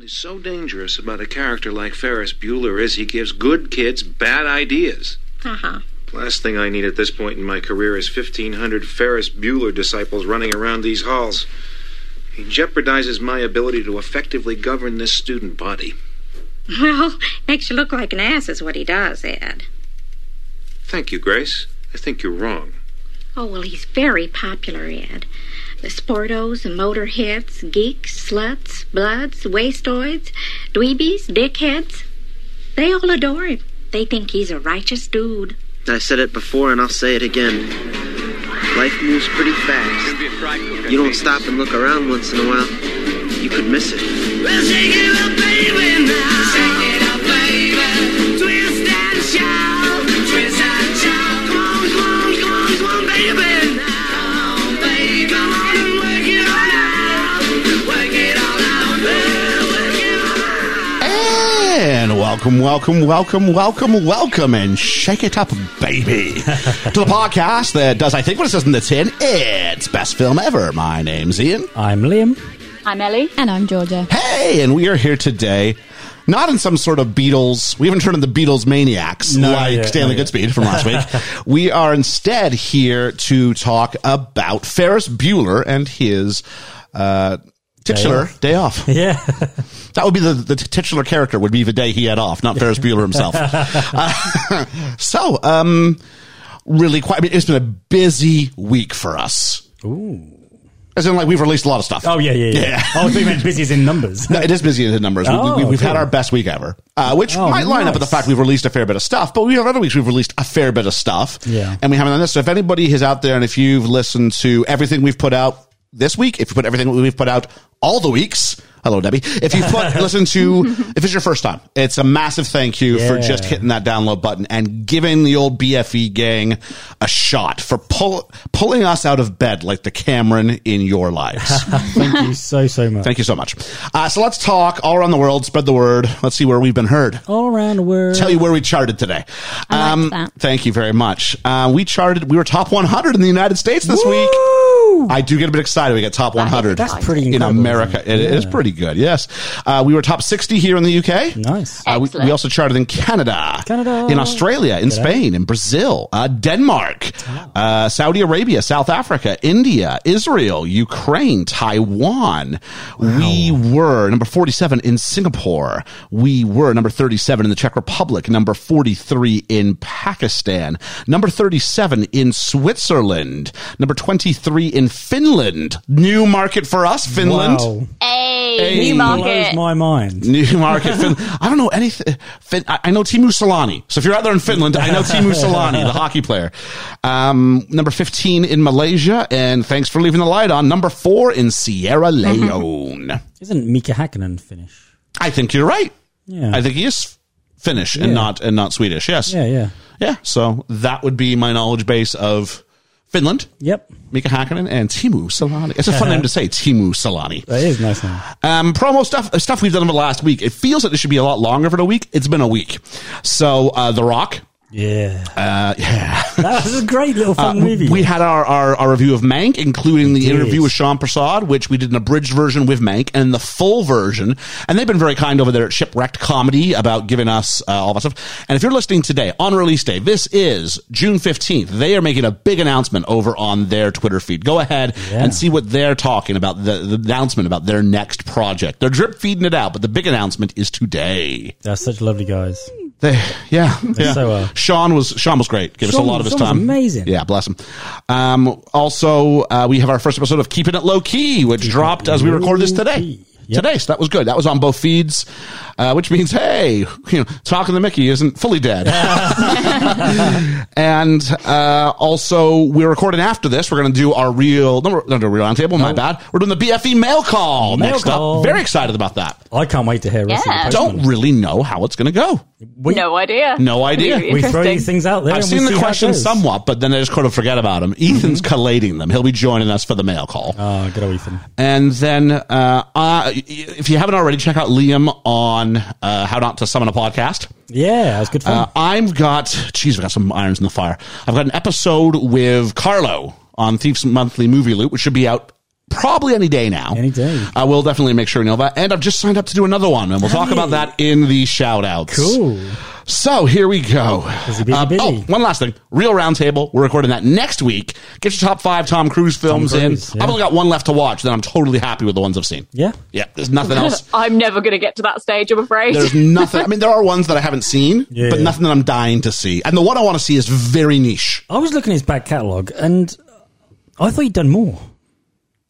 is so dangerous about a character like Ferris Bueller is he gives good kids bad ideas. Uh-huh. Last thing I need at this point in my career is 1,500 Ferris Bueller disciples running around these halls. He jeopardizes my ability to effectively govern this student body. Well, makes you look like an ass is what he does, Ed. Thank you, Grace. I think you're wrong. Oh, well, he's very popular, Ed. The sportos, the motorheads, geeks, sluts, bloods, wastoids, dweebies, dickheads. They all adore him. They think he's a righteous dude. I said it before and I'll say it again. Life moves pretty fast. You don't stop and look around once in a while, you could miss it. And welcome, welcome, welcome, welcome, welcome, and shake it up, baby, to the podcast that does, I think, what it says in the tin. It's best film ever. My name's Ian. I'm Liam. I'm Ellie. And I'm Georgia. Hey, and we are here today, not in some sort of Beatles. We haven't turned into Beatles maniacs No, like yeah, Stanley yeah. Goodspeed from last week. we are instead here to talk about Ferris Bueller and his uh, titular off. day off. Yeah. That would be the, the titular character would be the day he had off, not Ferris Bueller himself. Uh, so, um, really quite, I mean, it's been a busy week for us. Ooh. As in, like, we've released a lot of stuff. Oh yeah, yeah, yeah. Yeah. oh, I think meant busy is in numbers. No, it is busy in the numbers. We- we, Oh, we've had cool. our best week ever, uh, which Oh, might line up with the nice. fact we've released a fair bit of stuff. But we have other weeks we've released a fair bit of stuff, Yeah. and we haven't done this. So if anybody is out there and if you've listened to everything we've put out this week, if you put everything we've put out all the weeks, hello Debbie. If you put listen to, if it's your first time, it's a massive thank you for Yeah. just hitting that download button and giving the old BFE gang a shot for pull, pulling us out of bed like the Cameron in your lives. Thank you so so much. Thank you so much. Uh, so let's talk all around the world, spread the word. Let's see where we've been heard. All around the world. Tell you where we charted today. Um, I liked that. Thank you very much. Uh, we charted, we were top 100 in the United States this week. Woo! I do get a bit excited. We got top 100 That's pretty in incredible, America. isn't It is pretty good, yes. Uh, we were top 60 here in the UK. Nice. Uh, we, we also charted in Canada, Canada. in Australia, in Spain, in Brazil, uh, Denmark, uh, Saudi Arabia, South Africa, India, Israel, Ukraine, Taiwan. We were number 47 in Singapore. We were number 37 in the Czech Republic, number 43 in Pakistan, number 37 in Switzerland, number 23 in Finland. New market for us, Finland. Wow. Hey, Hey. new Blows market. my mind. New market. Fin- I don't know anything. Fin- I I know Timu Solani. So if you're out there in Finland, I know Timu Solani, the hockey player. Um, number 15 in Malaysia. And thanks for leaving the light on. Number four in Sierra Leone. Isn't Mika Hakkinen Finnish? I think you're right. Yeah. I think he is Finnish and Yeah. not, and not Swedish. Yes. Yeah, yeah. Yeah. So that would be my knowledge base of Finland. Yep. Mika Hakkinen and Timu Solani. It's a fun name to say, Timu Solani. That is nice now. Um, promo stuff uh, stuff we've done over the last week. It feels like this should be a lot longer for the week. It's been a week. So uh, The Rock. Yeah. Uh, yeah. that was a great little Uh, fun movie. we had our, our, our review of Mank, including the Yes. interview with Sean Prasad, which we did an abridged version with Mank and the full version. And they've been very kind over there at Shipwrecked Comedy about giving us uh, all that stuff. And if you're listening today on release day, this is June 15th. They are making a big announcement over on their Twitter feed. Go ahead Yeah. and see what they're talking about, the, the announcement about their next project. They're drip feeding it out, but the big announcement is today. They're such lovely guys. They, yeah, yeah. so are. Sean was Sean was great. Gave us Sean- a lot of his Sean was time. amazing. Yeah, bless him. Um, also, uh, we have our first episode of Keeping It Low Key, which dropped as we record this today. low-key. Yep. Today, so that was good. That was on both feeds, uh, which means hey, you know, talking to Mickey isn't fully dead. and uh, also, we're recording after this. We're going to do our real, no, we're not doing a real roundtable. My bad. We're doing the BFE mail call Oh. Mail next call. up. Very excited about that. I can't wait to hear Russell Yeah. the Postman. Don't really know how it's going to go. no idea. No idea. Very we throw interesting. these things out there. I've and we seen the see how it Mm-hmm. questions goes. somewhat, but then I just kind of forget about them. Ethan's collating them. He'll be joining us for the mail call. Oh, good old Ethan. and then, uh, uh, if you haven't already, check out Liam on uh, How Not to Summon a Podcast. Yeah, that was good fun. Uh, I've got, geez, I've got some irons in the fire. I've got an episode with Carlo on Thieves Monthly Movie Loot, which should be out probably any day now. Any day. I will definitely make sure you know that. And I've just signed up to do another one, and we'll talk about that in the shout outs. Cool. So here we go. Busy, busy, Uh, busy. oh, one last thing. Real Roundtable. We're recording that next week. Get your top five Tom Cruise films Cruise, in. yeah. I've only got one left to watch, then I'm totally happy with the ones I've seen. Yeah. Yeah, there's nothing else. I'm never going to get to that stage, I'm afraid. There's nothing. I mean, there are ones that I haven't seen, Yeah. but nothing that I'm dying to see. And the one I want to see is very niche. I was looking at his back catalogue and I thought he'd done more.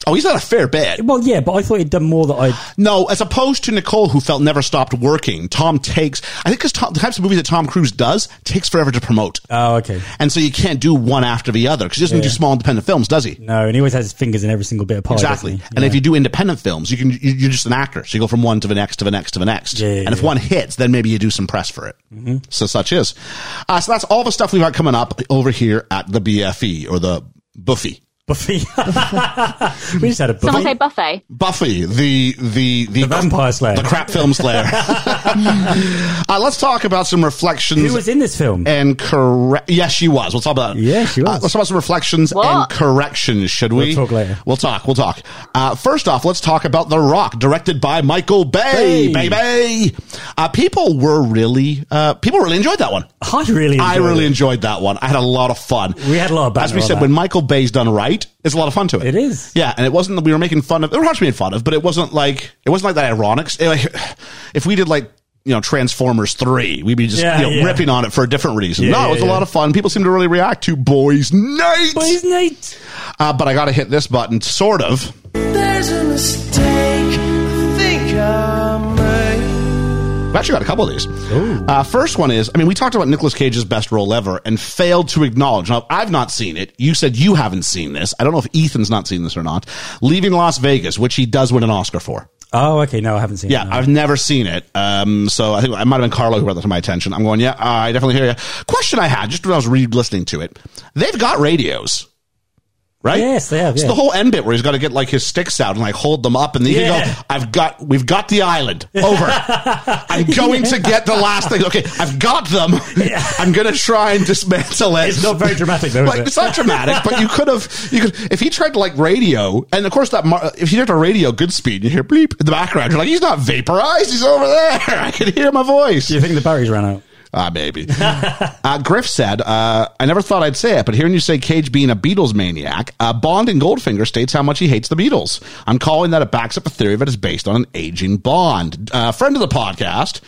Oh, he's not a fair bet. Well, yeah, but I thought he'd done more that I. No, as opposed to Nicole, who felt never stopped working. Tom takes. I think because the types of movies that Tom Cruise does takes forever to promote, Oh, okay. and so you can't do one after the other because he doesn't Yeah. do small independent films, does he? No, and he always has his fingers in every single bit of pie. Exactly. doesn't he? And Yeah. if you do independent films, you can you- you're just an actor, so you go from one to the next to the next to the next. Yeah, yeah, and if yeah. Mm-hmm. one hits, then maybe you do some press for it. So such is. Uh, so that's all the stuff we've got coming up over here at the BFE or the Buffy. Buffy. we just had a Someone Buffy. say buffet. Buffy, the the the, The Vampire Slayer. the crap film slayer. uh, let's talk about some reflections. Who was in this film? and correct. Yes, she was. We'll talk about. Uh, Yeah, she was. let's talk about some reflections What? and corrections. Should we? We'll talk later. We'll talk. We'll talk. Uh, first off, let's talk about The Rock, directed by Michael Bay. Bay. Baby, uh, people were really uh, people really enjoyed that one. I really. I enjoyed really it. enjoyed that one. I had a lot of fun. We had a lot of banter As we on said, that. when Michael Bay's done right, it's a lot of fun to it. It is. Yeah, and it wasn't that we were making fun of. It was made fun of, but it wasn't like it wasn't like that ironic. It, like, if we did like you know Transformers three, we'd be just Yeah, you know, yeah. ripping on it for a different reason. Yeah, no, yeah, it was a yeah. lot of fun. People seemed to really react to Boys Night. But isn't it? Uh, but I got to hit this button, sort of. There's a mistake I think I made. I've actually got a couple of these. Uh, first one is, I mean, we talked about Nicolas Cage's best role ever and failed to acknowledge. Now, I've not seen it. You said you haven't seen this. I don't know if Ethan's not seen this or not. Leaving Las Vegas, which he does win an Oscar for. Oh, okay. No, I haven't seen Yeah, it. no. I've never seen it. Um, so I think I might have been Carlo who brought that to my attention. I'm going, yeah, I definitely hear you. Question I had just when I was re-listening to it, they've got radios, right? Yes, they have, It's yeah. the whole end bit where he's got to get like his sticks out and like hold them up, and then he Yeah. can go, "I've got, we've got the island over. I'm going to get the last thing. Okay, I've got them. I'm going to try and dismantle it. It's not very dramatic, though. Like, is it's it? not dramatic, but you could have you could if he tried to like radio, and of course that mar- if you tried to radio good speed, you hear bleep in the background. You're like, he's not vaporized, he's over there. I can hear my voice. Do you think the batteries ran out? Ah, maybe. uh, Griff said, uh, I never thought I'd say it, but hearing you say Cage being a Beatles maniac, uh, Bond in Goldfinger states how much he hates the Beatles. I'm calling that it backs up a theory that is based on an aging Bond. Uh, friend of the podcast,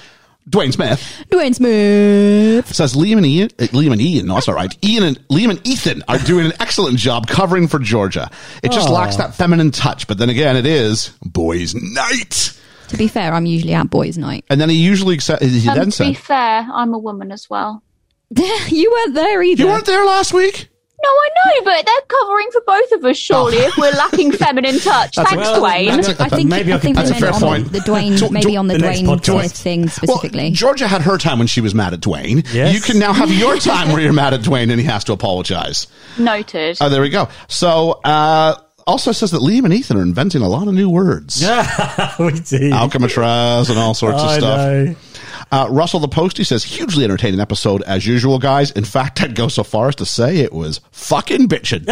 Dwayne Smith Dwayne Smith. says Liam and Ian, uh, Liam and Ian, no, that's all right. Ian and Liam and Ethan are doing an excellent job covering for Georgia. It just Oh. lacks that feminine touch, but then again, it is boys' night. To be fair, I'm usually at boys' night. And then he usually sa- he Um, then to be said, fair, I'm a woman as well. you weren't there either. "You weren't there last week." No, I know, but they're covering for both of us, surely, Oh. if we're lacking feminine touch. Thanks, Uh, well, Dwayne. that's a- I think, maybe I I think can- that's we a meant fair on point. The Dwayne, Jo- maybe Jo- on the, the next Dwayne podcast. Smith thing specifically. Well, Georgia had her time when she was mad at Dwayne. Yes. You can now have your time where you're mad at Dwayne and he has to apologize. Noted. Oh, there we go. So, uh, also says that Liam and Ethan are inventing a lot of new words. we did. Alcatraz and all sorts of I stuff. know. Uh, Russell the Post, he says, hugely entertaining episode as usual, guys. In fact, I'd go so far as to say it was fucking bitchin',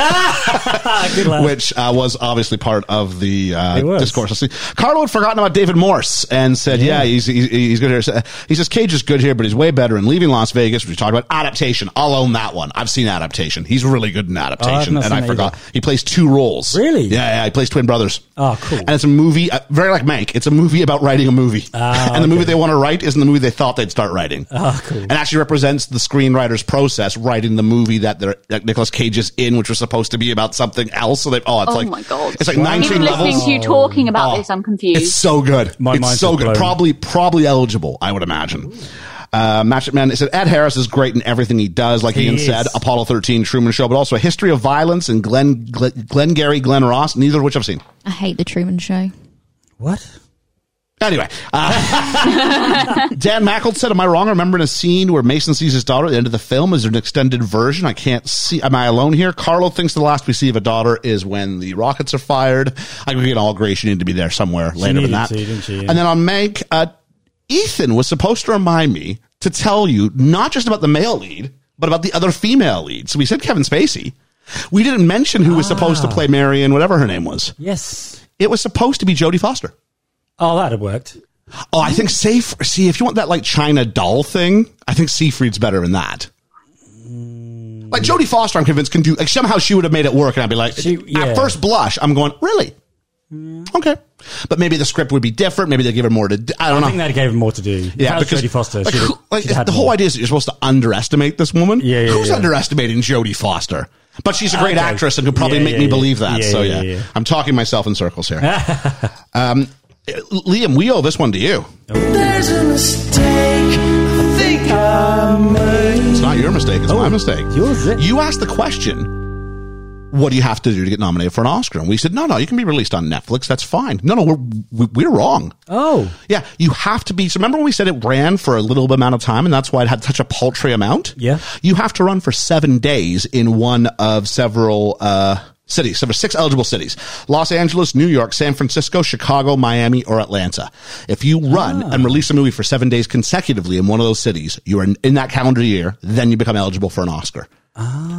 Good lad. which uh, was obviously part of the It uh, was. discourse. Let's see. Carlo had forgotten about David Morse and said, yeah, he's, he's, he's good here. He says, Cage is good here, but he's way better in Leaving Las Vegas, which we talked about. Adaptation. I'll own that one. I've seen Adaptation. He's really good in Adaptation. Oh, not and seen I it forgot. either. He plays two roles. Really? Yeah, yeah. He plays twin brothers. Oh, cool. And it's a movie, uh, very like Mank. It's a movie about writing a movie. Ah, and the movie they want to write isn't the movie they thought they'd start writing. Oh, cool. And actually represents the screenwriter's process writing the movie that they're, that Nicolas Cage is in, which was supposed to be about something else. So they oh, it's Oh like my God. it's like Wow. nineteen Even listening levels. to you talking about Oh, this, I'm confused. It's so good. My it's mind's so good. blown. Probably probably eligible, I would imagine. Uh, Matchup Man, it said Ed Harris is great in everything he does, like He Ian is. said, Apollo 13, Truman Show, but also A History of Violence and Glenn, Glenn, Glenn Gary, Glenn Ross, neither of which I've seen. I hate the Truman Show. what? Anyway, uh, Dan Mackled said, "Am I wrong? I remember in a scene where Mason sees his daughter at the end of the film. Is there an extended version? I can't see. Am I alone here? Carlo thinks the last we see of a daughter is when the rockets are fired. I think we can all agree she needed to be there somewhere later than needed that. to, didn't she? And then on Mank, uh, Ethan was supposed to remind me to tell you not just about the male lead, but about the other female lead. So we said Kevin Spacey." We didn't mention who was supposed Ah. to play Marion, whatever her name was. Yes. It was supposed to be Jodie Foster. Oh, that'd have worked. Oh, I think safe. See, if you want that like China doll thing, I think Seafried's better in that. Mm. Like Jodie Foster, I'm convinced can do. Like somehow she would have made it work, and I'd be like, She- yeah. Mm. at first blush, I'm going really, okay, but maybe the script would be different. Maybe they give her more to. I don't I know. think that gave him more to do. yeah, That was because Jodie Foster. Like, She'd have- who- like, she'd have had the whole more. idea is you're supposed to underestimate this woman. Yeah, yeah, Who's yeah. underestimating Jodie Foster? But she's a great Okay. actress and could probably Yeah, make yeah, me yeah. believe that. Yeah, so yeah, yeah, yeah. I'm talking myself in circles here. um, Liam, we owe this one to you. There's a mistake I think I made. It's not your mistake. It's my mistake. Oh, yours is it? You asked the question. What do you have to do to get nominated for an Oscar? And we said, no, no, you can be released on Netflix. That's fine. No, no, we're we- we're wrong. Oh. Yeah, you have to be. So remember when we said it ran for a little amount of time, and that's why it had such a paltry amount. Yeah. you have to run for seven days in one of several uh, cities, several six eligible cities: Los Angeles, New York, San Francisco, Chicago, Miami, or Atlanta. If you run and release a movie for seven days consecutively in one of those cities, you are in, in that calendar year. Then you become eligible for an Oscar.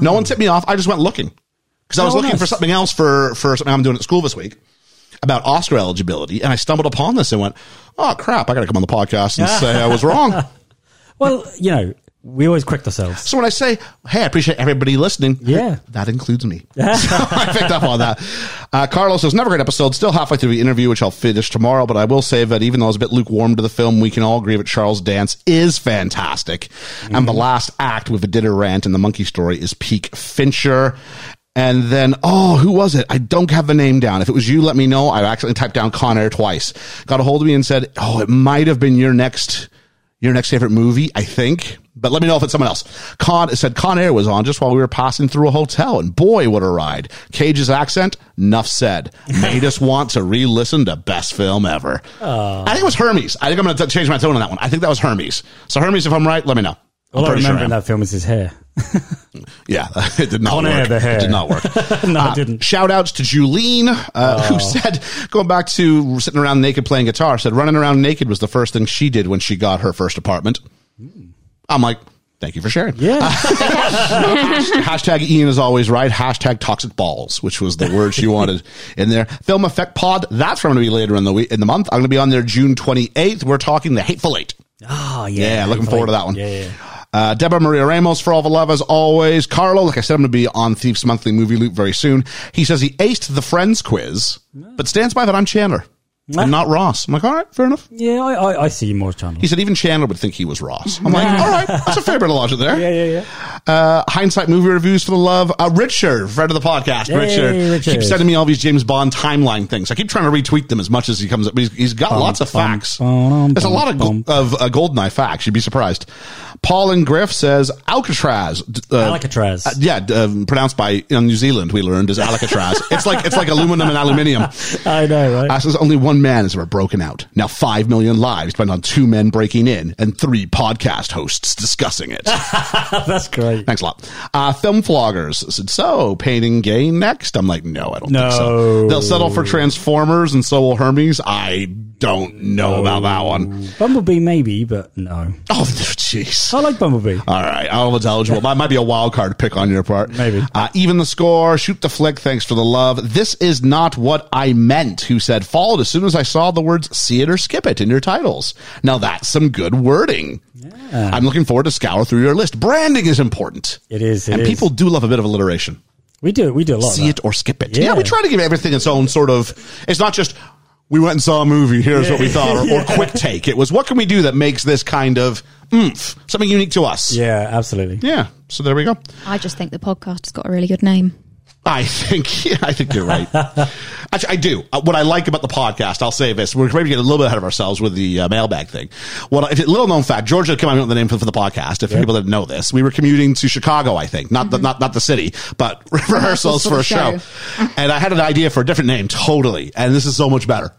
No one tipped me off. I just went looking because I was Oh, looking for nice. something else for for something I'm doing at school this week about Oscar eligibility, and I stumbled upon this and went, "Oh crap! I got to come on the podcast and say I was wrong." Well, you know, we always correct ourselves. So when I say, "Hey, I appreciate everybody listening," Yeah. that includes me. so I picked up on that. Uh, Carlos says, "Never a great episode. Still halfway through the interview, which I'll finish tomorrow. But I will say that even though I was a bit lukewarm to the film, we can all agree that Charles Dance is fantastic, and the last act with a dinner rant and the monkey story is peak Fincher." And then, oh, who was it? I don't have the name down. If it was you, let me know. I actually typed down Conair twice. Got a hold of me and said, oh, it might have been your next your next favorite movie, I think. But let me know if it's someone else. Con it said Con Air was on just while we were passing through a hotel, and boy, what a ride! Cage's accent, nuff said, made us want to re-listen to best film ever. Oh. I think it was Hermes. I think I'm going to change my tone on that one. I think that was Hermes. So Hermes, if I'm right, let me know. I'm All Oh, I pretty remember sure in am. that film is his hair. Yeah, it did not Con work. Air, the hair. It did not work. Ah, no, I didn't. Shout outs to Julene, uh, who said, going back to sitting around naked playing guitar, said running around naked was the first thing she did when she got her first apartment. I'm like, thank you for sharing. Yeah. Ah, hashtag Ian is always right. Hashtag toxic balls, which was the word she wanted in there. Film Effect Pod, that's where I'm going to be later in the week, in the month. I'm going to be on there June 28th. We're talking The Hateful Eight. Oh, Yeah, yeah. looking forward to that one. Yeah, yeah. Uh, Deborah Maria Ramos for all the love as always. Carlo, like I said, I'm going to be on Thieves Monthly Movie Loop very soon. He says he aced the Friends quiz, but stands by that I'm Chandler. I'm not Ross. I'm like, all right, fair enough. Yeah, I, I, I see more channels. He said even Chandler would think he was Ross. I'm like, all right, that's a fair bit of logic there. yeah, yeah, yeah. Uh, hindsight movie reviews for the love. Uh, Richard, friend of the podcast, Hey, Richard, Richard. keeps sending me all these James Bond timeline things. I keep trying to retweet them as much as he comes up. But he's, he's got lots of bum, facts. bum, There's a lot of bum, go- of uh, Goldeneye facts. You'd be surprised. Paul and Griff says Alcatraz. d- Uh, Alcatraz. uh, yeah, d- um, pronounced by in New Zealand. We learned is Alcatraz. it's like it's like aluminum and aluminium. I know, right? Uh, says only one man has ever broken out. Now five million lives depend on two men breaking in and three podcast hosts discussing it. Ah. That's great. Thanks a lot. Uh, film floggers said, so painting gay next? I'm like, no, I don't think so. No. They'll settle for Transformers and so will Hermes. I don't know about that one. Bumblebee, maybe, but no. Oh, jeez. I like Bumblebee. All right, I don't know if it's eligible. That might be a wild card pick on your part. Maybe. Uh, even the score, shoot the flick, thanks for the love. This is not what I meant, who said, followed as soon as I saw the words see it or skip it in your titles. Now that's some good wording. I'm looking forward to scour through your list. Branding is important. It is, it and is. people do love a bit of alliteration. We do it. We do a lot. see of it that. or skip it. Yeah. Yeah. we try to give everything its own sort of. It's not just we went and saw a movie. Here's what we thought, or, or quick take. It was what can we do that makes this kind of oomph something unique to us. Yeah, absolutely. Yeah. So there we go. I just think the podcast's got a really good name. I think yeah, I think you're right. Actually, I do. Uh, what I like about the podcast, I'll say this: we're maybe getting a little bit ahead of ourselves with the uh, mailbag thing. What if little known fact? Georgia came out with the name for, for the podcast. If people didn't know this, we were commuting to Chicago. I think not the not not the city, but rehearsals for a show. and I had an idea for a different name, totally. And this is so much better.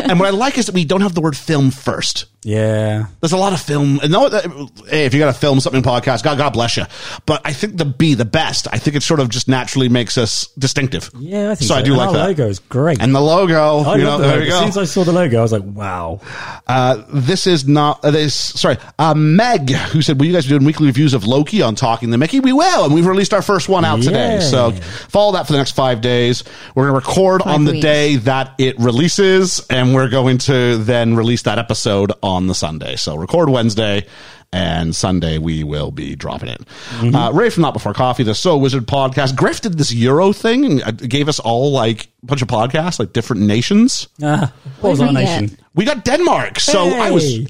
and what I like is that we don't have the word film first. Yeah. There's a lot of film. and No, that- hey, if you got to film something podcast, God, God bless you. But I think the B, the best. I think it sort of just naturally makes us distinctive. Yeah, I think so. so. I do And like our that. logo is great. and the logo. I you know, love the there logo. you As go. soon as I saw the logo, I was like, wow. Uh, this is not uh, this. Sorry, uh, Meg, who said, "Will you guys be doing weekly reviews of Loki on Talking the Mickey?" We will, and we've released our first one out today. Yay. So follow that for the next five days. We're going to record Five on the weeks. day that it releases, and we're going to then release that episode on the Sunday. So record Wednesday. And Sunday we will be dropping it. Uh, Ray from Not Before Coffee, the So Wizard podcast, grifted this Euro thing and uh, gave us all like a bunch of podcasts, like different nations. Ah, what was Where'd our we get? nation? We got Denmark, so I was Hey.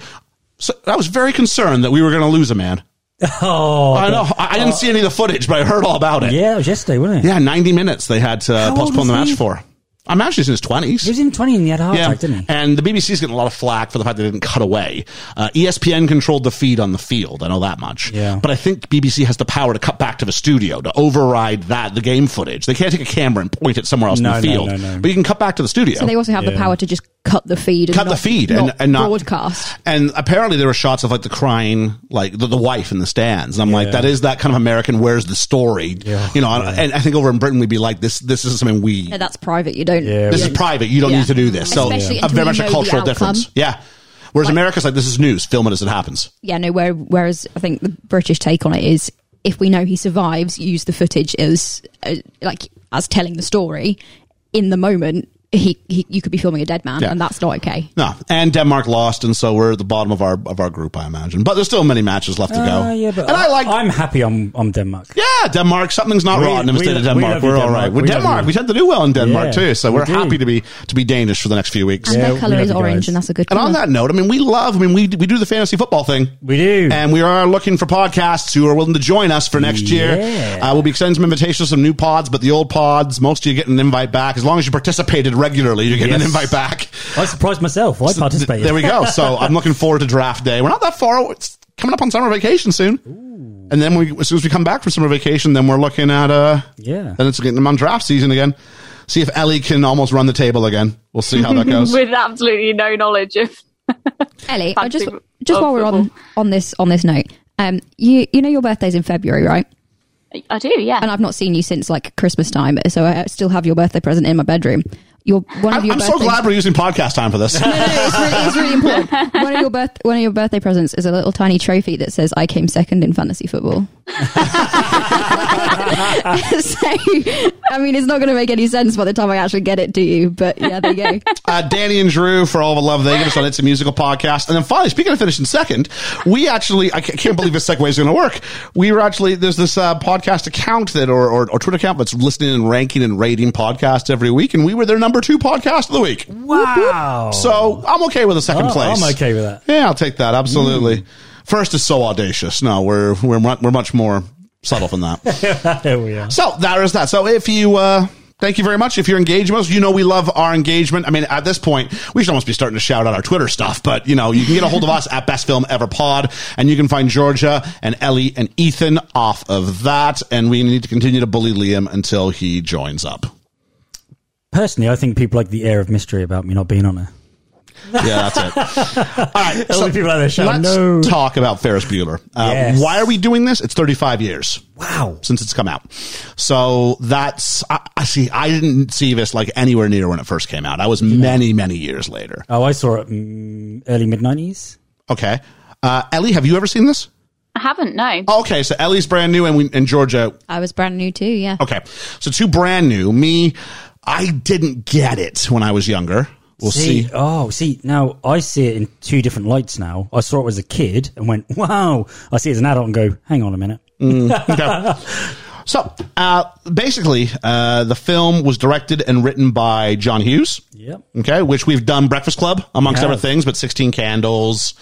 so I was very concerned that we were going to lose a man. Oh, I know I, I didn't see any of the footage, but I heard all about it. Yeah, it was yesterday, wasn't it? Yeah, ninety minutes they had to old postpone is the match he? for. I'm actually in his twenties. He was in 20 and he had a heart attack, didn't he? and the BBC's getting a lot of flack for the fact they didn't cut away. Uh, ESPN controlled the feed on the field. I know that much. Yeah. But I think BBC has the power to cut back to the studio to override that the game footage. They can't take a camera and point it somewhere else No, in the no, field. no, no. But you can cut back to the studio. So they also have the Yeah. power to just cut the feed. And cut not- the feed and, and not broadcast. And apparently there were shots of like the crying, like the, the wife in the stands. And I'm like, Yeah. that is that kind of American. Where's the story? Yeah. You know, and- and I think over in Britain we'd be like, this. This isn't something we. No, that's private. You don't. Yeah. this is private. You don't Yeah. need to do this. So Especially uh, until very you much a know the cultural outcome. difference. Yeah. Whereas America's like, this is news. Film it as it happens. Yeah, no. Where, whereas I think the British take on it is if we know he survives, use the footage as uh, like as telling the story in the moment. He, he you could be filming a dead man, Yeah. and that's not okay. No, and Denmark lost, and so we're at the bottom of our of our group, I imagine. But there's still many matches left to go. Ah, yeah, but and I like I'm happy I'm, I'm Denmark. Yeah, Denmark. Something's not We- rotten in the we state of lo- we Denmark. love you, We are all Denmark. right. We're We love Denmark. you. We tend to do well in Denmark Yeah, too, so we we're do. happy to be to be Danish for the next few weeks. And Yeah, their we color love is you orange, guys. and that's a good. And on colour. that note, I mean, we love. I mean, we we do the fantasy football thing. We do. and we are looking for podcasts who are willing to join us for next year. Yeah. Uh, we'll be extending some invitations, to some new pods, but the old pods, most of you get an invite back. As long as you participated regularly, you get an Yes. invite back. I surprised myself. I participated. There we go. So I'm looking forward to draft day. We're not that far. It's coming up on summer vacation soon. And then we, as soon as we come back from summer vacation, then we're looking at uh, Yeah. Then it's getting them on draft season again. See if Ellie can almost run the table again. We'll see how that goes. with absolutely no knowledge of. Ellie, I just Fancy just of while we're on football. on this on this note, um, you you know your birthday's in February, right? I do, yeah. And I've not seen you since like Christmas time, so I still have your birthday present in my bedroom. Your one of I'm, your I'm so birthdays- glad we're using podcast time for this. No, no, no, it's really, it's really important. One of your birth, one of your birthday presents is a little tiny trophy that says "I came second in fantasy football." so, I mean, it's not going to make any sense by the time I actually get it to you. But yeah, there you go. uh, Danny and Drew for all the love they give us on It's a Musical podcast. And then finally, speaking of finishing second, we actually, I ca- can't believe this segue is going to work. We were actually, there's this uh, podcast account that, or, or, or Twitter account that's listening and ranking and rating podcasts every week. And we were their number two podcast of the week. wow. So I'm okay with a second Oh, place. I'm okay with that. Mm. Yeah, I'll take that. Absolutely. First is so audacious. No, we're, we're, mu- we're much more subtle than that. there we are. So there is that. So if you, uh, thank you very much. If you're engaged with us, you know we love our engagement. I mean, at this point, we should almost be starting to shout out our Twitter stuff, but you know, you can get a hold of us at Best Film Ever Pod, and you can find Georgia and Ellie and Ethan off of that. And we need to continue to bully Liam until he joins up. Personally, I think people like the air of mystery about me not being on there. Yeah, that's it. All right. All the people out there shouting, let's "No." talk about Ferris Bueller. Uh, Yes. Why are we doing this? It's 35 years. Wow. since it's come out. So that's I, I see. I didn't see this like anywhere near when it first came out. I was many many years later. Oh, I saw it mm, early mid 90s. Okay, uh, Ellie, have you ever seen this? Oh, I haven't, no. Okay, so Ellie's brand new, and we and Georgia. I was brand new too. Yeah. Okay, so two brand new. Me, I didn't get it when I was younger. We'll see. Oh, see, now I see it in two different lights now. I saw it as a kid and went, wow. I see it as an adult and go, hang on a minute. Okay. So uh, basically, uh, the film was directed and written by John Hughes. Yep. Okay, which we've done Breakfast Club amongst We have. other things, but Sixteen Candles,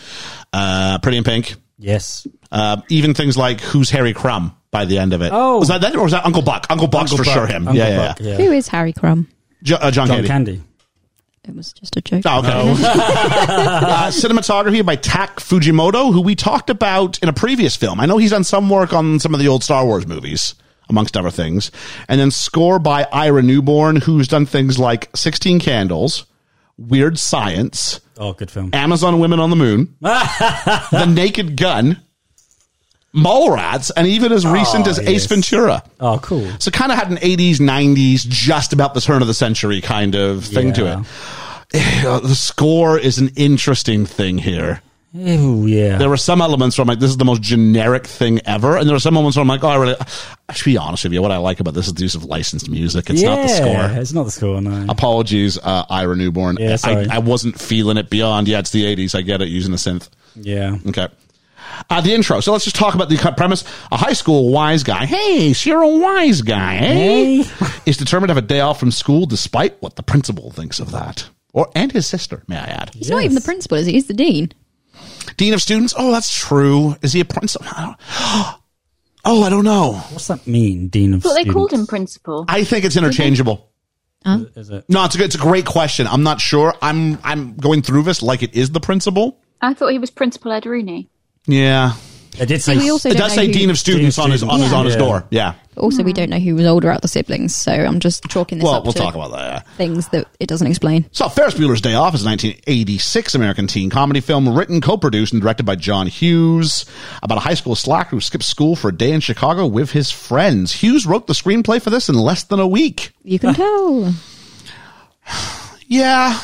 uh, Pretty in Pink, Yes. uh, even things like Who's Harry Crumb by the end of it. Oh. was that that or was that Uncle Buck? Uncle Buck's for Buck, sure him. Uncle yeah, yeah, Buck, yeah. Who is Harry Crumb? Jo- uh, John, John Candy. Candy. It was just a joke. Oh, okay. uh, cinematography by Tak Fujimoto, who we talked about in a previous film. I know he's done some work on some of the old Star Wars movies, amongst other things. And then score by Ira Newborn, who's done things like 16 Candles, Weird Science, Oh, good film. Amazon Women on the Moon, The Naked Gun, Mallrats, and even as recent as Ace yes. Ventura. Oh, cool. So kind of had an 80s, 90s, just about the turn of the century kind of thing to Yeah. it. Yeah, The score is an interesting thing here. Ew, yeah. There were some elements where I'm like, this is the most generic thing ever. And there were some moments where I'm like, oh, I really, I should be honest with you. What I like about this is the use of licensed music. It's yeah, not the score. It's not the score, no. Apologies, uh, Ira Newborn. Yeah, I, sorry. I wasn't feeling it beyond. Yeah, it's the 80s. I get it using the synth. yeah. Okay. Uh, the intro. So let's just talk about the cut premise. A high school wise guy. Hey, so you're a wise guy, eh? Hey. Is determined to have a day off from school despite what the principal thinks of that. Or, and his sister, may I add. He's not even the principal, is he? He's the dean. Dean of students. Oh, that's true. Is he a principal? I don't- Oh, I don't know. What's that mean, Dean of But they Students? called him principal. I think it's interchangeable. Is it? No, it's a, good- it's a great question. I'm not sure. I'm I'm going through this like it is the principal. I thought he was Principal Ederini. Yeah, I did say. We also it don't does know say who- dean of students on his on his on his Yeah. door. Yeah. Also, we don't know who was older out of the siblings, so I'm just chalking this Well, up we'll to talk about that. yeah. things that it doesn't explain. So, Ferris Bueller's Day Off is a 1986 American teen comedy film written, co-produced, and directed by John Hughes about a high school slacker who skips school for a day in Chicago with his friends. Hughes wrote the screenplay for this in less than a week. You can tell. Yeah,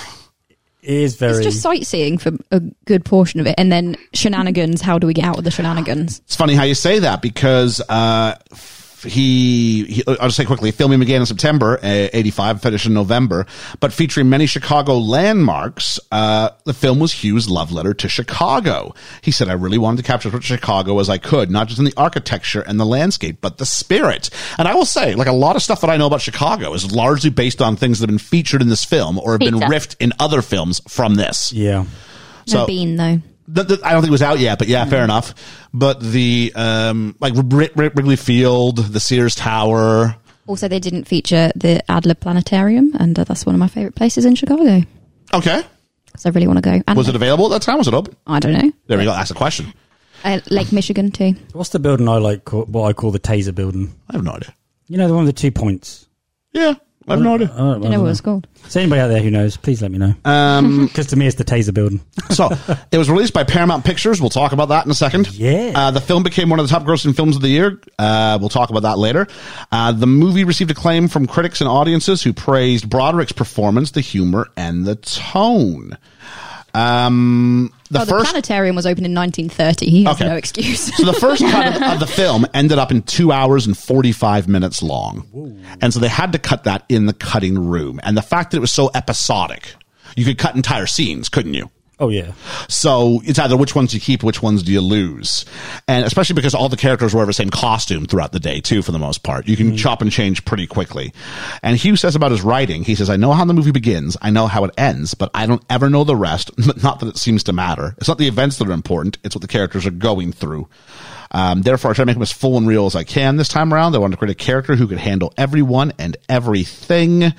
It is very. It's just sightseeing for a good portion of it, and then shenanigans. How do we get out of the shenanigans? It's funny how you say that because uh, f- he, he- I'll just say quickly, filming began in September uh, 85, finished in November, but featuring many Chicago landmarks, uh, the film was Hughes' love letter to Chicago. He said, I really wanted to capture as much Chicago as I could, not just in the architecture and the landscape, but the spirit. And I will say, like a lot of stuff that I know about Chicago is largely based on things that have been featured in this film or have been Pizza. riffed in other films from this. yeah. No So- bean though. the, the- I don't think it was out yet, but yeah, fair enough. But the um, like Wri- Wri- Wrigley Field, the Sears Tower. Also, they didn't feature the Adler Planetarium, and uh, that's one of my favorite places in Chicago Okay, Mm-hmm. because I really want to go. And was it available at that time? Was it open? I don't know. There we go. That's a question. Uh, Lake Michigan too. What's the building I like? Call, what I call the taser building. I have no idea. You know the one with the two points. Uh, Yeah, I have no idea. I don't know what it's called. So anybody out there who knows, please let me know. Um, Because to me, it's the taser building. so it was released by Paramount Pictures. We'll talk about that in a second. Yeah. Uh, the film became one of the top grossing films of the year. Uh, we'll talk about that later. Uh, the movie received acclaim from critics and audiences who praised Broderick's performance, the humor, and the tone. Um, the oh, the first planetarium was opened in 1930. He has Okay. no excuse. So the first cut of, of the film ended up in two hours and 45 minutes long. And so they had to cut that in the cutting room. And the fact that it was so episodic, you could cut entire scenes, couldn't you? Oh yeah. So it's either which ones you keep, which ones do you lose. And especially because all the characters wear the same costume throughout the day, too, for the most part. You can chop and change pretty quickly. And Hugh says about his writing, he says, I know how the movie begins, I know how it ends, but I don't ever know the rest. Not that it seems to matter. It's not the events that are important, it's what the characters are going through. Um, therefore, I try to make them as full and real as I can this time around. I wanted to create a character who could handle everyone and everything.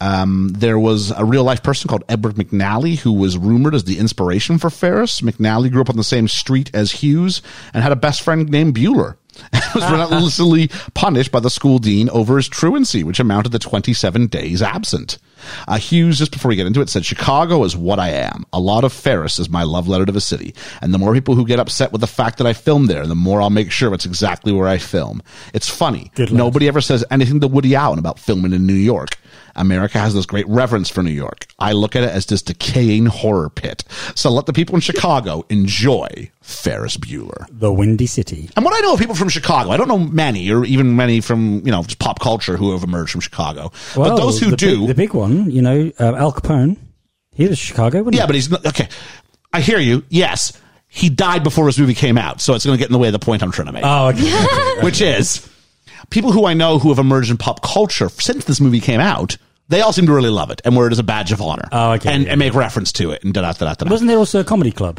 Um, there was a real life person called Edward McNally who was rumored as the inspiration for Ferris. McNally grew up on the same street as Hughes and had a best friend named Bueller. and was relentlessly punished by the school dean over his truancy, which amounted to 27 days absent. Uh, Hughes, just before we get into it, said, Chicago is what I am. A lot of Ferris is my love letter to the city. And the more people who get upset with the fact that I film there, the more I'll make sure it's exactly where I film. It's funny. Good lad. Nobody ever says anything to Woody Allen about filming in New York. America has this great reverence for New York. I look at it as this decaying horror pit. So let the people in Chicago enjoy Ferris Bueller. The Windy City. And what I know of people from Chicago, I don't know many or even many from, you know, just pop culture who have emerged from Chicago. Well, but those who the do. big, the big one, you know, um, Al Capone. He was Chicago, wasn't yeah, but he's not. Okay. I hear you. Yes. He died before his movie came out. So it's going to get in the way of the point I'm trying to make. Oh, okay. which is people who I know who have emerged in pop culture since this movie came out. They all seem to really love it and wear it as a badge of honor. Oh, okay, And, yeah, and make reference to it and da da da da da. Wasn't there also a comedy club?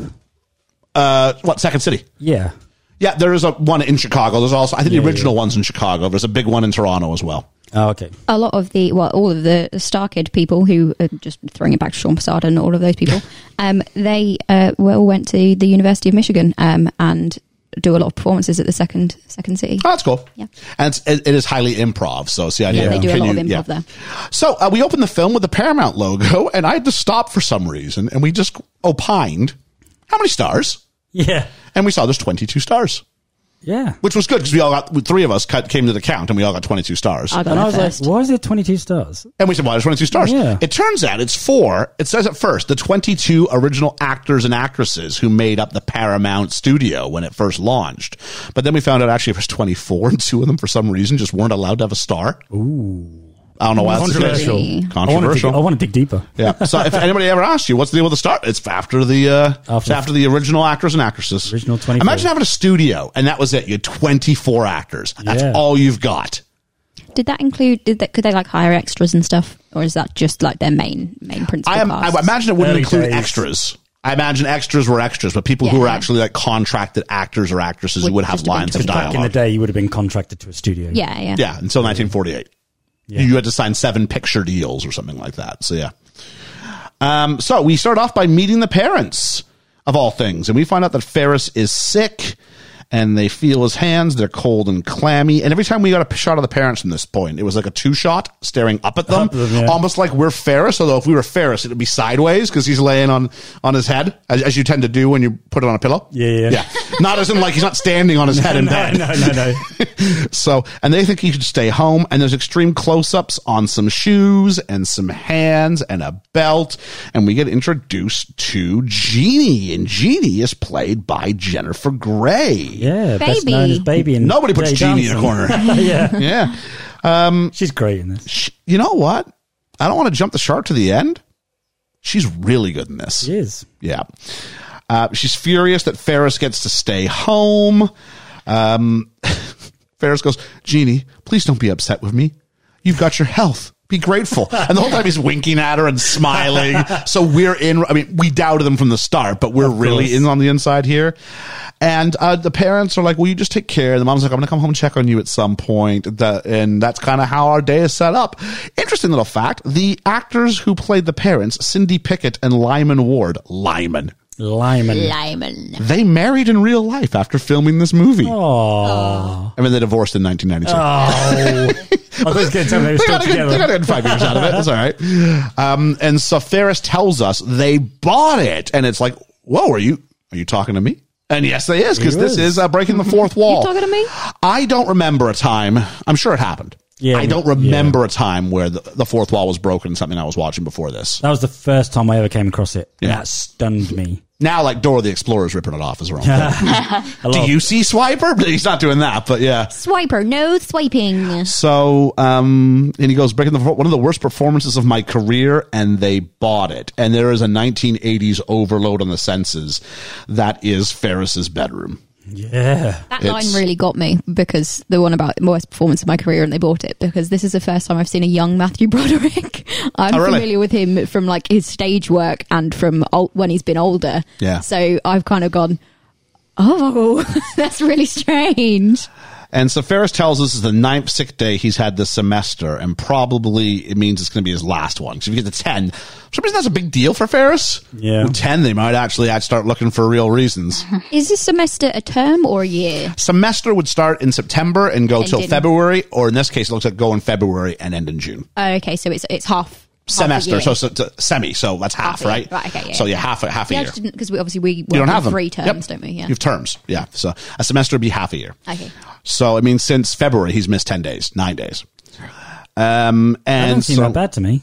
Uh, what Second City? Yeah. Yeah, there is a one in Chicago. There's also I think Yeah, the original yeah. one's in Chicago. There's a big one in Toronto as well. Oh, okay. a lot of the well, all of the Starkid people who uh, just throwing it back to Sean Posada and all of those people, um, they uh, well went to the University of Michigan, um, and do a lot of performances at the second second city. Oh, that's cool. Yeah. And it's, it, it is highly improv. So it's the idea Yeah, they of do a lot of continue- improv there. So uh, we opened the film with the Paramount logo, and I had to stop for some reason, and we just opined how many stars, Yeah. and we saw there's 22 stars, Yeah. which was good because we all got three of us cut, came to the count, and we all got 22 stars. I got And I there was first. like, why is there 22 stars? And we said, why there's 22 stars? Yeah. It turns out it's four. It says at first, the 22 original actors and actresses who made up the Paramount studio when it first launched. But then we found out actually it was 24 and two of them for some reason just weren't allowed to have a star. Ooh. I don't know why that's the case. Controversial. I want to Controversial. dig, I wanna dig deeper. Yeah. So if anybody ever asks you what's the deal with the star, it's after the uh, after, it's After- after the original actors and actresses. Original 24. Imagine having a studio and that was it. You had 24 actors. That's Yeah. all you've got. Did that include? Did that? Could they like hire extras and stuff, or is that just like their main main principal I, am, cast? I imagine it wouldn't Early include days. extras. I imagine extras were extras, but people who Yeah. were actually like contracted actors or actresses who Would would have just have been lines of contracted. Back in the dialogue. day, you would have been contracted to a studio. yeah, yeah, Yeah, until 1948. You had to sign seven picture deals or something like that. So, yeah. Um, so we start off by meeting the parents of all things, and we find out that Ferris is sick and they feel his hands. They're cold and clammy. And every time we got a p- shot of the parents from this point, it was like a two shot staring up at them, Up at them, yeah. almost like we're Ferris. Although if we were Ferris, it would be sideways because he's laying on, on his head, as, as you tend to do when you put it on a pillow. Yeah, yeah. Yeah. Not as in like he's not standing on his head in No, bed. no, no, no. So, and they think he should stay home. And there's extreme close ups on some shoes and some hands and a belt. And we get introduced to Jeannie. And Jeannie is played by Jennifer Gray. Yeah. Best known as Baby. baby and Nobody puts Jay Jeannie in a Johnson. corner. yeah. yeah. She's great in this. Sh- You know what? I don't want to jump the shark to the end. She's really good in this. She is. Yeah. Uh, she's furious that Ferris gets to stay home. Um, Ferris goes, Jeannie, please don't be upset with me. You've got your health. Be grateful. And the whole time he's winking at her and smiling. so we're in, I mean, we doubted him from the start, but we're really course. in on the inside here. And uh, the parents are like, "Will you just take care?" The mom's like, "I'm going to come home and check on you at some point." The, and that's kind of how our day is set up. Interesting little fact: the actors who played the parents, Cindy Pickett and Lyman Ward, Lyman, Lyman. Lyman. they married in real life after filming this movie. Oh. I mean, they divorced in 1992. I thought he was going to tell me they were They still got, a good, together. they got a good five years out of it. That's all right. Um, and so Ferris tells us they bought it, and it's like, "Whoa, are you are you talking to me?" And yes, they is because He this is. is uh, breaking the fourth wall. talking to me? I don't remember a time. I'm sure it happened. Yeah, I don't yeah. remember a time where the, the fourth wall was broken. in Something I was watching before this. That was the first time I ever came across it. Yeah. And that stunned me. Now, like Dora the Explorer's ripping it off is wrong. I Do love- you see Swiper? He's not doing that, but yeah. Swiper, no swiping. So, um, and he goes breaking the one of the worst performances of my career, and they bought it. And there is a 1980s overload on the senses. That is Ferris's bedroom. Yeah. That It's- line really got me because the one about worst performance of my career and they bought it because this is the first time I've seen a young Matthew Broderick. I'm Oh, really? familiar with him from like his stage work and from old, when he's been older. Yeah. So I've kind of gone, oh, that's really strange. And so Ferris tells us it's the ninth sick day he's had this semester, and probably it means it's going to be his last one. Because if you get to 10, for some reason that's a big deal for Ferris. Yeah. With 10, they might actually I'd start looking for real reasons. Is this semester a term or a year? Semester would start in September and go And till didn't. February, or in this case, it looks like go in February and end in June. Oh, okay, so it's it's half half a semester. year. So, so, so semi. So that's half, Half a year. right? Right, okay, yeah, so yeah, yeah. half a half a yeah, I year. just didn't because we obviously we You don't have them. three Yep. terms, don't we? Yeah. You have terms. Yeah. So a semester would be half a year. okay. So I mean, since February, he's missed ten days, nine days. Um, That and doesn't seem so that bad to me.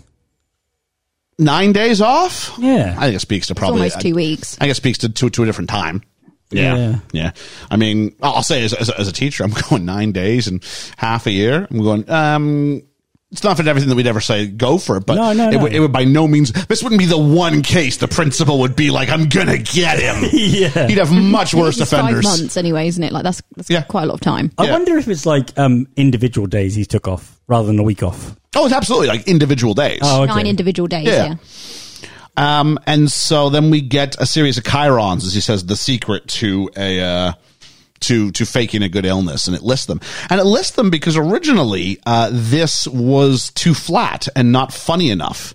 nine days off. Yeah. I think it speaks to probably almost two weeks. I, think it speaks to to, to a different time. Yeah. yeah, Yeah. I mean, I'll say as, as, as a teacher, I'm going nine days and half a year. I'm going. um It's not for everything that we'd ever say go for it, but No, no, it, no. Would, it would by no means. This wouldn't be the one case the principal would be like, "I'm gonna get him." Yeah. He'd have much worse It's five offenders. months anyway, isn't it? Like that's that's Yeah. quite a lot of time. I Yeah. wonder if it's like um, individual days he took off rather than a week off. Oh, it's absolutely like individual days. Oh, okay. Nine individual days. Yeah. Yeah. Um, and so then we get a series of chirons, as he says, the secret to a uh, to to faking a good illness, and it lists them. And it lists them because originally uh, this was too flat and not funny enough,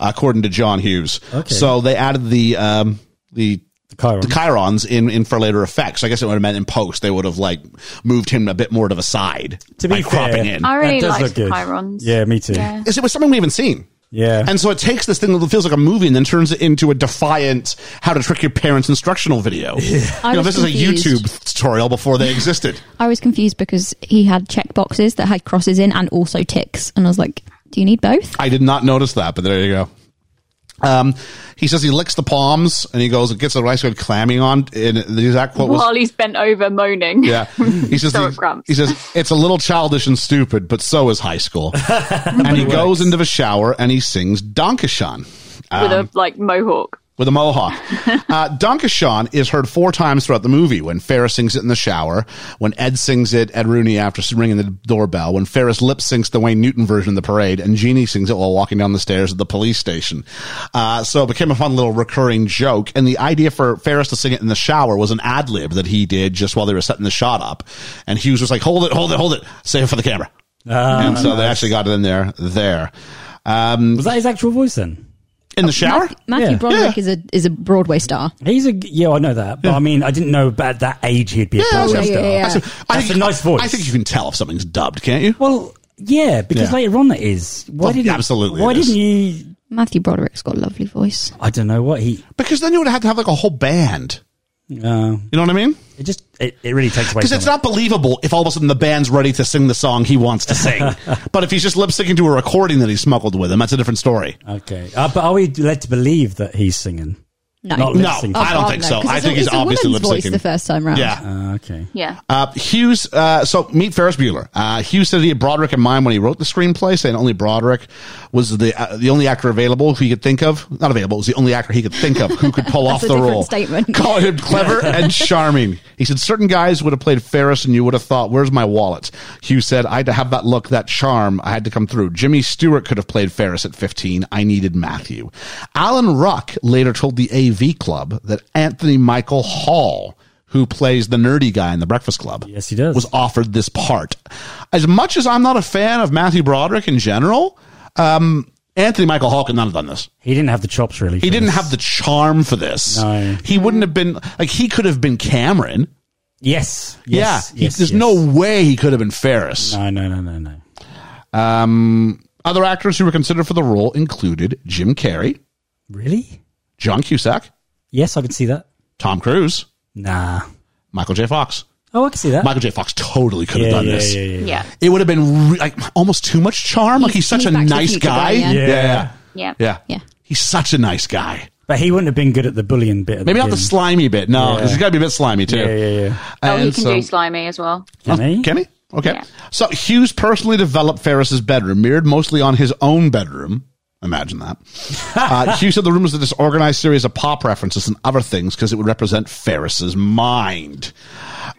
according to John Hughes. Okay. So they added the um, the The Chiron. the chirons in, in for later effects. I guess it would have meant in post they would have like moved him a bit more to the side To by be cropping fair- in. I really does like look good. Chirons. Yeah, me too. Yeah. Is it was something we haven't seen. Yeah. And so it takes this thing that feels like a movie and then turns it into a defiant how to trick your parents instructional video. I You know, was this is a confused. YouTube tutorial before they existed. I was confused because he had check boxes that had crosses in and also ticks, and I was like, "Do you need both?" I did not notice that, but there you go. Um, he says he licks the palms and he goes and gets a rice good clamming on. And the exact quote was While he's bent over moaning. Yeah. He says, So the- it grumps. he says, it's a little childish and stupid, but so is high school. and he goes into the shower and he sings Donkishan um, With a like mohawk. with a mohawk. uh, Donkishan is heard four times throughout the movie when Ferris sings it in the shower, when Ed sings it, Ed Rooney after ringing the doorbell, when Ferris lip syncs the Wayne Newton version of the parade, and Jeannie sings it while walking down the stairs at the police station. Uh, so it became a fun little recurring joke. And the idea for Ferris to sing it in the shower was an ad lib that he did just while they were setting the shot up. And Hughes was like, hold it, hold it, hold it, save it for the camera. and so they actually got it in there, there. Um, Was that his actual voice then? in the shower? Matthew Yeah. Broderick Yeah. is a is a Broadway star. He's a yeah, I know that, but I mean, I didn't know about that age he'd be a Yeah, Broadway yeah, star. yeah, yeah. That's a- That's a nice voice. I think you can tell if something's dubbed, can't you? Well, yeah, because Yeah. later on it is. Why Well, didn't absolutely Why it is. didn't you? Matthew Broderick's got a lovely voice. I don't know what he. Because then you would have to have like a whole band. Uh, You know what I mean? it just it, it really takes away. Because from it's it. not believable if all of a sudden the band's ready to sing the song he wants to sing. but if he's just lip syncing to a recording that he smuggled with him, that's a different story. Okay, uh, but are we led to believe that he's singing? No, Oh, Not No, Lip-syncing. I don't think so. 'cause I it's think a- he's it's a obviously lip woman's voice syncing. the first time round. Yeah. Uh, okay. Yeah. Uh, Hughes, uh, so meet Ferris Bueller. Uh, Hughes said he had Broderick in mind when he wrote the screenplay, saying only Broderick was the uh, the only actor available who he could think of. Not available, it was the only actor he could think of who could pull off That's the a different role. statement. Call him clever and charming. He said certain guys would have played Ferris, and you would have thought, "Where's my wallet?" Hughes said, "I had to have that look, that charm. I had to come through." Jimmy Stewart could have played Ferris at 15. I needed Matthew. Alan Ruck later told the AV Club that Anthony Michael Hall who plays the nerdy guy in the Breakfast Club. Yes, he does. Was offered this part. As much as I'm not a fan of Matthew Broderick in general, um, Anthony Michael Hall could not have done this. He didn't have the chops really. He didn't have the charm for this. No. He wouldn't have been like he could have been Cameron. Yes. yes yeah, he- yes, there's yes. no way he could have been Ferris. No, no, no, no, no. Um, other actors who were considered for the role included Jim Carrey, Really? John Cusack, Yes, I can see that. Tom Cruise, Nah. Michael J. Fox. Oh, I can see that. Michael J. Fox totally could yeah, have done yeah, this. yeah, yeah, yeah. Yeah. it would have been re- like almost too much charm. like he's He's- such he's a Back to the nice Future guy. guy, yeah. Yeah. Yeah. yeah, Yeah. He's such a nice guy. But he wouldn't have been good at the bullying bit. Of Maybe the not the game. slimy bit. No, 'cause he's got to be a bit slimy too. Yeah, yeah, yeah. Oh, he And can so- do slimy as well. Can he? Can he? Okay. Yeah. So Hughes personally developed Ferris's bedroom, mirrored mostly on his own bedroom. Imagine that. Uh, Hughes said the room was a disorganized series of pop references and other things because it would represent Ferris's mind.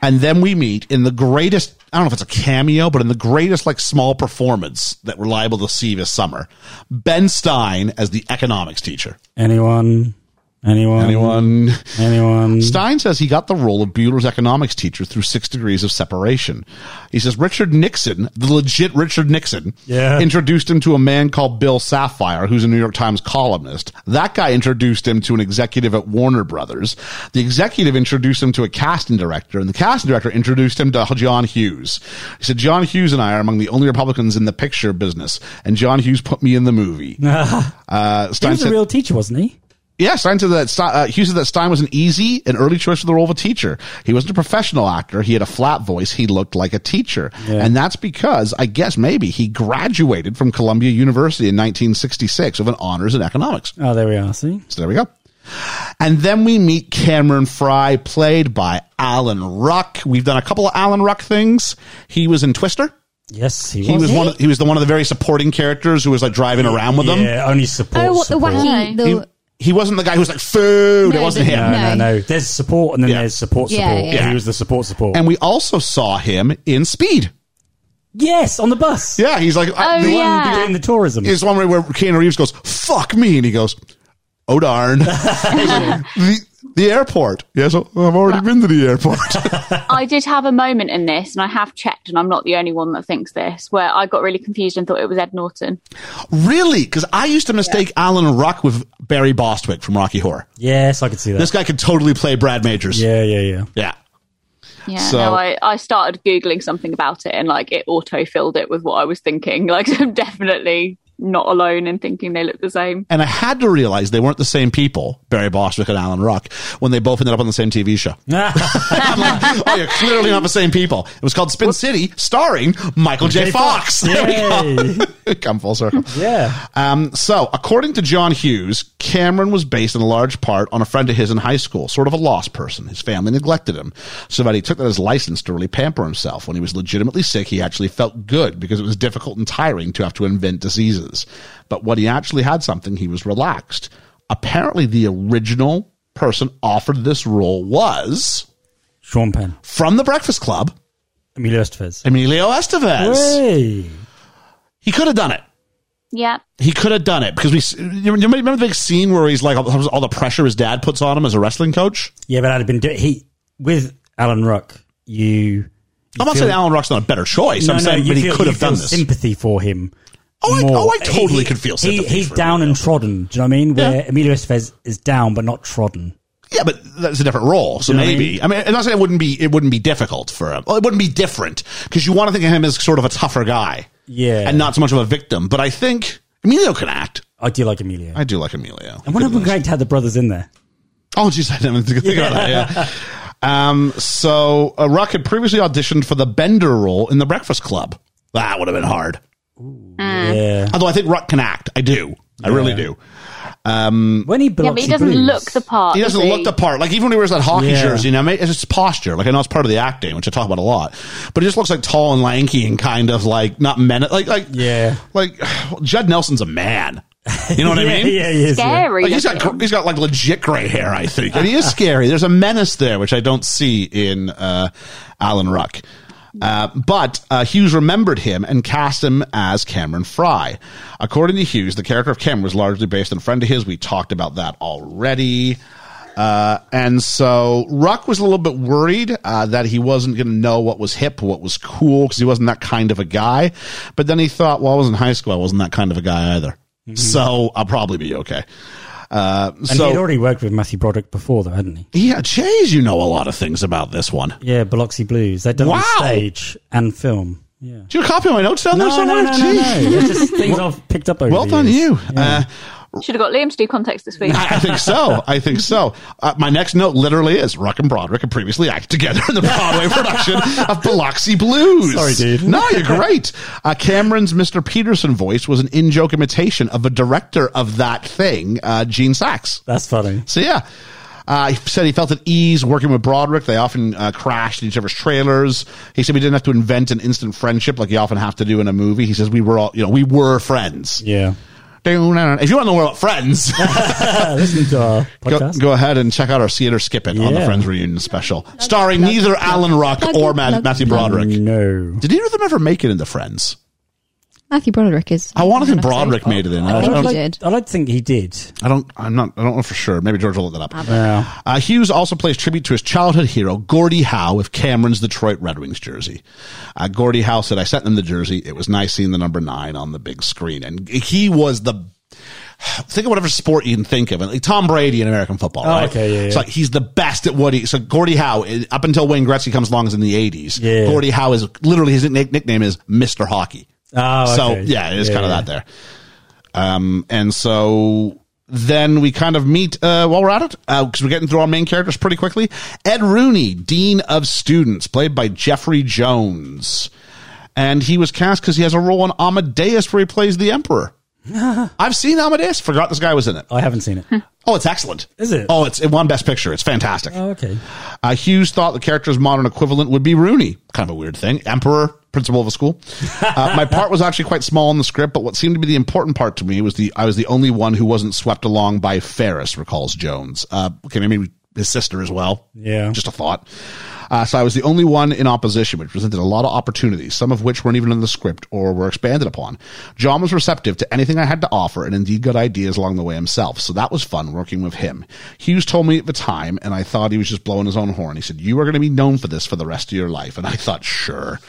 And then we meet in the greatest, I don't know if it's a cameo, but in the greatest, like, small performance that we're liable to see this summer Ben Stein as the economics teacher. Anyone? Anyone? Anyone? Anyone? Stein says he got the role of Bueller's economics teacher through six degrees of separation. He says Richard Nixon, the legit Richard Nixon, Yeah. introduced him to a man called Bill Sapphire, who's a New York Times columnist. That guy introduced him to an executive at Warner Brothers. The executive introduced him to a casting director, and the casting director introduced him to John Hughes. He said, John Hughes and I are among the only Republicans in the picture business, and John Hughes put me in the movie. uh, He Stein was a said, real teacher, wasn't he? yeah, Stein said that Stein, uh, Hughes said that Stein was an easy and early choice for the role of a teacher. He wasn't a professional actor. He had a flat voice. He looked like a teacher, and that's because I guess maybe he graduated from Columbia University in 1966 with an honors in economics. Oh, there we are. See? So there we go. And then we meet Cameron Fry, played by Alan Ruck. We've done a couple of Alan Ruck things. He was in Twister. Yes, he was. He was one. Of, he was the one of the very supporting characters who was like driving around with them. Yeah, only support. Oh, what the support. wacky! The, He, he wasn't the guy who was like food. it No, wasn't but- him. No, no, No. no. There's support and then Yeah. there's support Yeah, support. yeah. He was the support support. and we also saw him in Speed. yes, on the bus. Yeah, he's like I- Oh, the yeah. one. Doing the tourism. Is one where Keanu Reeves goes, "Fuck me," and he goes, "Oh darn." the The airport. Yes, I've already been to the airport. I did have a moment in this, and I have checked, and I'm not the only one that thinks this, where I got really confused and thought it was Ed Norton. Really? Because I used to mistake Alan Ruck with Barry Bostwick from Rocky Horror. Yes, I could see that. This guy could totally play Brad Majors. yeah, yeah, yeah. Yeah. Yeah, So- no, I, I started Googling something about it, and like it auto filled it with what I was thinking. Like, I'm definitely not alone in thinking they look the same. And I had to realize they weren't the same people, Barry Bostwick and Alan Ruck, when they both ended up on the same TV show. I'm like, oh, you're clearly not the same people. It was called Spin City, starring Michael J. J. Fox. Fox. There we go. Come full circle. yeah. Um, so, according to John Hughes, Cameron was based in large part on a friend of his in high school, sort of a lost person. His family neglected him, so that he took that as license to really pamper himself. When he was legitimately sick, he actually felt good because it was difficult and tiring to have to invent diseases. But when he actually had something, he was relaxed. Apparently, the original person offered this role was Sean Penn. from The Breakfast Club, Emilio Estevez. Emilio Estevez. Hey. He could have done it. Yeah, he could have done it because we s- you remember, remember the big scene where he's like all, all the pressure his dad puts on him as a wrestling coach. Yeah, but I'd have been do- he with Alan Ruck. You, you I'm not feel- saying Alan Rock's not a better choice. No, I'm no, saying, you but he feel- could you have done feel this. Sympathy for him. Oh, I- more. oh, I totally He- could feel he- sympathy he's for down and trodden. Do you know what I mean? Where Yeah. Emilio Estevez is down but not trodden. yeah, but that's a different role. So You know what I maybe I mean, I'm not saying it wouldn't be it wouldn't be difficult for him. Well, it wouldn't be different because you want to think of him as sort of a tougher guy, Yeah. and not so much of a victim. But I think Emilio can act. I do like Emilio. I do like Emilio. and wouldn't it be great to have the brothers in there? Oh, jeez, I didn't think about that. Yeah. Um, so uh, Rock had previously auditioned for the Bender role in The Breakfast Club. That would have been hard. Uh. Yeah. Although I think Rock can act. I do. I really do. Um, When he yeah, but he doesn't look the part. He doesn't does look the part. Like even when he wears that hockey Uh, Yeah. jersey, you know, it's just posture. Like I know it's part of the acting, which I talk about a lot. But he just looks like tall and lanky and kind of like not men. Like like Yeah. Like Judd Nelson's a man. You know what I yeah, mean? Yeah, he is. Yeah. Scary. Like, Oh, he's got looking. gr- he's got like legit gray hair, I think, and he is scary. There's a menace there which I don't see in uh, Alan Ruck. Uh, but uh, Hughes remembered him and cast him as Cameron Fry. According to Hughes, the character of Cameron was largely based on a friend of his. We talked about that already. Uh, and so Ruck was a little bit worried uh, that he wasn't going to know what was hip, what was cool, because he wasn't that kind of a guy. But then he thought, well, I was in high school. I wasn't that kind of a guy either. So I'll probably be okay. Uh, Mm-hmm. And he'd so, already worked with Matthew Broderick before, though, hadn't he? yeah, Jays, you know a lot of things about this one. Yeah, Biloxi Blues. They've done it on Wow. stage and film. Yeah. Do you copy my notes down there No, no, somewhere? no, no, Jeez. no. It's just things I've picked up over Well the done, years. you. Uh, Should have got Liam to do context this week. I, I think so. I think so. Uh, my next note literally is Ruck and Broderick had previously acted together in the Broadway production of Biloxi Blues. Sorry, dude. No, you're great. Uh, Cameron's Mr. Peterson voice was an in joke imitation of a director of that thing, uh, Gene Sachs. That's funny. So yeah. Uh, he said he felt at ease working with Broderick. They often uh, crashed in each other's trailers. He said we didn't have to invent an instant friendship like you often have to do in a movie. He says we were all, you know, we were friends. Yeah. Uh, If you want to know about friends, Listen to our go, podcast. go ahead and check out our theater skip it on the Yeah. Friends reunion special, starring neither Alan Ruck plug, or Ma- plug, Matthew plug. Broderick. No. Did either of them ever make it into Friends? Matthew Broderick is. I wanted to think I'd say. oh, Broderick made it in. I I think don't, he like- did. I like to think he did. I don't. I'm not. I don't know for sure. Maybe George will look that up. Yeah. Uh, Hughes also plays tribute to his childhood hero, Gordie Howe, with Cameron's Detroit Red Wings jersey. Uh, Gordie Howe said, I sent them the jersey. It was nice seeing the number nine on the big screen. And he was the. Think of whatever sport you can think of. Like Tom Brady in American football, Oh, right? okay, yeah, yeah. So like, he's the best at what he. So Gordie Howe, eh, up until Wayne Gretzky comes along, is in the eighties. Yeah. Gordie Howe is literally his nick- nickname is Mister Hockey. Oh, So okay. yeah, it is Yeah, kind of yeah. that there. Um, and so then we kind of meet uh, while we're at it because we're getting through our main characters pretty quickly. Ed Rooney, Dean of Students, played by Jeffrey Jones, and he was cast because he has a role in Amadeus where he plays the Emperor. I've seen Amadeus. Forgot this guy was in it. I haven't seen it. Oh, it's excellent. Is it? Oh, it's it won Best Picture. It's fantastic. Oh, okay. Uh, Hughes thought the character's modern equivalent would be Rooney. Kind of a weird thing. Emperor, principal of a school. Uh, my part was actually quite small in the script, but what seemed to be the important part to me was the I was the only one who wasn't swept along by Ferris, recalls Jones. Uh, okay, maybe his sister as well. Yeah. Just a thought. Uh, so I was the only one in opposition, which presented a lot of opportunities, some of which weren't even in the script or were expanded upon. John was receptive to anything I had to offer and indeed got ideas along the way himself. So that was fun working with him. Hughes told me at the time, and I thought he was just blowing his own horn. He said, You are going to be known for this for the rest of your life. And I thought, Sure.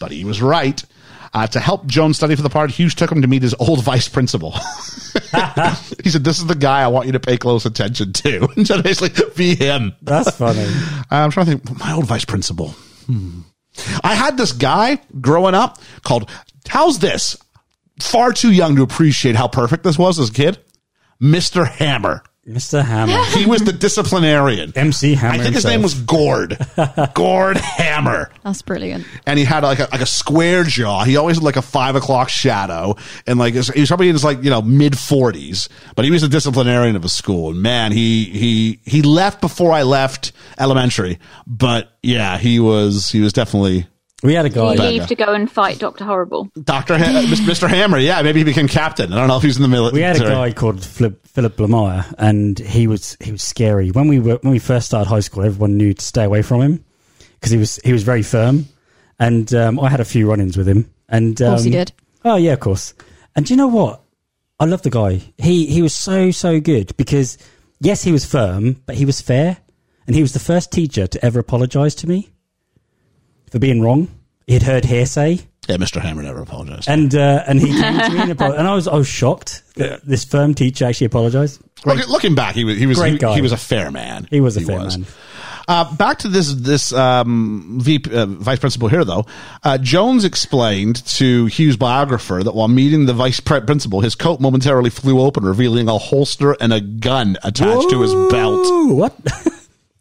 But he was right. Uh, to help Joan study for the part, Hughes took him to meet his old vice principal. he said, This is the guy I want you to pay close attention to. And so basically, be him. That's funny. Uh, I'm trying to think. My old vice principal. Hmm. I had this guy growing up called. How's this? Far too young to appreciate how perfect this was as a kid. Mister Hammer. Mr. Hammer. He was the disciplinarian. MC Hammer. I think his himself. name was Gord. Gord Hammer That's brilliant. and he had like a like a square jaw. He always had like a five o'clock shadow, and like his- he was probably in his like you know mid forties, but he was a disciplinarian of a school. And man, he he he left before I left elementary, but yeah, he was he was definitely We had a Oh, guy. Did he leave to go and fight Doctor Horrible? Doctor ha- Mr. Hammer. Yeah, maybe he became captain. I don't know if he was in the military. We had a guy called Philip, Philip Lamar, and he was he was scary. When we were when we first started high school, everyone knew to stay away from him because he was he was very firm. And um, I had a few run-ins with him. And um, course you did. Oh yeah, of course. And do you know what? I love the guy. He he was so so good because yes, he was firm, but he was fair, and he was the first teacher to ever apologise to me for being wrong. He'd heard hearsay. Yeah, Mr. Hammer never apologized. And uh, and he came to me and, apo- and I was I was shocked that this firm teacher actually apologised. Look, looking back, he was he was Great he, guy. he was a fair man. He was a fair man. Uh, back to this this um, VP, uh, vice principal here, though. Uh, Jones explained to Hughes' biographer that while meeting the vice pre- principal, his coat momentarily flew open, revealing a holster and a gun attached to his belt. Ooh, what?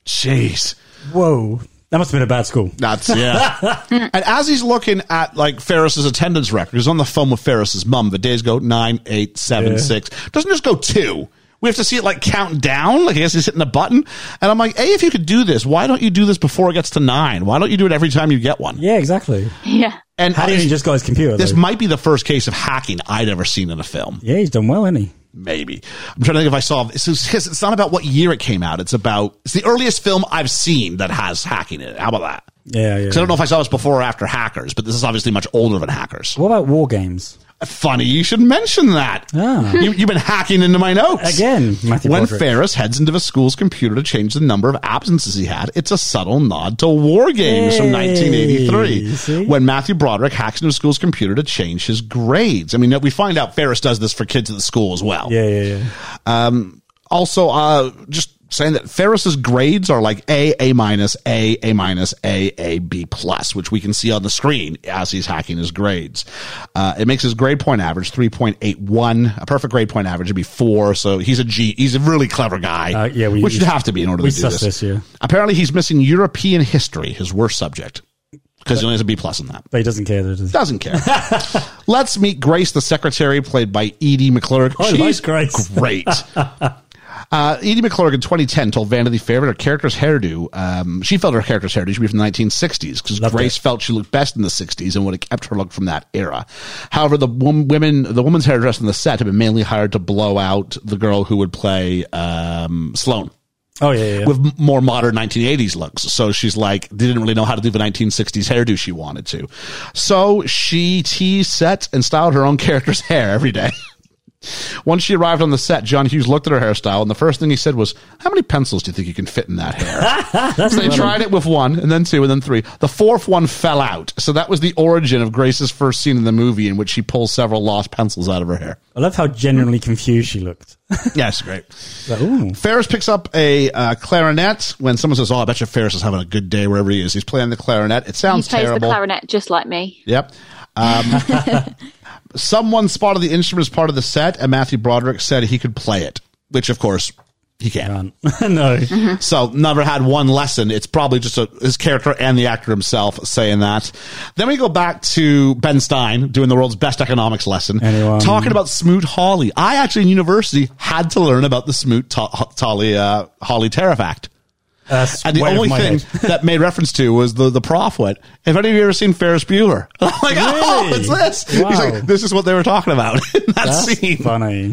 Jeez. Whoa, that must have been a bad school. That's yeah. and as he's looking at like Ferris's attendance record, he's on the phone with Ferris's mum. The days go nine, eight, seven, Yeah. six. Doesn't just go two. We have to see it like count down. Like I guess he's hitting a button. And I'm like, hey, if you could do this, why don't you do this before it gets to nine? Why don't you do it every time you get one? Yeah, exactly. Yeah. And How did he this- just got his computer? This though? might be the first case of hacking I'd ever seen in a film. yeah, he's done well, hasn't he? Maybe I'm trying to think if I saw this. Is, it's not about what year it came out. It's about it's the earliest film I've seen that has hacking in it. How about that? Yeah, yeah. Because I don't know if I saw this before or after Hackers, but this is obviously much older than Hackers. What about war games? Funny you should mention that. Ah. You, have been hacking into my notes. Again, Matthew When Broderick. Ferris heads into the school's computer to change the number of absences he had, it's a subtle nod to War Games from Hey, 1983. see? When Matthew Broderick hacks into the school's computer to change his grades. I mean, we find out Ferris does this for kids at the school as well Yeah, yeah, yeah. Um, also uh just saying that ferris's grades are like a a minus a a minus a a b plus which we can see on the screen as he's hacking his grades uh, it makes his grade point average 3.81 a perfect grade point average would be 4 so he's a g he's a really clever guy Uh, yeah, we- which would we- have to be in order we to do sussed this, this, yeah. apparently he's missing european history his worst subject Uh, because he only has a b plus in that But he doesn't care. Though, does he? doesn't care. Let's meet Grace, the secretary, played by Edie McClurg. I like Grace. great. Uh, Edie McClurg in 2010 told Vanity Fair that her character's hairdo, um, she felt her character's hairdo should be from the 1960s because Loved Grace it. felt she looked best in the 60s and would have kept her look from that era. However, the wom- women, the woman's hairdresser on the set had been mainly hired to blow out the girl who would play um, Sloane Oh yeah, yeah. with m- more modern 1980s looks. So she's like, they didn't really know how to do the 1960s hairdo she wanted to. So she teased, set, and styled her own character's hair every day. Once she arrived on the set, John Hughes looked at her hairstyle, and the first thing he said was, How many pencils do you think you can fit in that hair? so they tried it with one, and then two, and then three. The fourth one fell out. So that was the origin of Grace's first scene in the movie, in which she pulls several lost pencils out of her hair. I love how genuinely confused she looked. Yes, great. Like, ooh, Ferris picks up a uh, clarinet when someone says, "Oh, I bet you Ferris is having a good day wherever he is. He's playing the clarinet. It He sounds plays terrible." the clarinet just like me. Yep. Um, someone spotted the instrument as part of the set, and Matthew Broderick said he could play it, which of course he can. man. no. So never had one lesson. It's probably just a, his character and the actor himself saying that. Then we go back to Ben Stein doing the world's best economics lesson, Anyone? talking about Smoot Hawley. I actually in university had to learn about the Smoot Ta- Ha- Hawley uh, Hawley Tariff Act. That's and the way over only my thing head. that made reference to was the the prof went, Have any of you ever seen Ferris Bueller? I'm like, oh, Really? it's this. He's Wow. like, this is what they were talking about in that That's scene. funny.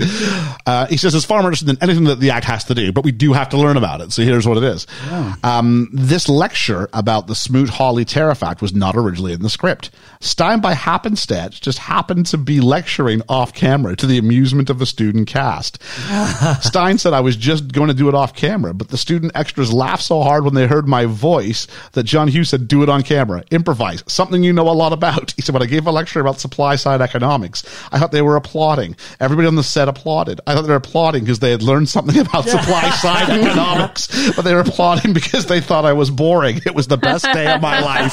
Uh, he says it's far more interesting than anything that the act has to do, but we do have to learn about it. So here's what it is. Um, this lecture about the Smoot Hawley Tariff Act was not originally in the script. Stein, by happenstance, just happened to be lecturing off camera to the amusement of the student cast. Stein said I was just going to do it off camera, but the student extras laughed so hard when they heard my voice that John Hughes said, Do it on camera, improvise, something you know a lot about. He said, When I gave a lecture about supply side economics, I thought they were applauding. Everybody on the set applauded. I thought they were applauding because they had learned something about supply side economics, but they were applauding because they thought I was boring. It was the best day of my life.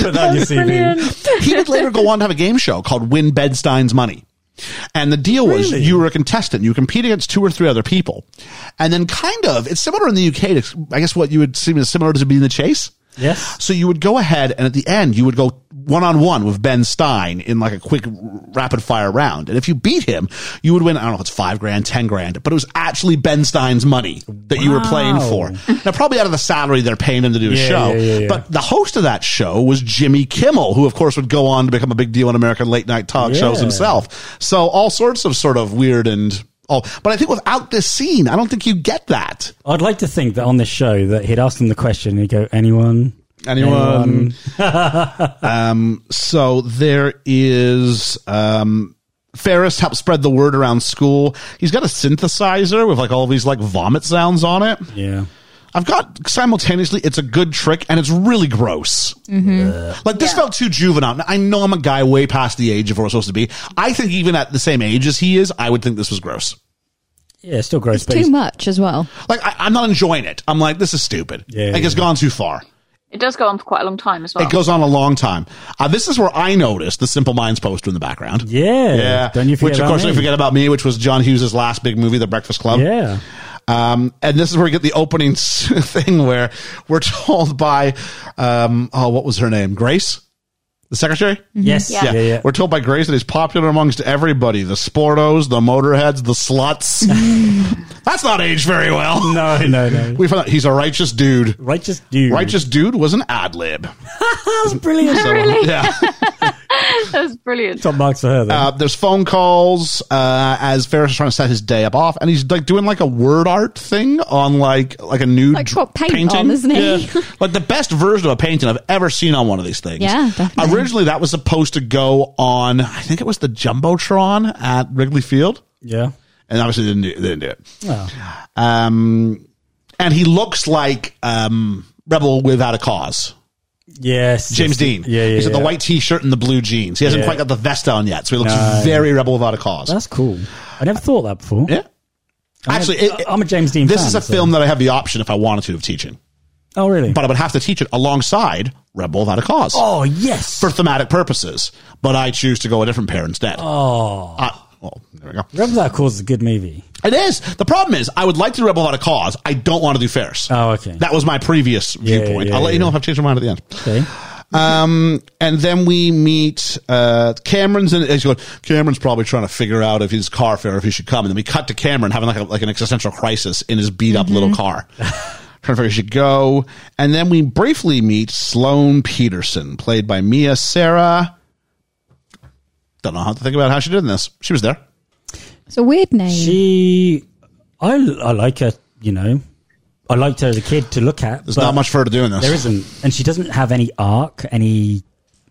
Put that on your CV. he did later go on to have a game show called Win Bedstein's Money. And the deal was Really? you were a contestant. You compete against two or three other people. And then kind of, it's similar in the UK to, I guess what you would seem is similar to being the chase. Yes. So you would go ahead and at the end, you would go one on one with Ben Stein in like a quick rapid fire round. And if you beat him, you would win, I don't know if it's five grand, 10 grand, but it was actually Ben Stein's money that you were playing Wow. for. Now, probably out of the salary they're paying him to do a Yeah, show. yeah, yeah, yeah. But the host of that show was Jimmy Kimmel, who of course would go on to become a big deal in American late night talk Yeah. shows himself. So all sorts of sort of weird and oh, but I think without this scene, I don't think you get that. I'd like to think that on this show that he'd ask them the question and he'd go, anyone? Anyone? so there is um Ferris helps spread the word around school. He's got a synthesizer with like all these like vomit sounds on it. Yeah. I've got simultaneously, it's a good trick and it's really gross. Like this felt too juvenile. Now, I know I'm a guy way past the age of what we're supposed to be. I think even at the same age as he is, I would think this was gross. Yeah, it's still gross. It's But too he's- much as well. Like I, I'm not enjoying it. I'm like, this is stupid. Yeah, like it's yeah. gone too far. It does go on for quite a long time as well. It goes on a long time. Uh, this is where I noticed the Simple Minds poster in the background. yeah. Yeah. Don't you forget which, of about course, me. we forget about me, which was John Hughes' last big movie, The Breakfast Club. Yeah. Mm-hmm. Um, and this is where we get the opening thing where we're told by, um, oh, what was her name? Grace? The secretary? Yes. Yeah. Yeah. yeah. We're told by Grace that he's popular amongst everybody the sportos, the motorheads, the sluts. That's not aged very well. No, no, no. We found out he's a righteous dude. Righteous dude. Righteous dude was an ad lib. That's brilliant. really? Yeah. That's brilliant. Top marks for her, though. Uh, there's phone calls uh, as Ferris is trying to set his day up off, and he's like doing like a word art thing on like like a nude Like what paint painting. on, isn't he? Yeah. like the best version of a painting I've ever seen on one of these things. Yeah, definitely. Originally, that was supposed to go on. I think it was the jumbotron at Wrigley Field, yeah. and obviously they didn't do, they didn't do it. Well, Um, and he looks like um, Rebel without a cause. yes. James yes. Dean. Yeah, yeah. He's got yeah. the white T-shirt and the blue jeans. He hasn't Yeah. quite got the vest on yet, so he looks No. very Rebel without a cause. That's cool. I never thought that before. yeah. Actually, I'm a- it- I'm a James Dean This fan, is a so- film that I have the option if I wanted to of teaching, Oh, really? but I would have to teach it alongside Rebel Without a Cause oh, yes. for thematic purposes. But I choose to go a different pair instead. Oh, well, there we go. Remember that cause is a good movie. It is the problem is I would like to do Rebel Without a Cause. I don't want to do Ferris. Oh, okay. That was my previous viewpoint. yeah, I'll let you yeah. know if I've changed my mind at the end. Okay. Um, and then we meet uh, Cameron's, and he's going, Cameron's probably trying to figure out if his car fare, if he should come. And then we cut to Cameron having like a, like an existential crisis in his beat up Mm-hmm. little car, trying to figure if he should go. And then we briefly meet Sloane Peterson, played by Mia Sarah. Don't know how to think about how she did in this. She was there. It's a weird name. She, I, I like her. You know, I liked her as a kid to look at. There's but not much for her to do in this. There isn't, and she doesn't have any arc. Any,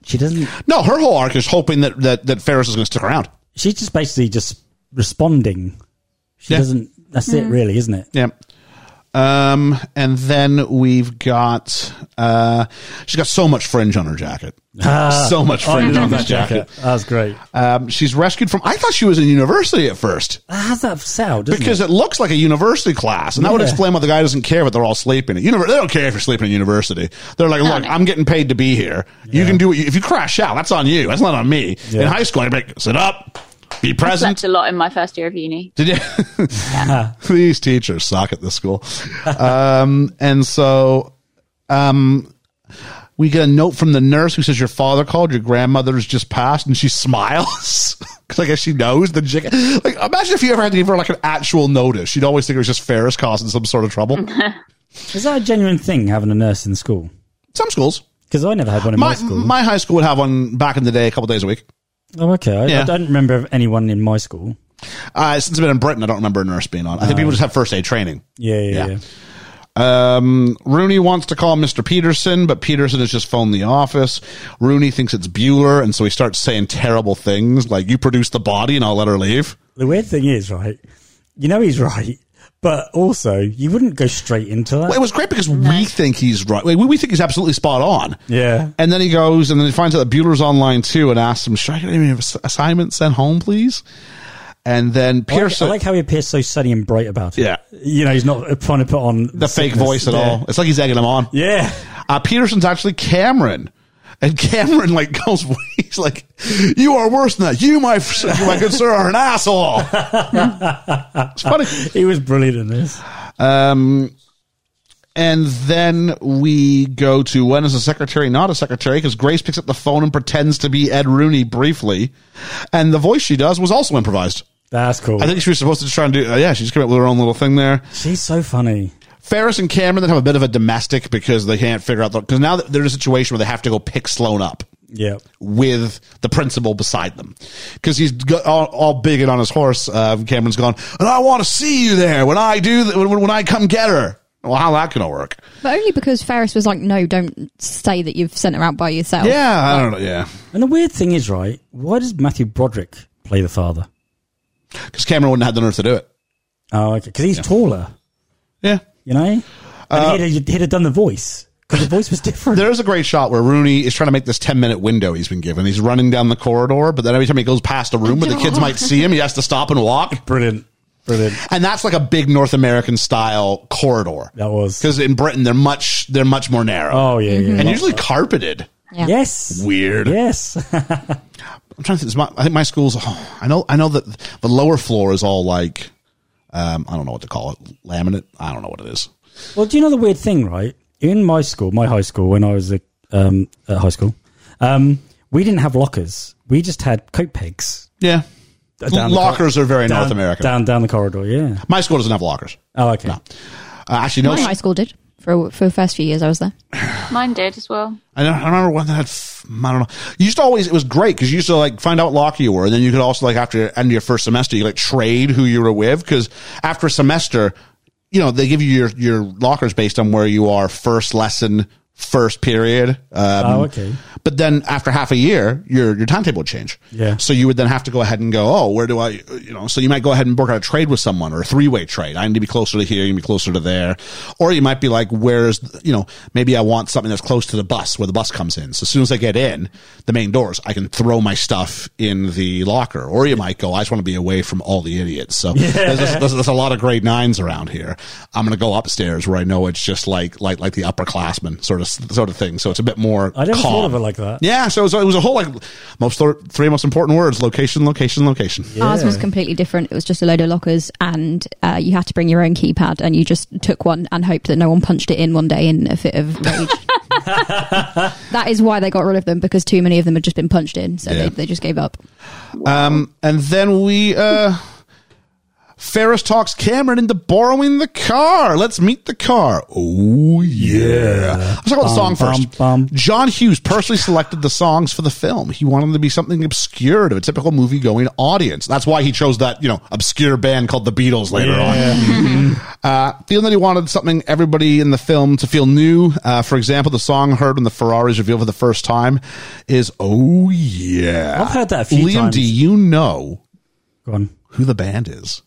she doesn't. No, her whole arc is hoping that that, that Ferris is going to stick around. She's just basically just responding. She Yeah. doesn't. That's it, really, isn't it? Yeah. Um, and then we've got uh, she's got so much fringe on her jacket, Ah. so much Oh, fringe on this jacket. That was great. Um, she's rescued from. I thought she was in university at first How's that sound? Doesn't because it? it looks like a university class, and that would Yeah. explain why the guy doesn't care. But they're all sleeping. At univer- they don't care if you're sleeping in university. They're like, look, no. I'm getting paid to be here. You can do what you, if you crash out. That's on you. That's not on me. Yeah. In high school, I'd be like, sit up, be present. Slept a lot in my first year of uni. Did you? These teachers suck at this school. Um, and so um, We get a note from the nurse who says your father called, your grandmother's just passed, and she smiles because I guess she knows the chick. Like, imagine if you ever had to give her like an actual notice. She'd always think it was just Ferris causing some sort of trouble. Is that a genuine thing having a nurse in school? some schools, Because I never had one in my, my school. my high school would have one back in the day, a couple days a week. oh, okay. I, Yeah. I don't remember of anyone in my school. Uh, since I've been in Britain, I don't remember a nurse being on. I think people just have first aid training. Yeah, yeah, Yeah. yeah. Um, Rooney wants to call Mr. Peterson, but Peterson has just phoned the office. Rooney thinks it's Bueller, and so he starts saying terrible things like, You produce the body and I'll let her leave. The weird thing is, right? You know he's right, but also you wouldn't go straight into that. Well, it was great because we think he's right. We, we think he's absolutely spot on. yeah. And then he goes and then he finds out that Bueller's online too and asks him, Should I get any ass- assignments sent home, please? And then I like- Pearson. I like how he appears so sunny and bright about it. Yeah. uh, You know, he's not trying to put on the fake sickness. voice at Yeah. all. It's like he's egging him on. Yeah. uh, Peterson's actually Cameron. And Cameron like goes, he's like, "You are worse than that. You, my f- you, my good sir, are an asshole." it's funny. He was brilliant in this. Um, and then we go to when is a secretary not a secretary? Because Grace picks up the phone and pretends to be Ed Rooney briefly, and the voice she does was also improvised. That's cool. I think she was supposed to try and do. Uh, yeah, she's coming up with her own little thing there. She's so funny. Ferris and Cameron then have a bit of a domestic because they can't figure out because now they're in a situation where they have to go pick Sloan up Yeah. with the principal beside them because he's got all, all big and on his horse. Uh, Cameron's gone, and I want to see you there when I do th- when, when I come get her. Well, how that gonna work? But only because Ferris was like, no, don't say that you've sent her out by yourself. Yeah, I don't know. Yeah, And the weird thing is, right? Why does Matthew Broderick play the father? because Cameron wouldn't have the nerve to do it. Oh, okay. Because he's taller, Yeah. you know? And he'd, he'd have done the voice. Because the voice was different. There is a great shot where Rooney is trying to make this 10 minute window he's been given. He's running down the corridor, but then every time he goes past a room where the kids might see him, he has to stop and walk. Brilliant. Brilliant. and that's like a big North American style corridor. That was. because in Britain they're much they're much more narrow Oh, yeah, yeah. and usually carpeted. Yeah. Yes. Weird. Yes. I'm trying to think. it's My, I think my school's. Oh, I know. I know that the lower floor is all like um, I don't know what to call it. Laminate. I don't know what it is. Well, do you know the weird thing, right? In my school, my high school, when I was a, um, at high school, um, we didn't have lockers. We just had coat pegs. Yeah. the cor- Lockers are very down- North American. Down down the corridor, yeah. My school doesn't have lockers. Oh, okay. Uh, actually, no. My high school did for for the first few years I was there. Mine did as well. I, don't, I remember when they had. f- I don't know. You used to always. It was great because you used to like find out what locker you were, and then you could also like after the end of your first semester, you like trade who you were with because after a semester, you know they give you your your lockers based on where you are first lesson, first period. Um, Oh, okay. But then after half a year, your your timetable would change. Yeah. So you would then have to go ahead and go. Oh, where do I? You know. So you might go ahead and work out a trade with someone or a three way trade. I need to be closer to here. You need to be closer to there. Or you might be like, where's you know maybe I want something that's close to the bus where the bus comes in. So as soon as I get in the main doors, I can throw my stuff in the locker. Or you might go, I just want to be away from all the idiots. So there's, there's, there's a lot of grade nines around here. I'm gonna go upstairs where I know it's just like like like the upperclassmen sort of sort of thing. So it's a bit more. I never calm. thought of it like that. Yeah, so it was, it was a whole like most three most important words: location, location, location. Ours was completely different. It was just a load of lockers, and uh, you had to bring your own keypad, and you just took one and hoped that no one punched it in one day in a fit of rage. that is why they got rid of them because too many of them had just been punched in, so Yeah. they, they just gave up. Um, and then we uh, Ferris talks Cameron into borrowing the car. Let's meet the car. Oh yeah! Let's talk about the song Bum, bum, first. bum. John Hughes personally selected the songs for the film. He wanted them to be something obscure to a typical movie-going audience. That's why he chose that you know obscure band called the Beatles later on. Uh, feeling that he wanted something everybody in the film to feel new. Uh, for example, the song heard when the Ferraris revealed for the first time is "Oh Yeah." I've heard that a few Liam, times. do you know Go on. who the band is?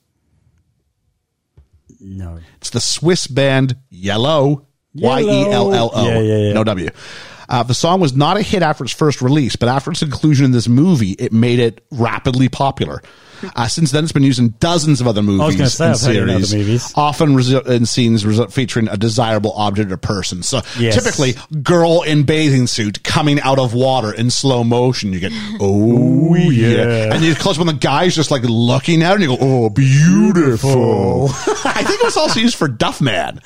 No. It's the Swiss band Yellow. Y E L L O. Yeah, yeah, yeah. No W. Uh, the song was not a hit after its first release, but after its inclusion in this movie, it made it rapidly popular. Uh, since then, it's been used in dozens of other was movies gonna say, and I've heard it in other series, movies. often resu- in scenes resu- featuring a desirable object or person. So Yes. typically, girl in bathing suit coming out of water in slow motion. You get, oh yeah. yeah. And you close when the guy's just like looking at her and you go, oh, beautiful. I think it was also used for Duff Man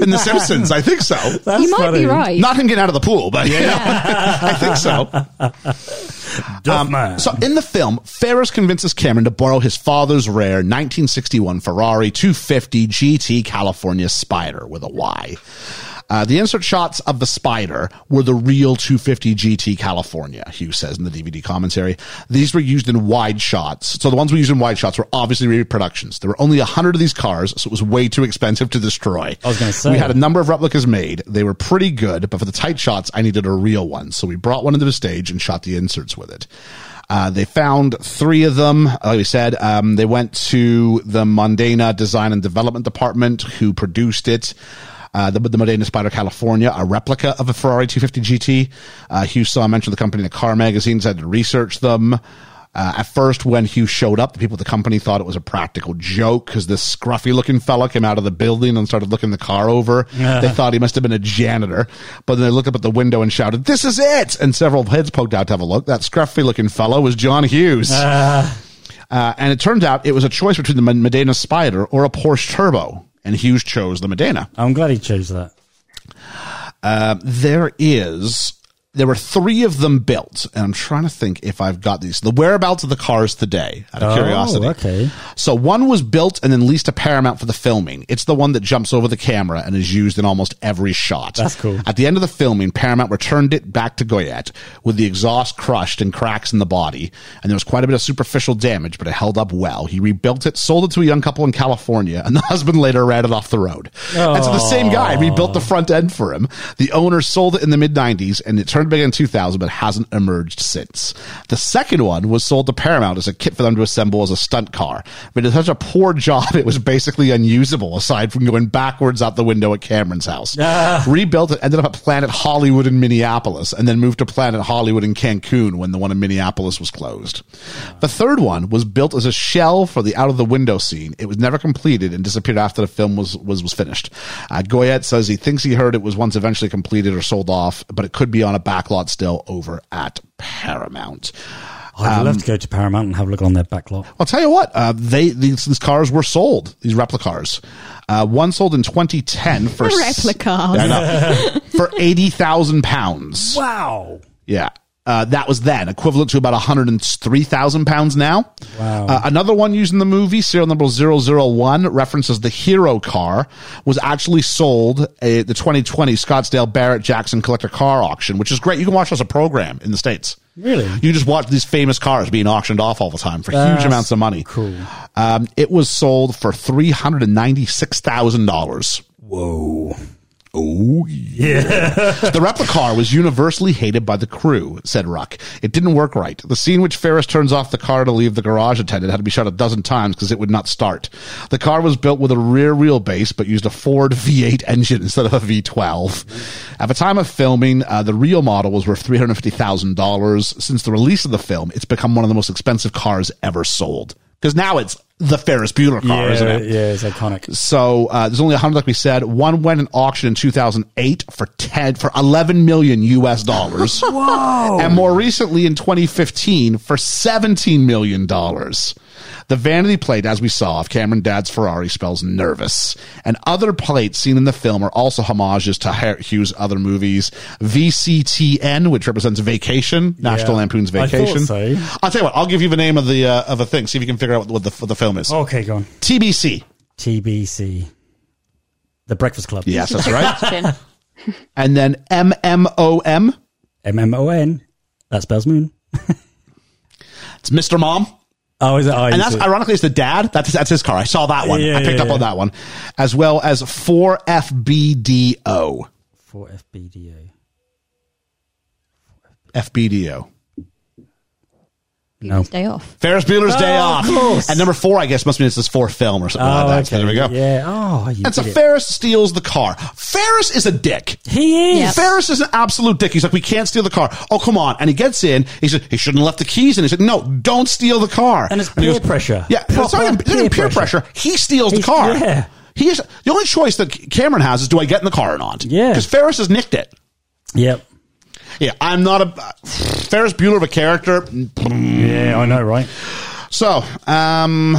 in The Simpsons. I think so. That's you might funny. be right. Not him getting out of the pool, but yeah, I think so. Um, Duffman. so in the film, Ferris convinces Cameron to borrow his father's rare 1961 Ferrari 250 GT California Spider with a Y. Uh, the insert shots of the spider were the real 250 GT California, Hugh says in the DVD commentary. These were used in wide shots. So the ones we used in wide shots were obviously reproductions. There were only 100 of these cars, so it was way too expensive to destroy. I was gonna say. We had a number of replicas made. They were pretty good, but for the tight shots, I needed a real one. So we brought one into the stage and shot the inserts with it. Uh, they found three of them. Like we said, um, they went to the Mondana Design and Development Department, who produced it. Uh, the, the Modena Spider California, a replica of a Ferrari 250 GT. Uh, Hugh saw mentioned the company in the car magazines, had to research them. Uh, at first, when Hugh showed up, the people at the company thought it was a practical joke because this scruffy looking fella came out of the building and started looking the car over. they thought he must have been a janitor. But then they looked up at the window and shouted, This is it! And several heads poked out to have a look. That scruffy looking fellow was John Hughes. Ah. Uh, and it turned out it was a choice between the Medina Spider or a Porsche Turbo. And Hughes chose the Medina I'm glad he chose that. there is there were three of them built and i'm trying to think if i've got these the whereabouts of the cars today out of Oh, curiosity okay. so one was built and then leased to paramount for the filming it's the one that jumps over the camera and is used in almost every shot That's cool. at the end of the filming paramount returned it back to goyette with the exhaust crushed and cracks in the body and there was quite a bit of superficial damage but it held up well he rebuilt it sold it to a young couple in california and the husband later ran it off the road and so the same guy rebuilt the front end for him. The owner sold it in the mid 90s and it turned back in 2000, but hasn't emerged since. The second one was sold to Paramount as a kit for them to assemble as a stunt car. But it did such a poor job, it was basically unusable aside from going backwards out the window at Cameron's house. Rebuilt it, ended up at Planet Hollywood in Minneapolis, and then moved to Planet Hollywood in Cancun when the one in Minneapolis was closed. The third one was built as a shell for the out of the window scene. It was never completed and disappeared after the film was was was finished. Uh, Goyette says he thinks he heard it was once eventually completed or sold off, but it could be on a backlot still over at Paramount. I'd Um, love to go to Paramount and have a look on their backlog. I'll tell you what, uh, they these, these cars were sold. These replicars, uh, one sold in 2010 for s- Replicas. Yeah, I know. for eighty thousand pounds. Wow. Yeah. Uh, that was then equivalent to about 103,000 pounds now. Wow. Uh, another one used in the movie, serial number 001, references the hero car, was actually sold at the 2020 Scottsdale Barrett Jackson collector car auction, which is great. You can watch us a program in the States. Really? You just watch these famous cars being auctioned off all the time for huge That's amounts of money. cool. Um, it was sold for $396,000. Whoa. Oh, the replicar was universally hated by the crew, said Ruck. It didn't work right. The scene which Ferris turns off the car to leave the garage attendant had to be shot a dozen times because it would not start. The car was built with a rear wheelbase but used a Ford V8 engine instead of a V12. At the time of filming, uh, the real model was worth $350,000. Since the release of the film, it's become one of the most expensive cars ever sold. Because now it's the Ferris Bueller car, Yeah, isn't it? yeah, it's iconic. So uh, there's only 100, like we said. One went in auction in 2008 for 10 for 11 million US dollars. Whoa! And more recently in 2015 for 17 million dollars. The vanity plate, as we saw, of Cameron Dad's Ferrari spells nervous. And other plates seen in the film are also homages to Har- Hughes' other movies. VCTN, which represents Vacation, National Yeah. Lampoon's I thought Vacation. so. will tell you what. I'll give you the name of the uh, of a thing. See if you can figure out what the what the film is. Okay, go on. TBC. TBC. The Breakfast Club. Yes, that's right. Question. and then MMOM. MMON. That spells moon. It's Mr. Mom. Oh, is it? Oh, And you that's see it. ironically it's the dad. That's that's his car. I saw that one. Yeah, I picked yeah, up on yeah. that one. As well as 4FBDO. for FBDO. FBDO. No. Stay off. Ferris Bueller's Oh, Day of Off. course. And number four, I guess, must mean it's this fourth film Oh, or something like that. So there we go. Yeah. Oh, you And so did it. Ferris steals the car. Ferris is a dick. He is. Yep. Ferris is an absolute dick. He's like, we can't steal the car. Oh, come on. And he gets in. He said, he shouldn't have left the keys. And he said, no, don't steal the car. And it's he peer goes- pressure. Yeah. Proper it's not even, it's not even peer peer pressure. He steals the He's- car. yeah. He is, the only choice that Cameron has is do I get in the car or not? Yeah. Because Ferris has nicked it. Yep. Yeah. I'm not a Ferris Bueller of a character. Yeah, I know, right? So, um,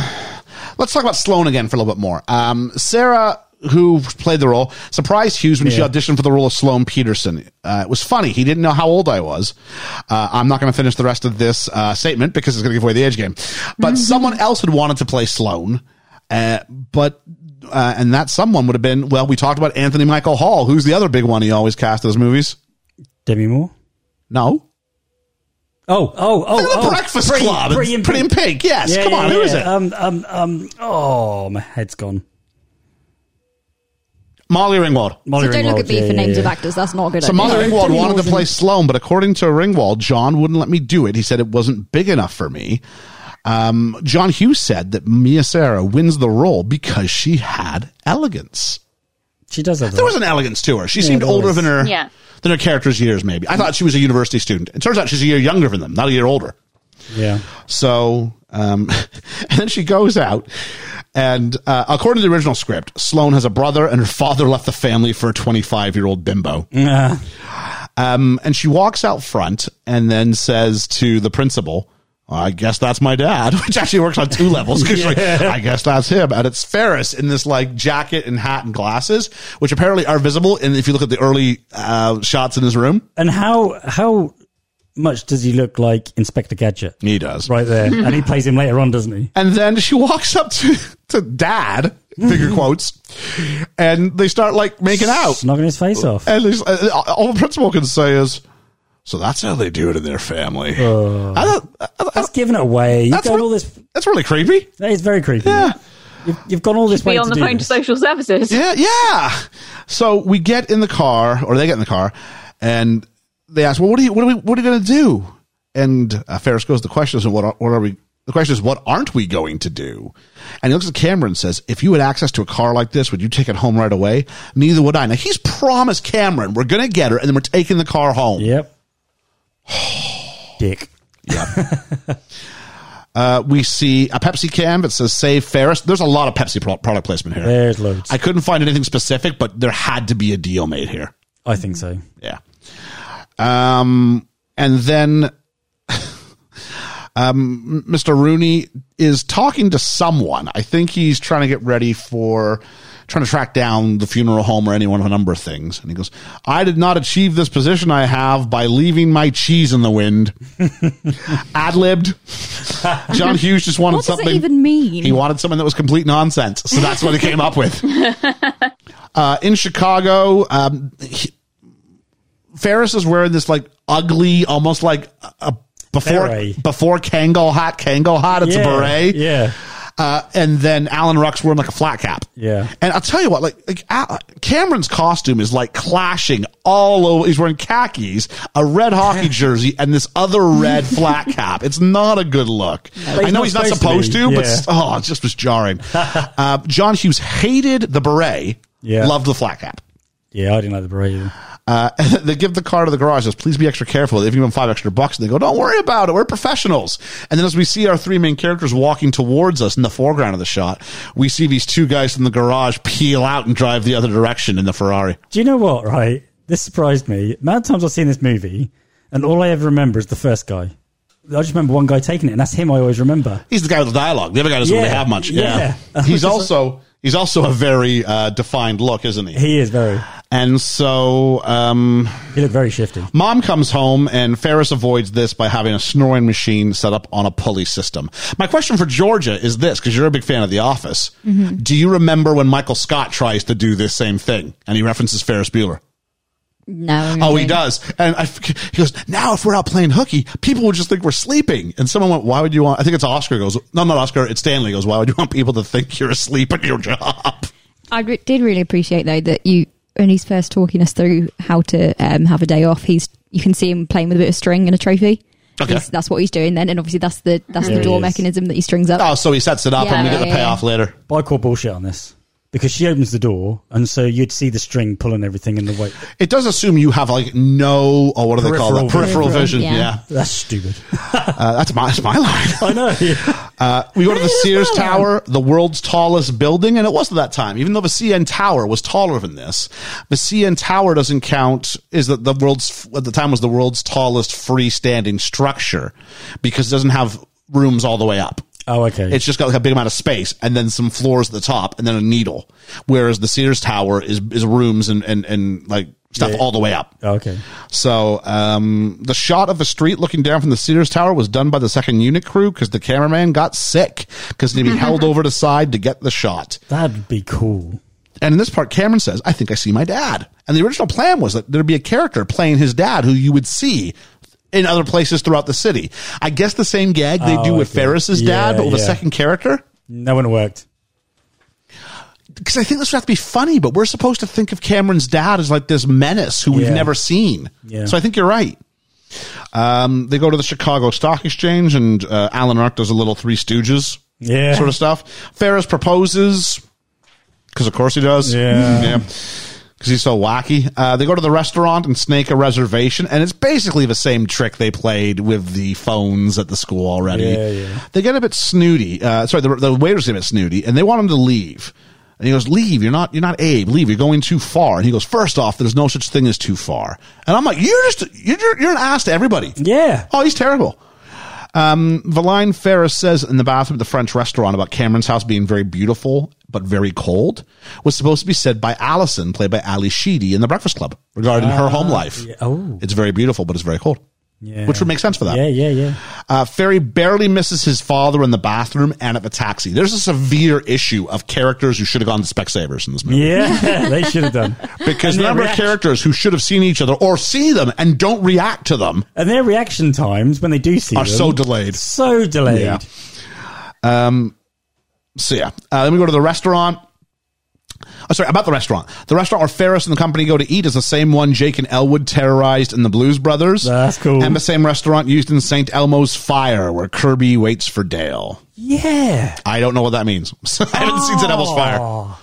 let's talk about Sloane again for a little bit more. Um, Sarah, who played the role, surprised Hughes when she Yeah. auditioned for the role of Sloane Peterson. Uh, it was funny. He didn't know how old I was. Uh, I'm not going to finish the rest of this uh, statement because it's going to give away the age game. But Mm-hmm. someone else had wanted to play Sloane. Uh, but uh, and that someone would have been well. We talked about Anthony Michael Hall, who's the other big one he always cast in those movies. Demi Moore. No, Oh, oh, oh, The oh. Breakfast Pretty- Club, Pretty in Pretty in Pink. Pink. Yes, Yeah, come yeah, on, who yeah. is it? Um, um, um. Oh, my head's gone. Molly Ringwald. Molly so don't look Ringwald, at me yeah, for yeah, names yeah. of actors. That's not a good. So idea. Molly Yeah, Ringwald Timmy wanted to wasn't- play Sloan, but according to Ringwald, John wouldn't let me do it. He said it wasn't big enough for me. Um, John Hughes said that Mia Sarah wins the role because she had elegance. She does have There that. was an elegance to her. She seemed there older was. than her Yeah. than her character's years. Maybe I thought she was a university student. It turns out she's a year younger than them, not a year older. yeah. So, um, and then she goes out, and uh, according to the original script, Sloan has a brother, and her father left the family for a 25 year old bimbo. Uh, Um, and she walks out front and then says to the principal, I guess that's my dad, which actually works on two levels. 'cause she's like, I guess that's him. And it's Ferris in this like jacket and hat and glasses, which apparently are visible. And if you look at the early uh, shots in his room, And how how much does he look like Inspector Gadget? he does. Right there, and he plays him later on, doesn't he? And then she walks up to, to dad, figure quotes, and they start like making out. Snogging his face off. And it's- Oh. uh, all the principal can say is, so that's how they do it in their family. I don't, I, I, That's giving it away. You've That's gone what- all this. that's really creepy. That is very creepy. Yeah. You've, you've gone all this way Be on to the do phone to this. social services. Yeah, yeah. So we get in the car, or they get in the car, and they ask, "Well, what are you? What are we? What are you going to do?" And uh, Ferris goes, "The question is, what? Are, what are we?" The question is, what aren't we going to do? And he looks at Cameron and says, if you had access to a car like this, would you take it home right away? Neither would I. Now, he's promised Cameron, we're going to get her and then we're taking the car home. Yep. Dick. Uh, we see a Pepsi can that says, save Ferris. There's a lot of Pepsi pro- product placement here. There's loads. I couldn't find anything specific, but there had to be a deal made here. I think so. Yeah. Um, and then um, Mr. Rooney is talking to someone. I think he's trying to get ready for trying to track down the funeral home or anyone, a number of things. And he goes, I did not achieve this position I have by leaving my cheese in the wind. Ad libbed. John Hughes just wanted What does something. it even mean? He wanted something that was complete nonsense. So that's what he came up with. Uh, in Chicago, um, he- Ferris is wearing this like ugly, almost like a before Beret. before Kangol hat, Kangol hat. It's yeah. a beret. Yeah. Uh, and then Alan Ruck's wearing like a flat cap. Yeah. And I'll tell you what, like, like Al- Cameron's costume is like clashing all over. He's wearing khakis, a red hockey jersey, and this other red flat cap. It's not a good look. he's I know not he's not supposed supposed to to, be. but Yeah. s- oh, it just was jarring. uh, John Hughes hated the beret, Yeah. loved the flat cap. Yeah, I didn't like the beret either. Uh, they give the car to the garage. Says, please be extra careful. They give him five extra bucks, and they go, "Don't worry about it. We're professionals." And then, as we see our three main characters walking towards us in the foreground of the shot, we see these two guys from the garage peel out and drive the other direction in the Ferrari. Do you know what, right? This surprised me. Amount of times I've seen this movie, and all I ever remember is the first guy. I just remember one guy taking it, and that's him I always remember. He's the guy with the dialogue. The other guy doesn't Yeah, really have much. Yeah, yeah. he's also he's also a very uh, defined look, isn't he? He is very. And so. Um, He looked very shifty. Mom comes home and Ferris avoids this by having a snoring machine set up on a pulley system. My question for Georgia is this, because you're a big fan of The Office. Mm-hmm. Do you remember when Michael Scott tries to do this same thing and he references Ferris Bueller? No. Oh, he no. does. And I, f- he goes, now if we're out playing hooky, people would just think we're sleeping. And someone went, why would you want, I think it's Oscar goes, no, not Oscar, it's Stanley goes, why would you want people to think you're asleep at your job? I re- did really appreciate though that you when he's first talking us through how to um, have a day off. He's you can see him playing with a bit of string and a trophy. Okay. He's, that's what he's doing then, and obviously that's the that's There the it door is. mechanism that he strings up. Oh, so he sets it up and we Yeah, get the yeah, payoff later. But I call bullshit on this because she opens the door, and so you'd see the string pulling everything in the weight. It does assume you have like no, or what do they call Peripheral that? Peripheral vision. vision. Yeah. Yeah. That's stupid. Uh, that's, my, that's my line. I know. Uh, we go to the That is Sears my line. Tower, the world's tallest building, and it was at that time. Even though the CN Tower was taller than this, the CN Tower doesn't count. Is that the world's at the time was the world's tallest freestanding structure because it doesn't have rooms all the way up. Oh, okay. It's just got like a big amount of space and then some floors at the top and then a needle. Whereas the Sears Tower is is rooms and and, and like stuff Yeah. all the way up. Oh, okay. So um, the shot of the street looking down from the Sears Tower was done by the second unit crew because the cameraman got sick because he'd be held over to side to get the shot. That'd be cool. And in this part, Cameron says, "I think I see my dad." And the original plan was that there'd be a character playing his dad who you would see. In other places throughout the city, I guess the same gag they do Oh, with okay. Ferris's dad, Yeah, but with a yeah. second character. No one worked. because I think this would have to be funny, but we're supposed to think of Cameron's dad as like this menace who we've Yeah. never seen. Yeah. So I think you're right. Um, they go to the Chicago Stock Exchange, and uh, Alan Ark does a little Three Stooges Yeah. sort of stuff. Ferris proposes because, of course, he does. Yeah. Because he's so wacky. Uh, they go to the restaurant and snake a reservation, and it's basically the same trick they played with the phones at the school already. Yeah, yeah. They get a bit snooty. Uh, sorry, the, the waiters get a bit snooty, and they want him to leave. And he goes, "Leave! You're not. You're not Abe. Leave! You're going too far." And he goes, first off, there's no such thing as too far." And I'm like, "You're just you're you're an ass to everybody." Yeah. Oh, he's terrible. Um, Valine Ferris says in the bathroom at the French restaurant about Cameron's house being very beautiful but very cold was supposed to be said by Allison, played by Ali Sheedy in The Breakfast Club, regarding her home life. yeah. Oh. It's very beautiful, but it's very cold. Yeah. Which would make sense for that. Yeah, yeah, yeah. Uh, Ferry barely misses his father in the bathroom and at the taxi. There's a severe issue of characters who should have gone to Specsavers in this movie. Yeah, they should have done. Because the And their number of reaction- characters who should have seen each other or see them and don't react to them And their reaction times when they do see are them, so delayed. so delayed. Yeah. So yeah, uh, then we go to the restaurant. Oh, sorry, about the restaurant. The restaurant where Ferris and the company go to eat is the same one Jake and Elwood terrorized in the Blues Brothers. That's cool. And the same restaurant used in St. Elmo's Fire, where Kirby waits for Dale. Yeah. I don't know what that means. I haven't seen St. Elmo's Fire.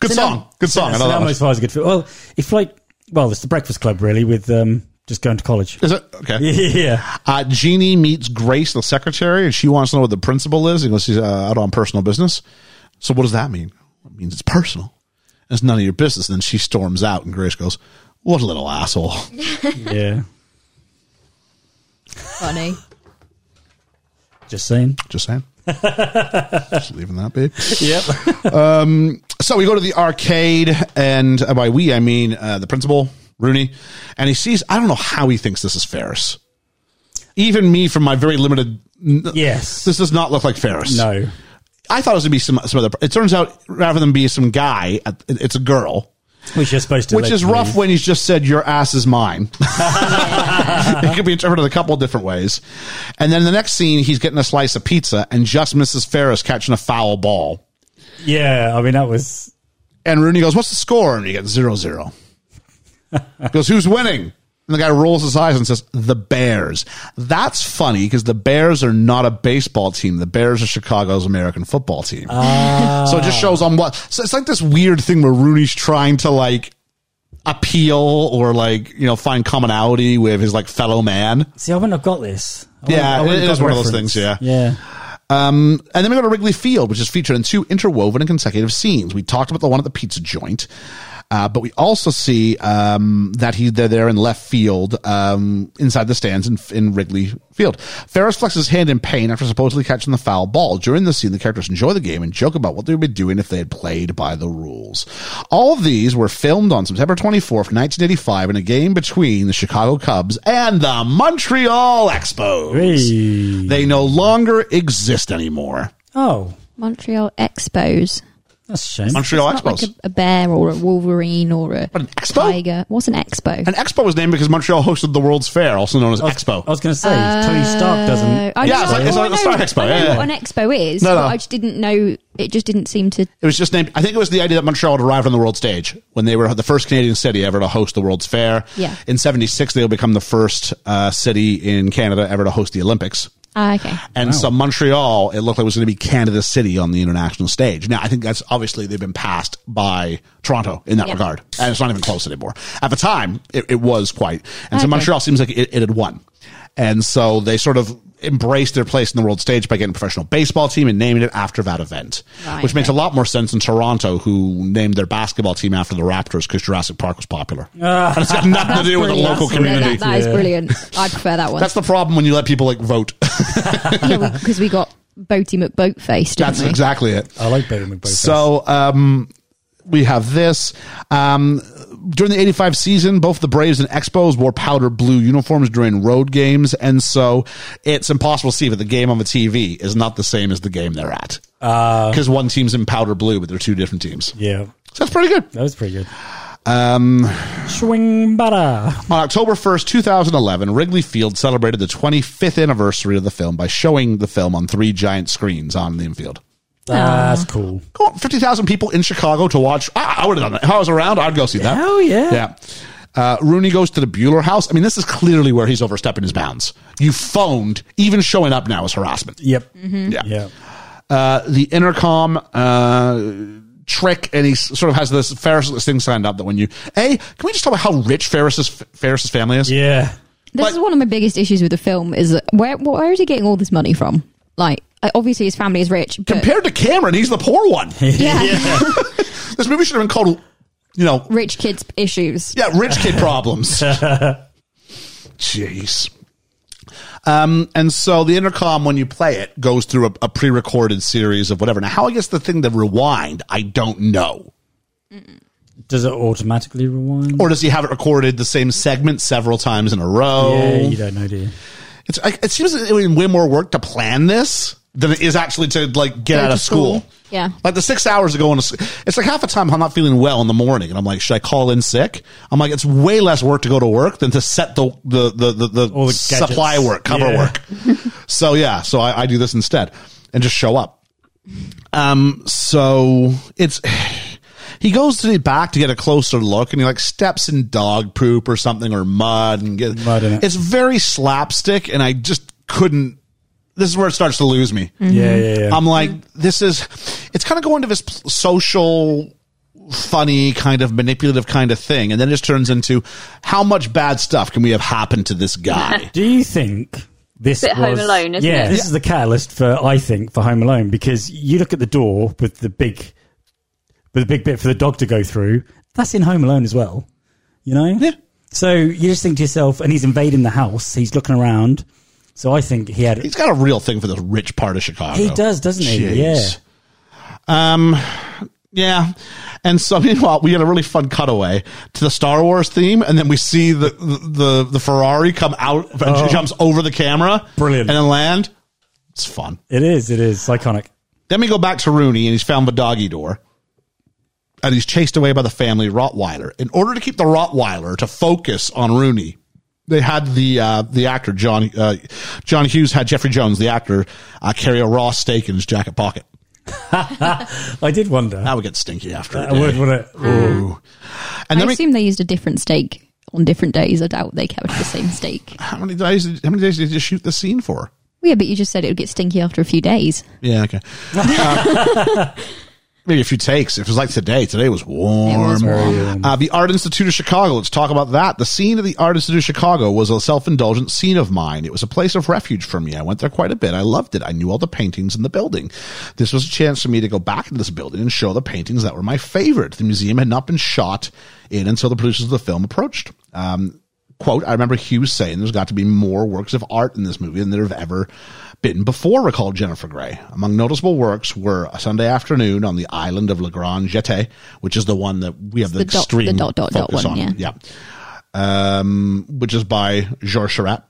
Good song. Good song. I That's know Oh, that how one. much was a good film. Well, it's like, well, it's the Breakfast Club, really, with um, just going to college. Is it? Okay. yeah. Uh, Jeannie meets Grace, the secretary, and she wants to know what the principal is. He goes, she's uh, out on personal business. So what does that mean? It means it's personal. It's none of your business. And then she storms out, and Grace goes, what a little asshole. Yeah. Funny. Just saying. Just saying. Just leaving that be. Yep. So we go to the arcade, and uh, by we, I mean uh, the principal, Rooney, and he sees, I don't know how he thinks this is Ferris. Even me, from my very limited. Yes. This does not look like Ferris. No. I thought it was going to be some, some other. It turns out, rather than be some guy, it- it's a girl, Which you're supposed to. which let is believe. rough when he's just said, Your ass is mine. it could be interpreted a couple of different ways. And then the next scene, he's getting a slice of pizza and just misses Ferris catching a foul ball. Yeah. I mean, that was. And Rooney goes, What's the score? And he gets zero zero. goes, Who's winning? And the guy rolls his eyes and says, The Bears. That's funny because the Bears are not a baseball team. The Bears are Chicago's American football team. so it just shows on what. So it's like this weird thing where Rooney's trying to like appeal or like, you know, find commonality with his like fellow man. See, I wouldn't have got this. I wouldn't- Yeah, I wouldn't it have is got one of those reference. things, yeah. Yeah. And then we go to Wrigley Field, which is featured in two interwoven and consecutive scenes. We talked about the one at the pizza joint, uh, but we also see um, that he they're there in left field um, inside the stands in, in Wrigley Field. Ferris flexes his hand in pain after supposedly catching the foul ball. During the scene, the characters enjoy the game and joke about what they would be doing if they had played by the rules. All of these were filmed on September 24th, 1985, in a game between the Chicago Cubs and the Montreal Expos. Hey. They no longer exist anymore. Oh. Montreal Expos. That's a shame. Montreal Not like Oh, Expos. a, a bear or a wolverine or a But an expo? tiger. What's an expo? An expo was named because Montreal hosted the World's Fair, also known as Oh, I was, Expo. I was going to say Tony Stark Uh, doesn't. I Yeah, know- it's like- it's like well, I the know- Star Expo, I know yeah. what an expo is. No, but no. I just didn't know. It just didn't seem to. It was just named. I think it was the idea that Montreal had arrived on the world stage when they were the first Canadian city ever to host the World's Fair. Yeah. In '76, they'll become the first uh, city in Canada ever to host the Olympics. Ah, okay. And so Montreal, it looked like it was going to be Canada City on the international stage. Now, I think that's obviously they've been passed by Toronto in that Yeah. regard. And it's not even close anymore. At the time, it, it was quite. And so Okay. Montreal seems like it, it had won. And so they sort of embraced their place in the world stage by getting a professional baseball team and naming it after that event, Right, which makes okay. a lot more sense in Toronto, who named their basketball team after the Raptors because Jurassic Park was popular. and it's got nothing to do with the Brilliant. local That's- community. That, that is Yeah. brilliant. I prefer that one. That's the problem when you let people like vote. yeah, because we got Boaty McBoatface. Didn't That's we? exactly it. I like Barry McBoatface. So um, we have this. Um, during the 85 season, both the Braves and Expos wore powder blue uniforms during road games. And so it's impossible to see that the game on the TV is not the same as the game they're at. Because one team's in powder blue, but they're two different teams. yeah, So that's pretty good. that was pretty good. Um, swing butter. On October 1st, 2011, Wrigley Field celebrated the 25th anniversary of the film by showing the film on three giant screens on the infield. That's cool. Go on, 50,000 people in Chicago to watch. I, I would have done that. If I was around, I'd go see that. Hell yeah. Yeah. Uh, Rooney goes to the Bueller house. I mean, this is clearly where he's overstepping his bounds. You phoned, even showing up now is harassment. Yep. Yeah. Yeah. Uh, the intercom uh, trick, and he s- sort of has this Ferris thing signed up that when you, hey, can we just talk about how rich Ferris's, Ferris's family is? Yeah. This But- is one of my biggest issues with the film. Is that where where is he getting all this money from? Like, uh, obviously his family is rich, but Compared to Cameron, he's the poor one. yeah, this movie should have been called, you know, rich kids issues. Yeah, rich kid problems. Jeez. Um, and so the intercom, when you play it, goes through a, a pre-recorded series of whatever. Now, how I guess the thing to rewind, I don't know. Does it automatically rewind? Or does he have it recorded the same segment several times in a row? yeah, you don't know, do you? it's, I, it seems it would be way more work to plan this than it is actually to like get Go out to of school. school. Yeah. like the six hours of going to. s- It's like half the time I'm not feeling well in the morning, and I'm like, should I call in sick? I'm like, it's way less work to go to work than to set the the the the, the, All the gadgets. supply work, cover Yeah. work. so yeah, so I, I do this instead and just show up. Um, so it's. He goes to the back to get a closer look, and he like steps in dog poop or something or mud, and get Mud in it. it's very slapstick, and I just couldn't. This is where it starts to lose me. Yeah, yeah, yeah. I'm like, this is, it's kind of going to this pl- social, funny kind of manipulative kind of thing, and then it just turns into how much bad stuff can we have happened to this guy? Do you think this Bit was, Home Alone, isn't yeah, it? this is the catalyst for I think for Home Alone because you look at the door with the big, with the big bit for the dog to go through. That's in Home Alone as well, you know. Yeah. So you just think to yourself, and he's invading the house. He's looking around. So I think he had. He's got a real thing for this rich part of Chicago. He does, doesn't he? Jeez. Um, Yeah. And so meanwhile, we had a really fun cutaway to the Star Wars theme, and then we see the the the Ferrari come out and jumps over the camera. Oh. Brilliant. And then land. It's fun. Yeah, it is. It is iconic. Then we go back to Rooney and he's found the doggy door. And he's chased away by the family Rottweiler. In order to keep the Rottweiler to focus on Rooney, they had the uh, the actor John uh, John Hughes had Jeffrey Jones, the actor, uh, carry a raw steak in his jacket pocket. I did wonder. That would get stinky after. Uh, I a day. would, would Mm. it? Ooh. And I then we, assume they used a different steak on different days. I doubt they kept the same steak. how many days? did- How many days did you shoot the scene for? Yeah, but you just said it would get stinky after a few days. Yeah, okay. Um, Maybe a few takes. If it was like today, today was warm. It was Uh, the Art Institute of Chicago. Let's talk about that. The scene of the Art Institute of Chicago was a self-indulgent scene of mine. It was a place of refuge for me. I went there quite a bit. I loved it. I knew all the paintings in the building. This was a chance for me to go back into this building and show the paintings that were my favorite. The museum had not been shot in until the producers of the film approached. Um, quote, I remember Hughes saying there's got to be more works of art in this movie than there have ever been before, recalled Jennifer Gray. Among noticeable works were a Sunday afternoon on the island of Le Grand Jeté, which is the one that we have the, the dot- the extreme dot, dot, dot focus one, on. Yeah. Um, which is by Georges Chirac.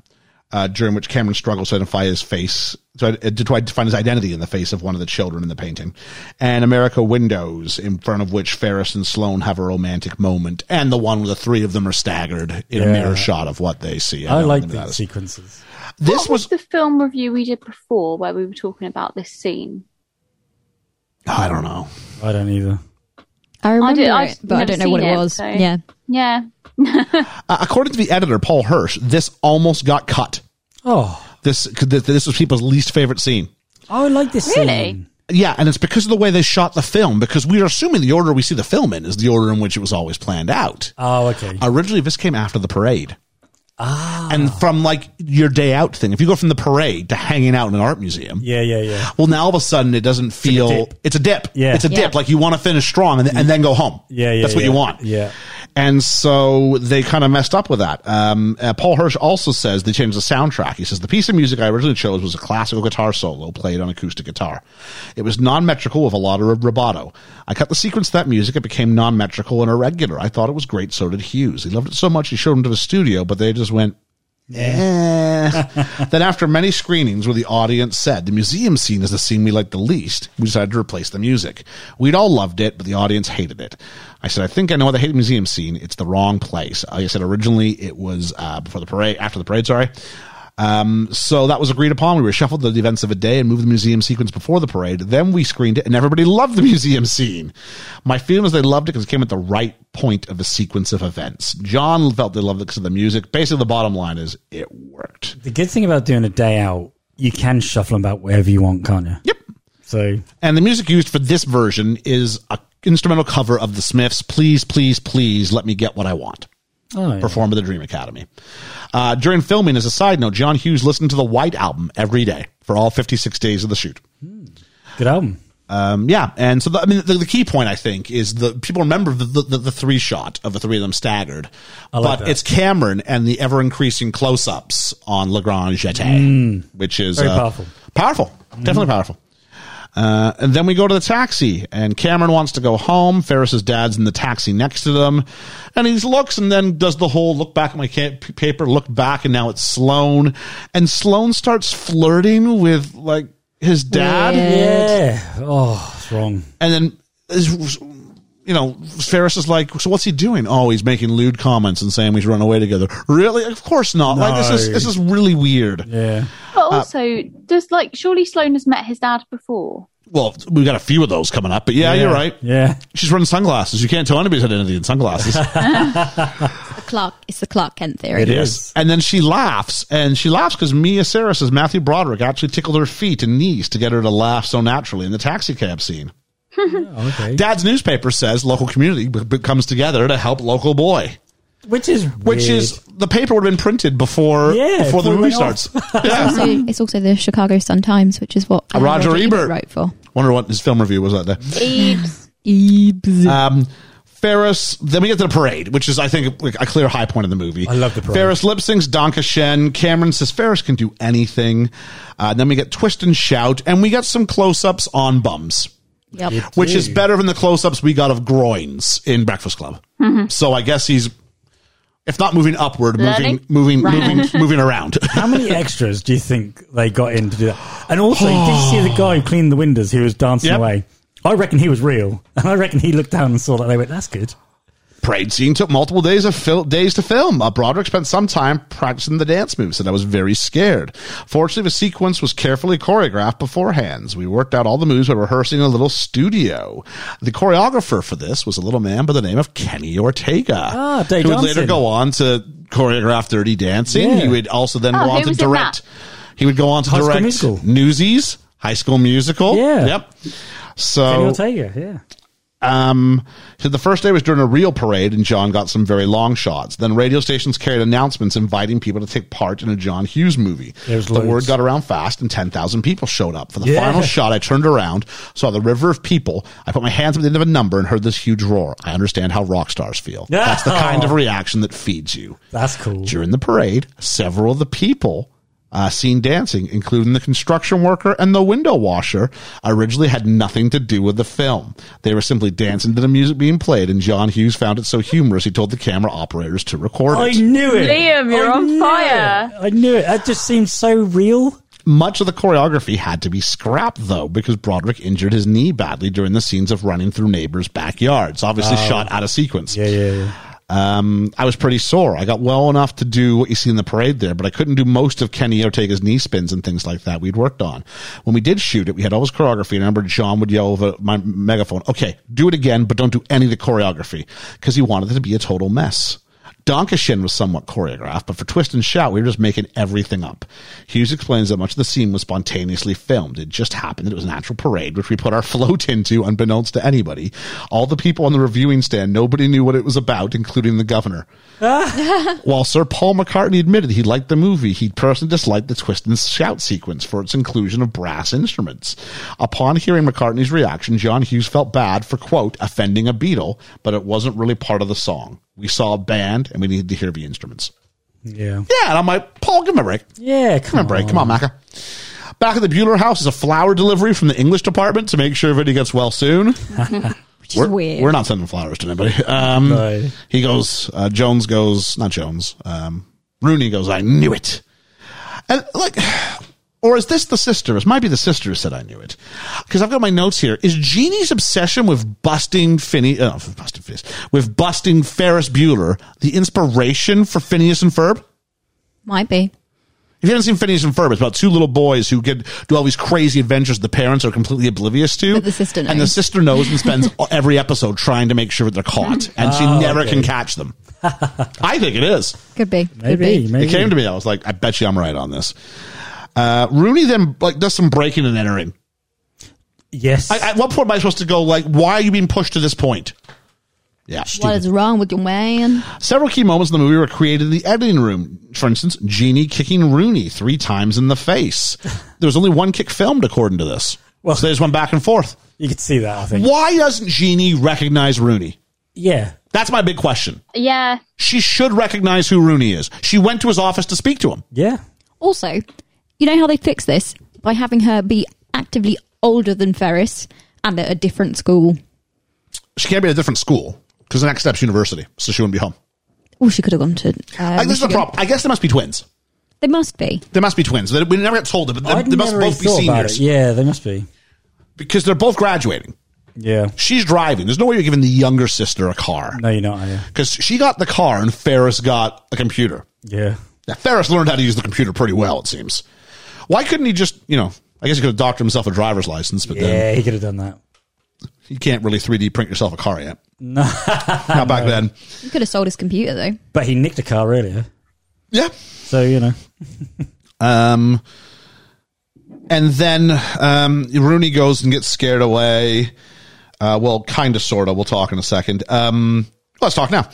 uh, during which Cameron struggles to identify his face, to, to try to find his identity in the face of one of the children in the painting, and America Windows, in front of which Ferris and Sloan have a romantic moment, and the one where the three of them are staggered in a Yeah. mirror shot of what they see. I know like nothing about these sequences. This what was, was, the film review we did before where we were talking about this scene? I don't know. I don't either. I remember did- I've it, but I never don't know what seen it it, was. so- Yeah. Yeah. Uh, according to the editor, Paul Hirsch, this almost got cut. Oh, This, this was people's least favorite scene. I like this Really? scene. Yeah, and it's because of the way they shot the film, because we are assuming the order we see the film in is the order in which it was always planned out. Oh, okay. Originally, this came after the parade. Ah. And from like your day out thing, if you go from the parade to hanging out in an art museum, Yeah, yeah, yeah. well, now all of a sudden it doesn't feel, dip. it's a dip. Yeah. It's a Yeah. dip. Like you want to finish strong and, th- and then go home. Yeah, yeah. That's what you yeah. want. Yeah. And so they kind of messed up with that. Um, uh, Paul Hirsch also says they changed the soundtrack. He says the piece of music I originally chose was a classical guitar solo played on acoustic guitar. It was non-metrical with a lot of rubato. I cut the sequence of that music. It became non-metrical and irregular. I thought it was great. So did Hughes. He loved it so much he showed him to the studio, but they just went. Eh. then after many screenings where the audience said the museum scene is the scene we like the least, we decided to replace the music. We'd all loved it, but the audience hated it. I said, I think I know why they hate the museum scene. It's the wrong place. Like I said, originally it was uh, before the parade, after the parade, sorry. Um, so that was agreed upon. We reshuffled the events of a day and moved the museum sequence before the parade. Then we screened it, and everybody loved the museum scene. My feeling is they loved it because it came at the right point of the sequence of events. John felt they loved it because of the music. Basically, the bottom line is it worked. The good thing about doing a day out, you can shuffle them about wherever you want, can't you? Yep. So And the music used for this version is a instrumental cover of The Smiths. Please, please, please let me get what I want. oh, yeah. Performed at the Dream Academy. Uh, during filming, as a side note, John Hughes listened to the White album every day for all 56 days of the shoot. good album. Um, yeah, and so the, I mean, the, the key point I think is the people remember the the, the, the three shot of the three of them staggered, like but that. it's Cameron and the ever increasing close ups on Legrand Jeté, which is Mm. uh, Very powerful. Mm-hmm. powerful, definitely powerful. Uh, and then we go to the taxi, and Cameron wants to go home. Ferris's dad's in the taxi next to them, and he looks and then does the whole look back at my ca- p- paper, look back, and now it's Sloan. And Sloan starts flirting with like his dad Yeah. Oh, it's wrong. and then is- you know Ferris is like, so what's he doing? Oh, he's making lewd comments and saying we should run away together. Really? Of course not. Like this is No. this is really weird. Yeah. Uh, But also, does like surely Sloane has met his dad before? Well, we've got a few of those coming up, but yeah, you're right. Yeah. She's running sunglasses. You can't tell anybody's identity in sunglasses. The Clark, it's the Clark Kent theory. It is. and then she laughs, and she laughs because Mia Sarah says Matthew Broderick actually tickled her feet and knees to get her to laugh so naturally in the taxi cab scene. Oh, Okay. Dad's newspaper says local community b- b- comes together to help local boy. which is weird. which is the paper would have been printed before Yeah, before the before it movie went off. starts. Yeah. So it's also the Chicago Sun Times, which is what uh, Roger Ebert. wrote for. Wonder what his film review was that day. Ebes. Um, Ferris. Then we get to the parade, which is I think like, a clear high point of the movie. I love the parade. Ferris lip syncs Donka Shen. Cameron says Ferris can do anything. Uh, then we get twist and shout, and we got some close ups on bums. Yep. Which is better than the close ups we got of groins in Breakfast Club. So I guess he's, if not moving upward, Learning. moving, moving, moving, moving around. How many extras do you think they got in to do that? And also, did you see the guy who cleaned the windows who was dancing Yep. away? I reckon he was real. And I reckon he looked down and saw that. They went, that's good. Parade scene took multiple days of fil- days to film. Uh, Broderick spent some time practicing the dance moves, and I was very scared. Fortunately, the sequence was carefully choreographed beforehand. We worked out all the moves by rehearsing in a little studio. The choreographer for this was a little man by the name of Kenny Ortega, Ah, Dirty who would Dancing. later go on to choreograph Dirty Dancing. Yeah. He would also then go Oh, on who to was in direct. that? He would go on to High School direct Musical. Newsies, High School Musical. Yeah. Yep. And So he'll take it, yeah. um, so the first day was during a real parade, and John got some very long shots. Then radio stations carried announcements inviting people to take part in a John Hughes movie. There was the loads. word got around fast, and 10,000 people showed up. For the Yeah. final shot, I turned around, saw the river of people. I put my hands up at the end of a number and heard this huge roar. I understand how rock stars feel. Yeah. That's the kind of reaction that feeds you. That's cool. During the parade, several of the people uh, seen dancing, including the construction worker and the window washer, originally had nothing to do with the film. They were simply dancing to the music being played, and John Hughes found it so humorous he told the camera operators to record I it. knew it. Liam, you're I on knew fire. it. I knew it. That just seems so real. Much of the choreography had to be scrapped, though, because Broderick injured his knee badly during the scenes of running through neighbors' backyards, obviously shot out of sequence. Oh. yeah, yeah. Um, I was pretty sore. I got well enough to do what you see in the parade there, but I couldn't do most of Kenny Ortega's knee spins and things like that we'd worked on. When we did shoot it, we had all this choreography, and I remember John would yell over my megaphone, okay, do it again, but don't do any of the choreography, because he wanted it to be a total mess. Donkashin was somewhat choreographed, but for Twist and Shout, we were just making everything up. Hughes explains that much of the scene was spontaneously filmed. It just happened that it was an actual parade, which we put our float into unbeknownst to anybody. All the people on the reviewing stand, nobody knew what it was about, including the governor. While Sir Paul McCartney admitted he liked the movie, he personally disliked the twist and shout sequence for its inclusion of brass instruments. Upon hearing McCartney's reaction, John Hughes felt bad for, quote, offending a Beatle, but it wasn't really part of the song. We saw a band and we needed to hear the instruments. Yeah. Yeah, and I'm like, Paul, give me a break. Yeah, Give me a break. Come on, Macca. Back at the Bueller house is a flower delivery from the English department to make sure everybody gets well soon. Which is We're, weird. we're not sending flowers to anybody. Um, No. He goes, uh, Jones goes, not Jones, um, Rooney goes, I knew it. And like, or is this the sister? It might be the sister who said I knew it. Because I've got my notes here. Is Jeannie's obsession with busting Phineas, uh, busting Phineas, with busting Ferris Bueller the inspiration for Phineas and Ferb? Might be. If you haven't seen Phineas and Ferb, it's about two little boys who get do all these crazy adventures the parents are completely oblivious to. But the sister And the knows. sister knows and spends every episode trying to make sure that they're caught. And she never can catch them. I think it is. Could be. Could Maybe. be. Maybe. It came to me. I was like, I bet you I'm right on this. Uh, Rooney then like does some breaking and entering. Yes. I, at what point am I supposed to go like, why are you being pushed to this point? Yeah. What is wrong with your man? Several key moments in the movie were created in the editing room. For instance, Genie kicking Rooney three times in the face. There was only one kick filmed, according to this. Well, Well- so they just went back and forth. you could see that, I think. Why doesn't Genie recognize Rooney? Yeah. That's my big question. Yeah. She should recognize who Rooney is. She went to his office to speak to him. Yeah. Also, you know how they fix this by having her be actively older than Ferris and at a different school. She can't be at a different school because the next step's university, so she wouldn't be home. Oh, she could have gone to. Uh, Like, this is the Michigan. problem. I guess they must be twins. They must be. They must be twins. They- We never got told it, but they, I'd they must never really both be thought about seniors it. Yeah, they must be. because they're both graduating. Yeah. She's driving. There's no way you're giving the younger sister a car. No, you're not. Yeah. because she got the car and Ferris got a computer. Yeah. Now, Ferris learned how to use the computer pretty well, it seems. Why couldn't he just, you know, I guess he could have doctored himself a driver's license, but then Yeah, he could have done that. you can't really 3D print yourself a car yet. No. Not back then. He could have sold his computer though. But he nicked a car earlier. Yeah. So, you know. Um, and then um, Rooney goes and gets scared away. Uh, well, kind of, sort of. We'll talk in a second. Um, let's talk now.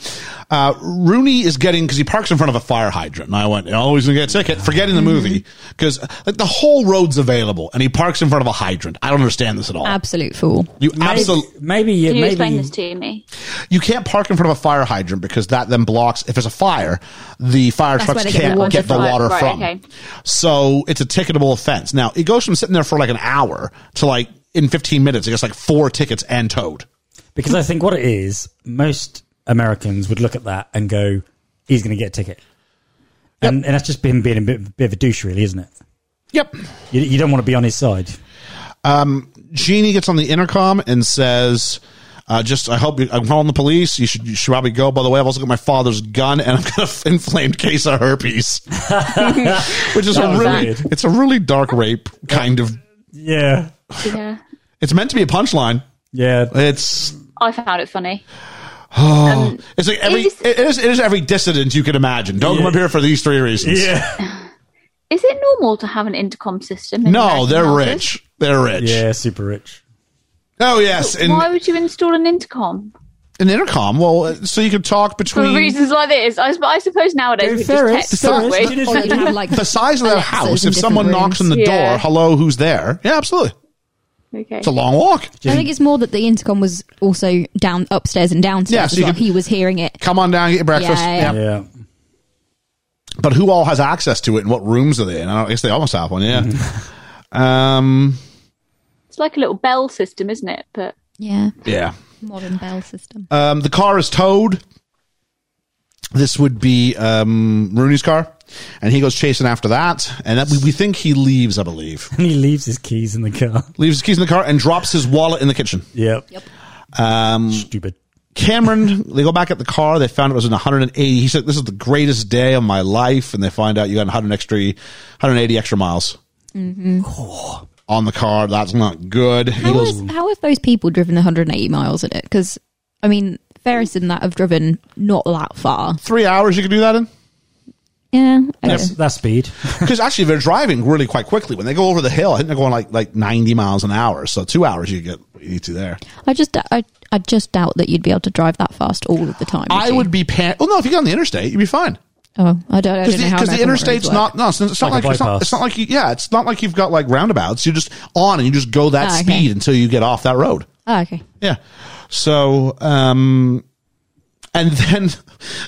Uh, Rooney is getting, because he parks in front of a fire hydrant. And I went, oh, he's going to get a ticket, forgetting the movie. Because like, the whole road's available, and he parks in front of a hydrant. I don't understand this at all. Absolute fool. you absolutely Maybe, you Can you maybe explain this to me? you can't park in front of a fire hydrant because that then blocks if there's a fire the fire That's trucks where they get the can't water get the from. water Right, from okay. so it's a ticketable offense now it goes from sitting there for like an hour to like in 15 minutes it gets like four tickets and towed Because I think what it is, most Americans would look at that and go, he's going to get a ticket. And, and that's just him being a bit, bit of a douche, really, isn't it? yep You, you don't want to be on his side. Um, Jeannie gets on the intercom and says uh, just I hope you, I'm calling the police you should, you should probably go by the way I've also got my father's gun and I've got an inflamed case of herpes which is That a was really weird. it's a really dark rape kind of Yeah. Yeah. it's meant to be a punchline Yeah. it's I found it funny. Um, It's like every It is- it is, it is every dissident you can imagine. Don't come up here for these three reasons. Yeah. Is it normal to have an intercom system? in No, American they're houses? rich. They're rich. Yeah, super rich. Oh yes, and Why would you install an intercom? an intercom. Well, uh, so you can talk For between reasons like this. I, sup- I suppose Hey, nowadays we Ferris, just text Ferris, don't we? did it- Or you can have like the size of that Alexas house. in If different someone knocks on rooms. the Yeah. door, hello, who's there? Yeah, absolutely. Okay. It's a long walk. I think it's more that the intercom was also down upstairs and downstairs. Yeah, as so you well. could- he was hearing it. Come on down, get your breakfast. Yeah, yeah. Yep. Yeah. But who all has access to it and what rooms are they in? I, don't, I guess they almost have one, yeah. um, It's like a little bell system, isn't it? But Yeah. yeah. Modern bell system. Um, the car is towed. This would be um, Rooney's car. And he goes chasing after that. And that, we, we think he leaves, I believe. And he leaves his keys in the car. leaves his keys in the car and drops his wallet in the kitchen. Yep. Um, Stupid. Cameron, they go back at the car. They found it was in 180. He said, "This is the greatest day of my life," and they find out you got 100 extra, 180 extra miles on the car. That's not good. He Mm-hmm. How, goes, is, how have those people driven 180 miles in it? Because, I mean, Ferris and that have driven not that far. three hours. You can do that in Yeah. I That's, guess. that speed. because actually they're driving really quite quickly. When they go over the hill, I think they're going like like 90 miles an hour. So two hours you get what you need to there. I just, I, I just doubt that you'd be able to drive that fast all of the time. I you? would be pan. Oh no, if you get on the interstate, you'd be fine. Oh, I don't, I don't because know the, how 'cause the American roads interstate's work. not no, it's, it's not like, Like a it's not, bypass. it's not like you, yeah, it's not like you've got like roundabouts. You're just on and you just go that Ah, okay. speed until you get off that road. Oh, okay. Yeah. So, um, and then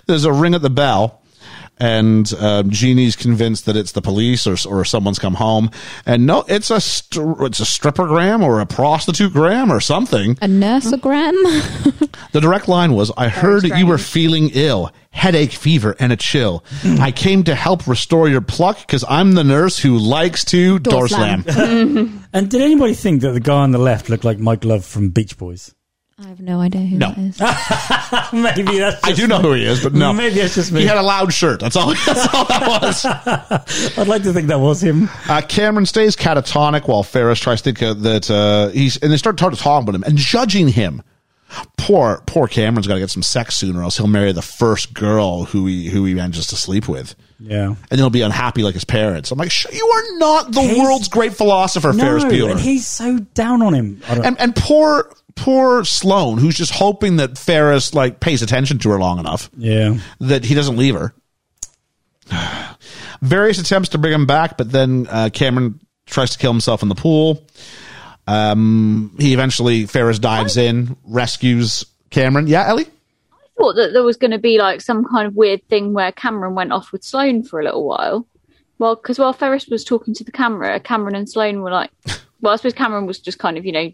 there's a ring at the bell, and um, Jeannie's convinced that it's the police or or someone's come home, and no, it's a str it's a strippergram or a prostitutegram or something. A nursegram? The direct line was, I heard that you were feeling ill, headache, fever, and a chill. Mm. I came to help restore your pluck because I'm the nurse who likes to Door door slam. And did anybody think that the guy on the left looked like Mike Love from Beach Boys? I have no idea who No. that is. Maybe that's. I do know who he is, but no. Maybe that's just me. He had a loud shirt. That's all, that's all that was. I'd like to think that was him. Uh, Cameron stays catatonic while Ferris tries to think uh, that uh, he's, and they start talking to him and judging him. Poor, poor Cameron's got to get some sex soon, or else he'll marry the first girl who he who he manages to sleep with, Yeah. and then he'll be unhappy like his parents. I'm like, "Sh- you are not the He's- world's great philosopher, Ferris Bueller. and he's so down on him. I don't, and and poor poor Sloane, who's just hoping that Ferris like pays attention to her long enough yeah. that he doesn't leave her. Various attempts to bring him back, but then uh, Cameron tries to kill himself in the pool. Um, he eventually Ferris dives in, rescues Cameron. Yeah, Ellie. I thought that there was going to be like some kind of weird thing where Cameron went off with Sloane for a little while. Well, because while Ferris was talking to the camera, Cameron and Sloane were like, well, I suppose Cameron was just kind of, you know,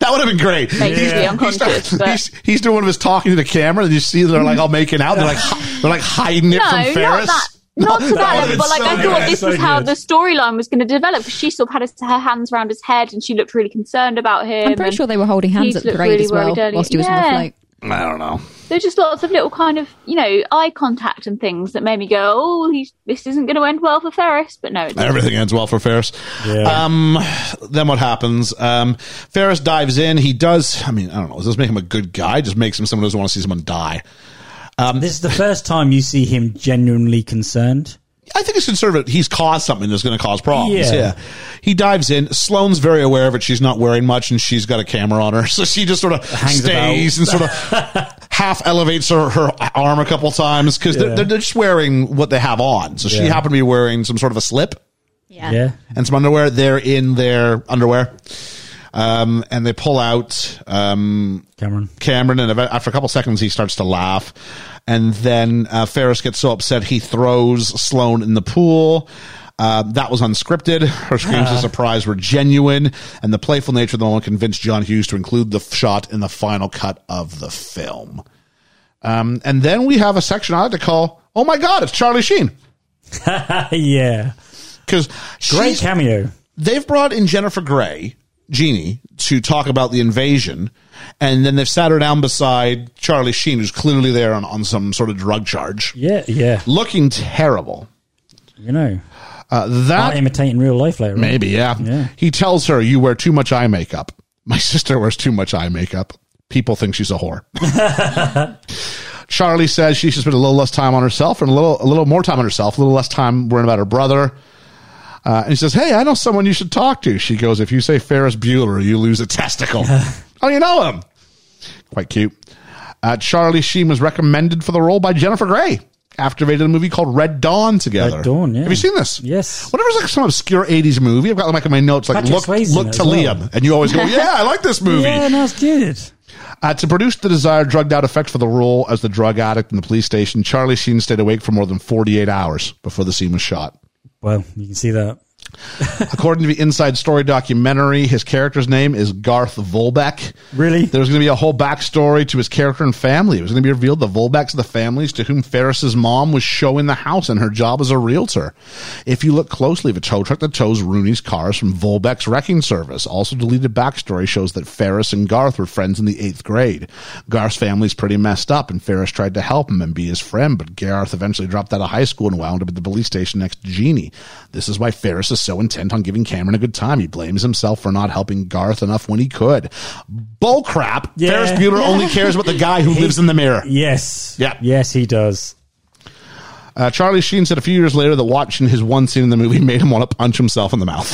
That would have been great. basically He's, unconscious. but he's, he's doing one of his talking to the camera, and you see they're like all making out. They're like hi- they're like hiding it no, from not Ferris. that. Not to that would've level, but like been I so thought good. this so was how good. the storyline was going to develop. 'cause She sort of had his, her hands around his head, and she looked really concerned about him. I'm pretty and sure they were holding hands he at the looked parade really as well worried earlier. whilst he was on Yeah. the float. I don't know. There's just lots of little kind of you know eye contact and things that made me go, "Oh, he's, this isn't going to end well for Ferris." But no, it didn't. Everything ends well for Ferris. Yeah. Um, then what happens? Um, Ferris dives in. He does. I mean, I don't know. Does this make him a good guy? Just makes him someone who doesn't want to see someone die. um, This is the first time you see him genuinely concerned. I think it's conservative. He's caused something that's going to cause problems. Yeah. Yeah. He dives in. Sloane's very aware of it. She's not wearing much and she's got a camera on her. So she just sort of Hangs stays and sort of half elevates her, her arm a couple times because Yeah. they're, they're just wearing what they have on. So she Yeah. happened to be wearing some sort of a slip. Yeah. Yeah. and some underwear. They're in their underwear. Um, and they pull out um, Cameron. Cameron, and eva- after a couple seconds, he starts to laugh. And then uh, Ferris gets so upset he throws Sloane in the pool. Uh, that was unscripted. Her screams of surprise were genuine, and the playful nature of the moment convinced John Hughes to include the f- shot in the final cut of the film. Um, and then we have a section I like to call "Oh my God, it's Charlie Sheen" yeah. because Great cameo. they've brought in Jennifer Grey, Jeannie, to talk about the invasion, and then they've sat her down beside Charlie Sheen, who's clearly there on, on some sort of drug charge, Yeah. Yeah. looking terrible. You know, Uh, not that imitating real life later. on. maybe, yeah. Yeah. He tells her, "You wear too much eye makeup. My sister wears too much eye makeup. People think she's a whore." Charlie says she should spend a little less time on herself and a little a little more time on herself, a little less time worrying about her brother. Uh, and he says, "Hey, I know someone you should talk to." She goes, "If you say Ferris Bueller, you lose a testicle." oh, you know him. Quite cute. Uh, Charlie Sheen was recommended for the role by Jennifer Grey. After they did a movie called Red Dawn together. Red Dawn, yeah. Have you seen this? Yes. Whatever's like some obscure '80s movie, I've got like in my notes like Patrick look, Swayze in look it to as well. Liam, and you always go, "Yeah, I like this movie." Yeah, no, it's good. Uh, to produce the desired drugged out effect for the role as the drug addict in the police station, Charlie Sheen stayed awake for more than 48 hours before the scene was shot. Well, you can see that. According to the Inside Story documentary, his character's name is Garth Volbeck. Really? There was going to be a whole backstory to his character and family. It was going to be revealed the Volbecks are the families to whom Ferris's mom was showing the house and her job as a realtor. If you look closely, the tow truck that tows Rooney's cars from Volbeck's wrecking service. Also deleted backstory shows that Ferris and Garth were friends in the eighth grade. Garth's family's pretty messed up, and Ferris tried to help him and be his friend, but Garth eventually dropped out of high school and wound up at the police station next to Jeannie. This is why Ferris is so intent on giving Cameron a good time. He blames himself for not helping Garth enough when he could. Bullcrap. Yeah. Ferris Bueller only cares about the guy who lives in the mirror. Yes. Yeah. Yes, he does. Uh, Charlie Sheen said a few years later that watching his one scene in the movie made him want to punch himself in the mouth.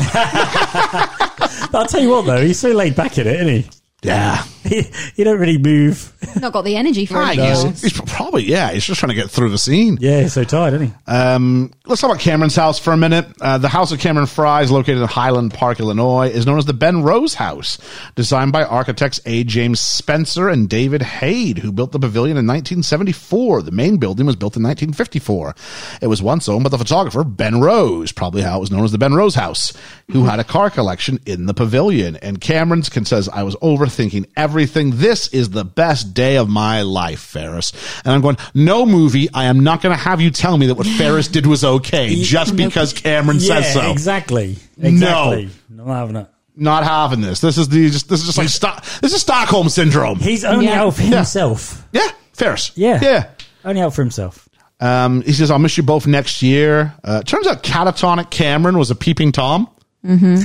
But I'll tell you what, though, he's so laid back in it, isn't yeah. he? He, he don't really move. Not got the energy for I it. guess he's probably, yeah, he's just trying to get through the scene. Yeah, he's so tired, isn't he? Um, let's talk about Cameron's house for a minute. Uh, the house of Cameron Fry is located in Highland Park, Illinois, is known as the Ben Rose House, designed by architects A. James Spencer and David Haid, who built the pavilion in 1974. The main building was built in 1954. It was once owned by the photographer Ben Rose, probably how it was known as the Ben Rose House, who had a car collection in the pavilion. And Cameron's can says, I was overthinking everything. This is the best day of my life, Ferris. And I'm going, no movie. I am not going to have you tell me that what Ferris did was okay just because Cameron yeah, says so. exactly. No. Exactly. No. Not having it. Not having this. This is the just this is just like Sto- this is Stockholm syndrome. He's only Yeah. out for himself. yeah, Ferris. Yeah. yeah. Only out for himself. Um, he says, "I'll miss you both next year." Uh, turns out, catatonic Cameron was a peeping tom. Yeah.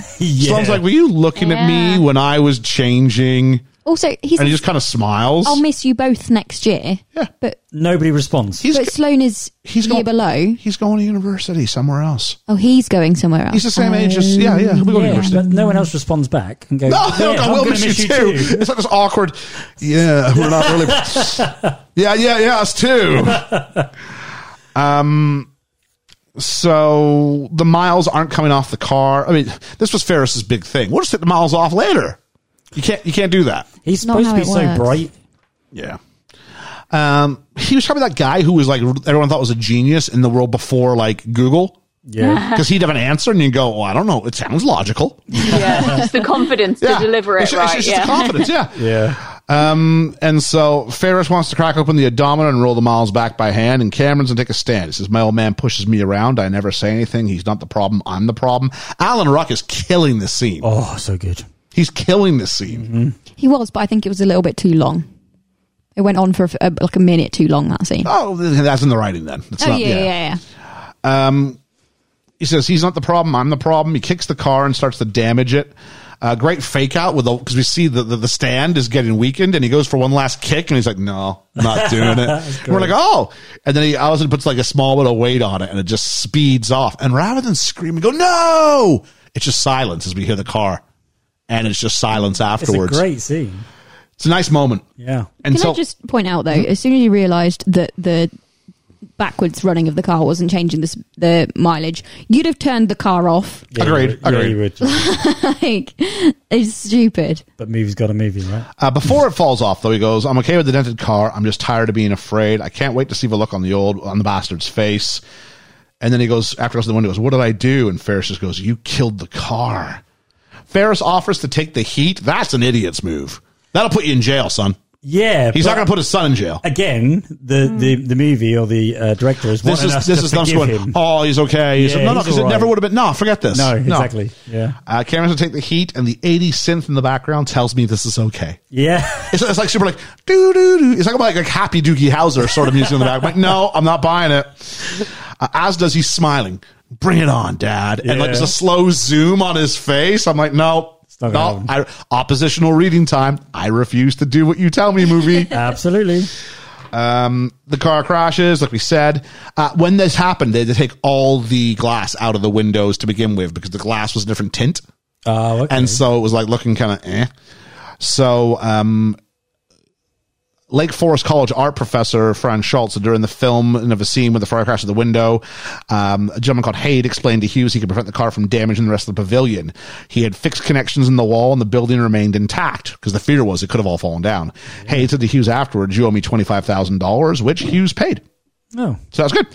Tom's like, "Were you looking at me when I was changing?" Also, he's. oh, And he just kind of smiles. I'll miss you both next year. Yeah. But Nobody responds. He's but go- Sloan is he's he's going- year below. He's going to university somewhere else. Oh, he's going somewhere else. He's the same age Oh, as yeah, yeah. He'll be going to yeah, university. but no one else responds back and goes, No, yeah, look, I I'm will gonna miss, you too. It's like this awkward. Yeah, we're not really. yeah, yeah, yeah, us too. Um, so the miles aren't coming off the car. I mean, this was Ferris's big thing. We'll just take the miles off later. You can't. You can't do that. He's Not supposed to how be so it works. bright. Yeah. Um, he was probably that guy who was like everyone thought was a genius in the world before like Google Yeah. because he'd have an answer and you go, well, I don't know. It sounds logical. Yeah, it's the confidence to deliver it It's- it's right. just yeah. confidence. Yeah. Mm, yeah. And so Ferris wants to crack open the odometer and roll the miles back by hand, and Cameron's gonna take a stand. He says, My old man pushes me around. I never say anything. He's not the problem. I'm the problem. Alan Ruck is killing this scene. Oh, Mm-hmm. so good. He's killing this scene. He was, but I think it was a little bit too long. It went on for a f a like a minute too long that scene. Oh, th- that's in the writing then. It's oh not- yeah, yeah, yeah. Um, He says, He's not the problem. I'm the problem. He kicks the car and starts to damage it. Uh, great fake out with the because we see the, the the stand is getting weakened and he goes for one last kick and he's like no not doing it we're like oh and then he all of a sudden puts like a small bit of weight on it and it just speeds off and rather than scream and go no it's just silence as we hear the car and it's just silence It's afterwards a great scene. It's a nice moment Yeah. and Can so I just point out though, as soon as you realised that the backwards running of the car wasn't changing this, the mileage, you'd have turned the car off. Yeah, Agreed, you would- Yeah, agreed. you would. Like, it's stupid. but movie's got a movie, right? Uh, before it falls off, though, he goes, "I'm okay with the dented car. I'm just tired of being afraid. I can't wait to see the look on the old on the bastard's face." And then he goes after us to the window. Goes, "What did I do?" And Ferris just goes, "You killed the car." Ferris offers to take the heat. That's an idiot's move. That'll put you in jail, son. Yeah. He's not but going to put his son in jail. Again, the, Hmm. the, the movie or the uh, director is This wanting is us this to is them forgive going. him. Oh, he's okay. He's no, Yeah, no, he's because it all never right. would have been. No, forget this. No, exactly. Yeah. Uh, Cameron's gonna take the heat, and the eighty synth in the background tells me this is okay. Yeah. It's, it's like super like doo doo doo. It's like like, like happy Doogie Howser sort of music in the back. I'm like, no, I'm not buying it. Uh, as does he's smiling. Bring it on, Dad. And like Yeah. there's a slow zoom on his face. I'm like, no, not no. gonna I, oppositional reading time. I refuse to do what you tell me, movie. Absolutely. Um, the car crashes, like we said. Uh, when this happened, they had to take all the glass out of the windows to begin with because the glass was a different tint. Uh, Oh, okay. And so it was like looking kind of eh. So um, Lake Forest College art professor Fran Schultz during the film and of a scene with the fire crash of the window. Um, a gentleman called Haid explained to Hughes he could prevent the car from damaging the rest of the pavilion. He had fixed connections in the wall and the building remained intact because the fear was it could have all fallen down. Haid said to Hughes afterwards, You owe me $25,000, which Hughes paid. Oh, So that's good.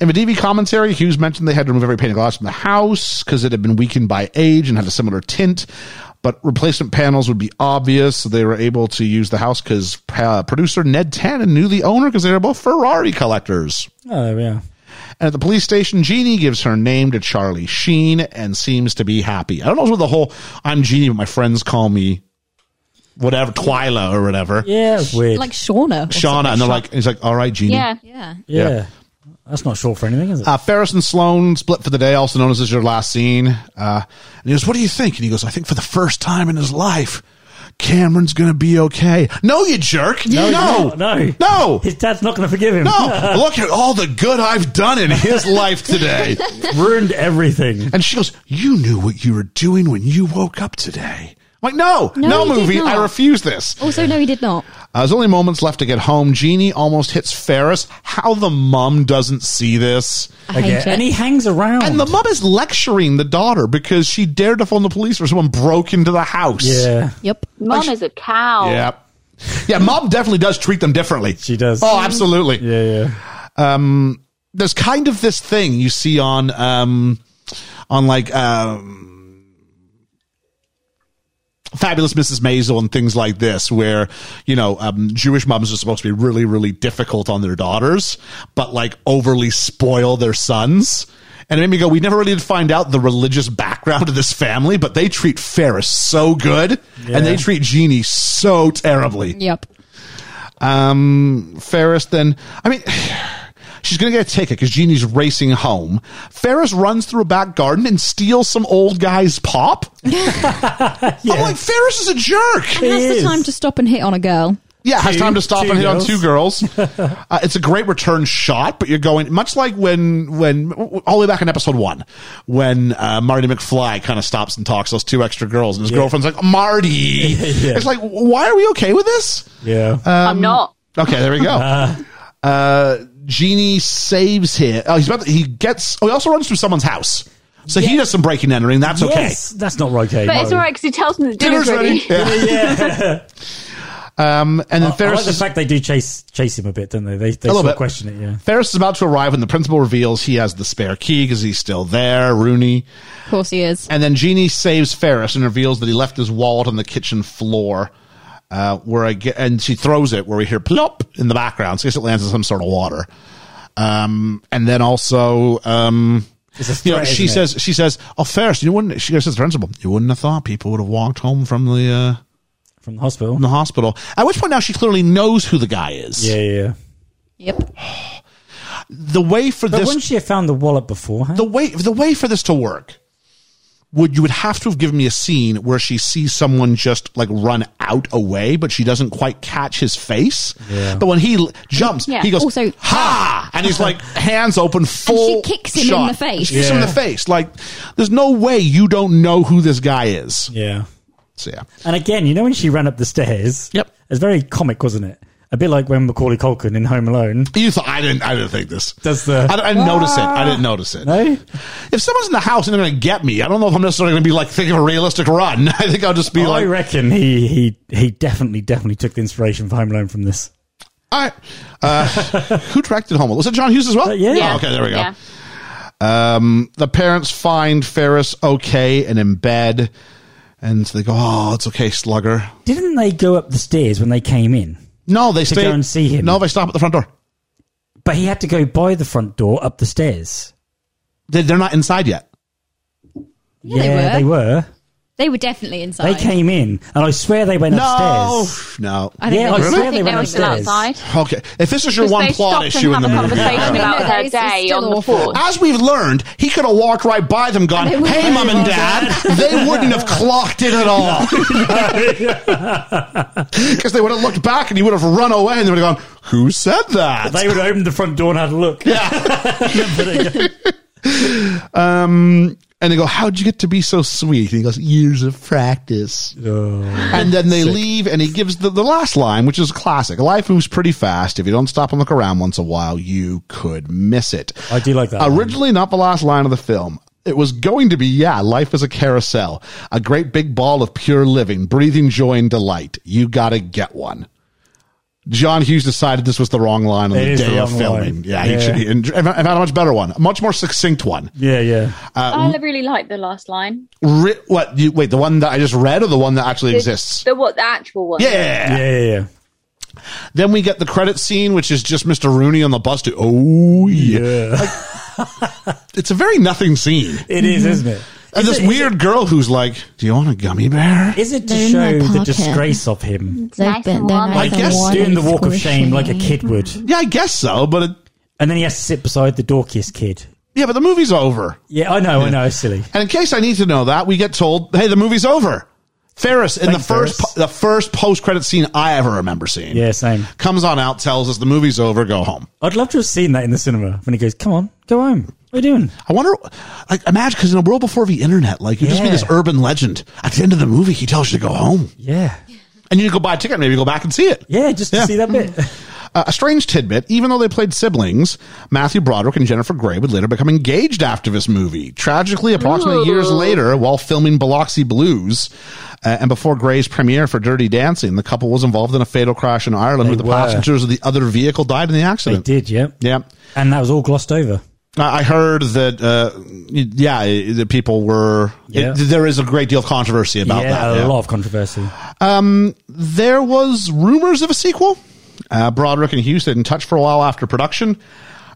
In the DV commentary, Hughes mentioned they had to remove every pane of glass from the house because it had been weakened by age and had a similar tint. But replacement panels would be obvious, so they were able to use the house because uh, producer Ned Tannen knew the owner because they were both Ferrari collectors. oh, there we are. And at the police station, Jeannie gives her name to Charlie Sheen and seems to be happy. I don't know what the whole I'm Jeannie, but my friends call me whatever, Twyla or whatever. Yeah, it's weird. Like Shauna. Shauna. or And something. they're like, he's like, all right, Jeannie. Yeah. yeah. yeah. yeah. That's not short for anything, is it? Uh, Ferris and Sloan split for the day, also known as This Is Your Last Scene. Uh, and he goes, What do you think? And he goes, I think for the first time in his life, Cameron's going to be okay. No, you jerk. No. No. not. No. No. His dad's not going to forgive him. Look at all the good I've done in his life today. Ruined everything. And she goes, You knew what you were doing when you woke up today. I'm like, no, no, No, you did movie. not. Oh. I refuse this. Also, no, he did not. Uh, there's only moments left to get home. Jeannie almost hits Ferris. How the mum doesn't see this. I hate it. And he hangs around. And the mom is lecturing the daughter because she dared to phone the police for someone broke into the house. yeah. yep. Mom is a cow. Yeah. Yeah, mom definitely does treat them differently. She does. Oh, absolutely. Yeah, yeah. There's kind of this thing you see on um on like um Fabulous Mrs. Maisel and things like this, where you know um, Jewish moms are supposed to be really, really difficult on their daughters, but like overly spoil their sons. And it made me go, we never really did find out the religious background of this family, but they treat Ferris so good, and they treat Jeannie so terribly. Yep. Um, Ferris then, I mean, she's going to get a ticket because Jeannie's racing home. Ferris runs through a back garden and steals some old guy's pop. I'm like, Ferris is a jerk. And has is. the time to stop and hit on a girl. Yeah, has Two- time to stop two and hit on girls. two girls. uh, it's a great return shot, but you're going much like when when all the way back in episode one, when uh, Marty McFly kind of stops and talks to those two extra girls, and his girlfriend's like, "Marty," it's like, why are we okay with this? Yeah. Uh, I'm not. Okay, there we go. Uh, Uh-huh. Genie saves him. Oh, he's about to, he gets. Oh, he also runs through someone's house, so he does some breaking and entering. That's okay. Yes, that's not okay. But it's all right because he tells me that dinner's, ready. Yeah. um, and then I Ferris like the is, fact they do chase chase him a bit, don't they? They, they little sort bit. of question it, yeah. Ferris is about to arrive, and the principal reveals he has the spare key because he's still there. Rooney. Of course he is. And then Genie saves Ferris and reveals that he left his wallet on the kitchen floor. Uh, where I get, and she throws it where we hear plop in the background. So I guess it lands in some sort of water. Um, and then also, um, It's a you know, threat, she isn't says, she says, oh, Ferris, you wouldn't, she goes to the principal, you wouldn't have thought people would have walked home from the, uh, From the hospital. from the hospital. At which point now she clearly knows who the guy is. Yeah, yeah, yeah. Yep. The way for But this, wouldn't she have found the wallet beforehand? the way the way for this to work would you would have to have given me a scene where she sees someone just like run out away, but she doesn't quite catch his face. Yeah. But when he l- jumps, Yeah, he goes also- ah. ha, and he's like hands open, full. kicks him in shot. the face. She kicks him in the Yeah. face. Like there's no way you don't know who this guy is. yeah. So yeah, And again, you know when she ran up the stairs? Yep. It was very comic, wasn't it? A bit like when Macaulay Culkin in Home Alone you thought I didn't. I didn't think this. does the. I, I didn't notice it. I didn't notice it. no? If someone's in the house and they're going to get me, I don't know if I'm necessarily going to be like think of a realistic run. I think I'll just be I like, reckon he, he, he definitely, definitely took the inspiration for Home Alone from this. All right. Uh, who directed Home Alone? Was it John Hughes as well? Uh, yeah. Oh, okay, there we go. Yeah. Um, the parents find Ferris okay and in bed. And so they go, oh, it's okay, slugger. Didn't they go up the stairs when they came in? No, they stay. go and see him. No, they stop at the front door. But he had to go by the front door up the stairs. They, they're not inside yet. Yeah, they were. they were. They were definitely inside. They came in, and I swear they went No. upstairs. No. I think Yeah, they I were. swear I think They they went were still upstairs. outside. Okay. If this is your Because one they plot stopped and issue in had the a movie. conversation Yeah. about No, their it's- it's day still on the awful. porch. As we've learned, he could have walked right by them, gone, And they hey, wouldn't- mum and dad. They wouldn't have clocked it at all. Because they would have looked back and he would have run away and they would have gone, who said that? They would have opened the front door and had a look. Yeah. And they go, How'd you get to be so sweet? And he goes, Years of practice. Oh. And then they leave, and he gives the, the last line, which is classic Life moves pretty fast. If you don't stop and look around once a while, you could miss it. I do like that line. Originally, not the last line of the film. It was going to be, yeah, life is a carousel, a great big ball of pure living, breathing joy and delight. You got to get one. John Hughes decided this was the wrong line on It the is day the of wrong filming. line. Yeah, Yeah. He should, he, and I've had a much better one, a much more succinct one. Yeah, yeah. I really like the last line. Ri what? You, wait, the one that I just read, or the one that actually exists? The, what the actual one? yeah. Yeah, yeah, yeah. Then we get the credit scene, which is just Mr. Rooney on the bus. To oh yeah, Like, it's a very nothing scene. It is, isn't it? And Is this it- is weird girl who's like, "Do you want a gummy bear?" Is it to They're in show my the pocket. disgrace of him? They've nice been- and they're warm. nice I and guess warm Doing and the walk of shame like a squishy. kid would. Yeah, I guess so. But it, And then he has to sit beside the dorkiest kid. yeah, but the movie's over. Yeah, I know, I know, it's silly. And in case I need to know that, we get told, "Hey, the movie's over." Ferris in Thanks, the first Ferris. po- the first post credit scene I ever remember seeing. Yeah, same. comes on out, tells us the movie's over, go home. I'd love to have seen that in the cinema when he goes, "Come on, go home. What are you doing?" I wonder, like, imagine because in a world before the internet, like, it'd just be Yeah. this urban legend. At the end of the movie, he tells you to go home, Yeah, and you go buy a ticket, maybe go back and see it. yeah, just to Yeah. see that bit. Uh, a strange tidbit: even though they played siblings, Matthew Broderick and Jennifer Grey would later become engaged after this movie. Tragically, approximately years later, while filming Biloxi Blues, uh, and before Grey's premiere for Dirty Dancing, the couple was involved in a fatal crash in Ireland, They where the were. passengers of the other vehicle died in the they accident. did, yeah, Yeah. and that was all glossed over. I I heard that, uh, yeah, the people were. Yeah. it- there is a great deal of controversy about yeah, that. a yeah. lot of controversy. Um, There was rumors of a sequel. Uh, Broderick and Hughes stayed in touch for a while after production.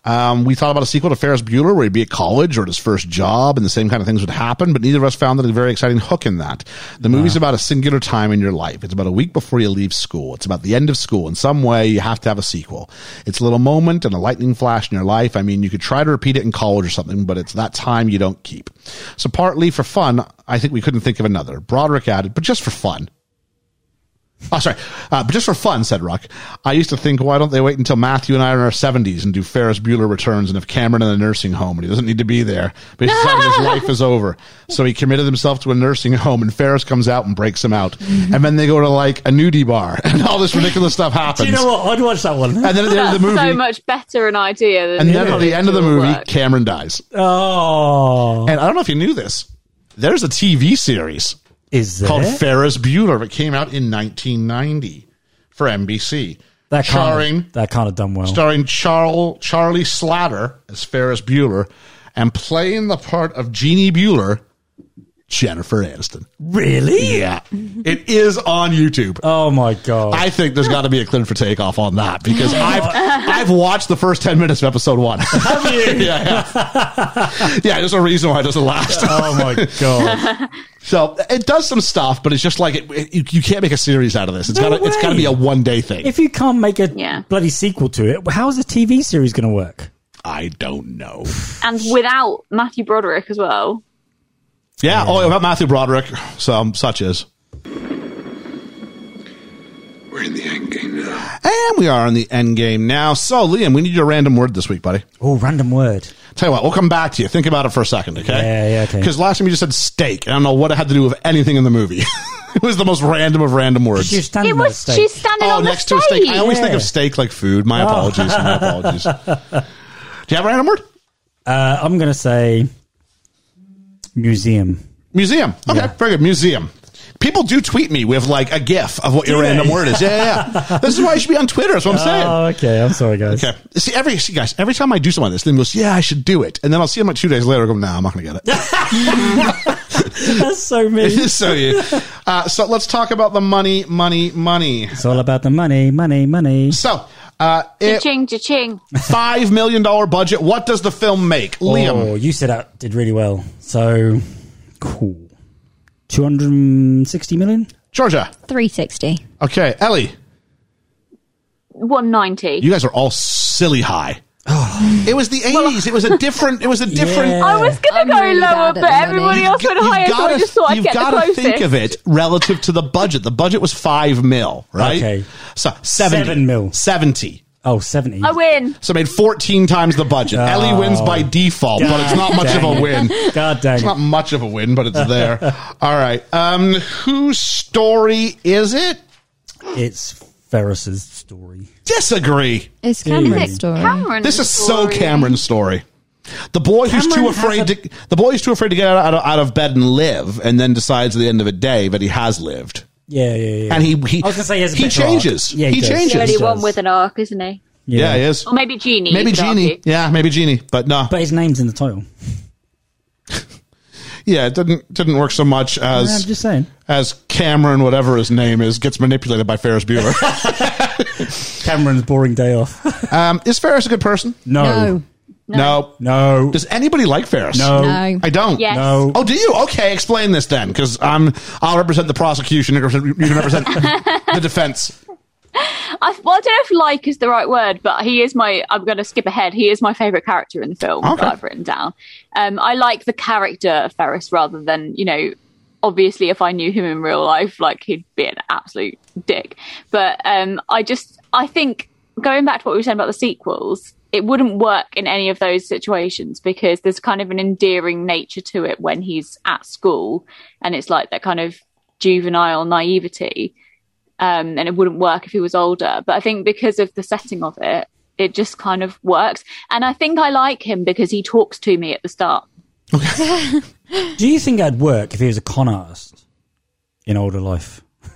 Um, we thought about a sequel to Ferris Bueller, where he'd be at college or at his first job, and the same kind of things would happen. But neither of us found that a very exciting hook in that. The movie's about a singular time in your life. It's about a week before you leave school. It's about the end of school. In some way, you have to have a sequel. It's a little moment and a lightning flash in your life. I mean, you could try to repeat it in college or something, but it's that time you don't keep. So partly for fun, I think we couldn't think of another. Broderick added, but just for fun. Oh, sorry. Uh, but just for fun, said Ruck. I used to think, why don't they wait until Matthew and I are in our 70s and do Ferris Bueller returns and have Cameron in a nursing home and he doesn't need to be there. But he decided his life is over. So he committed himself to a nursing home and Ferris comes out and breaks him out. Mm-hmm. And then they go to like a nudie bar and all this ridiculous stuff Do happens. you know what? I'd watch that one. And then at the end of the movie, so much better an idea than and then at the end of the movie, work. Cameron dies. Oh, And I don't know if you knew this. There's a TV series is there? called Ferris Bueller that came out in 1990 for NBC. that charring kind of, that kind of done well. starring Charl, Charlie Slatter as Ferris Bueller and playing the part of Jeannie Bueller, Jennifer Aniston. really? Yeah. it is on YouTube. Oh my god! I think there's got to be a clean for takeoff on that because I've I've watched the first 10 minutes of episode 1. Have you? yeah, yeah. Yeah, there's a reason why it doesn't last. oh my god! so, it does some stuff, but it's just like it, it- you, you can't make a series out of this. It's No got to it's got to way. be a one-day thing. if you can't make a Yeah. bloody sequel to it, how's a TV series going to work? I don't know. and without Matthew Broderick as well. Yeah, oh, about Matthew Broderick, some such as We're in the end game now. And we are in the end game now. So, Liam, we need your random word this week, buddy. Oh, random word. Tell you what, we'll come back to you. Think about it for a second, okay? Yeah, yeah, okay. Because last time you just said steak. and I don't know what it had to do with anything in the movie. it was the most random of random words. She was standing It on the Oh. was stage. she's standing oh, on next the to a stage. steak. I always Yeah. think of steak like food. My apologies. My apologies. Do you have a random word? Uh, I'm going to say museum. Museum. Okay, very good. Museum. People do tweet me with like a gif of what your Do they? random word is. Yeah, yeah, yeah. this is why you should be on Twitter. That's what I'm saying. Oh, okay. I'm sorry, guys. Okay. See, every see, guys, every time I do something like this, Liam goes, "Yeah, I should do it," and then I'll see him like two days later. I go, "No, I'm not going to get That's so mean. it." so, yeah. uh, so let's talk about the money, money, money. It's all about the money, money, money. So, uh, it, Cha-ching, cha-ching. five million dollar budget. What does the film make, Oh, Liam? you said that did really well. So cool. 260 million? Georgia. 360. Okay, Ellie. 190. You guys are all silly high. it was the '80s. It was a different. It was a different. Oh. Yeah. I was going I'm to go really lower, bad at but the money. everybody else went You've higher, so I gotta- just thought I'd you've get the gotta closest. think of it relative to the budget. The budget was five mil, right? Okay. So 70, Seven mil. seventy. Oh, 70. I win. So made 14 times the budget. Ellie wins by default, but it's not much of Oh. a Dang it. win. God dang It's it. not much of a win, but it's there. All right. Um, whose story is it? It's Ferris's story. Disagree. It's Is Cameron's it story. Cameron. This is so Cameron's story. The boy who's too Cameron has afraid a- to the boy who's too afraid to get out of, out of bed and live, and then decides at the end of a day that he has lived, Yeah, yeah, yeah. and he he I was gonna say he has a better changes. arc. Yeah, he he, does. the changes. only Yeah. one with an arc, isn't he? Yeah, he is. Or maybe Genie. Maybe you could genie. argue. Yeah, maybe genie. But no. But his name's in the title. yeah, it didn't didn't work so much Yeah, I'm as just saying. as Cameron, whatever his name is, gets manipulated by Ferris Bueller. Cameron's boring day off. um, is Ferris a good person? No. No. No. No. Does anybody like Ferris? No. No. I don't. Yes. No. Oh, do you? Okay, explain this then, because I'm I'll represent the prosecution. You represent, you represent the defense. I, well, I don't know if like is the right word, but he is my. I'm going to skip ahead. He is my favorite character in the film Okay. that I've written down. Um, I like the character of Ferris rather than you know. Obviously, if I knew him in real life, like he'd be an absolute dick. But um, I just, I think going back to what we were saying about the sequels, it wouldn't work in any of those situations because there's kind of an endearing nature to it when he's at school, and it's like that kind of juvenile naivety um, and it wouldn't work if he was older. But I think because of the setting of it, it just kind of works. And I think I like him because he talks to me at the start. Do you think that'd work if he was a con artist in older life? Do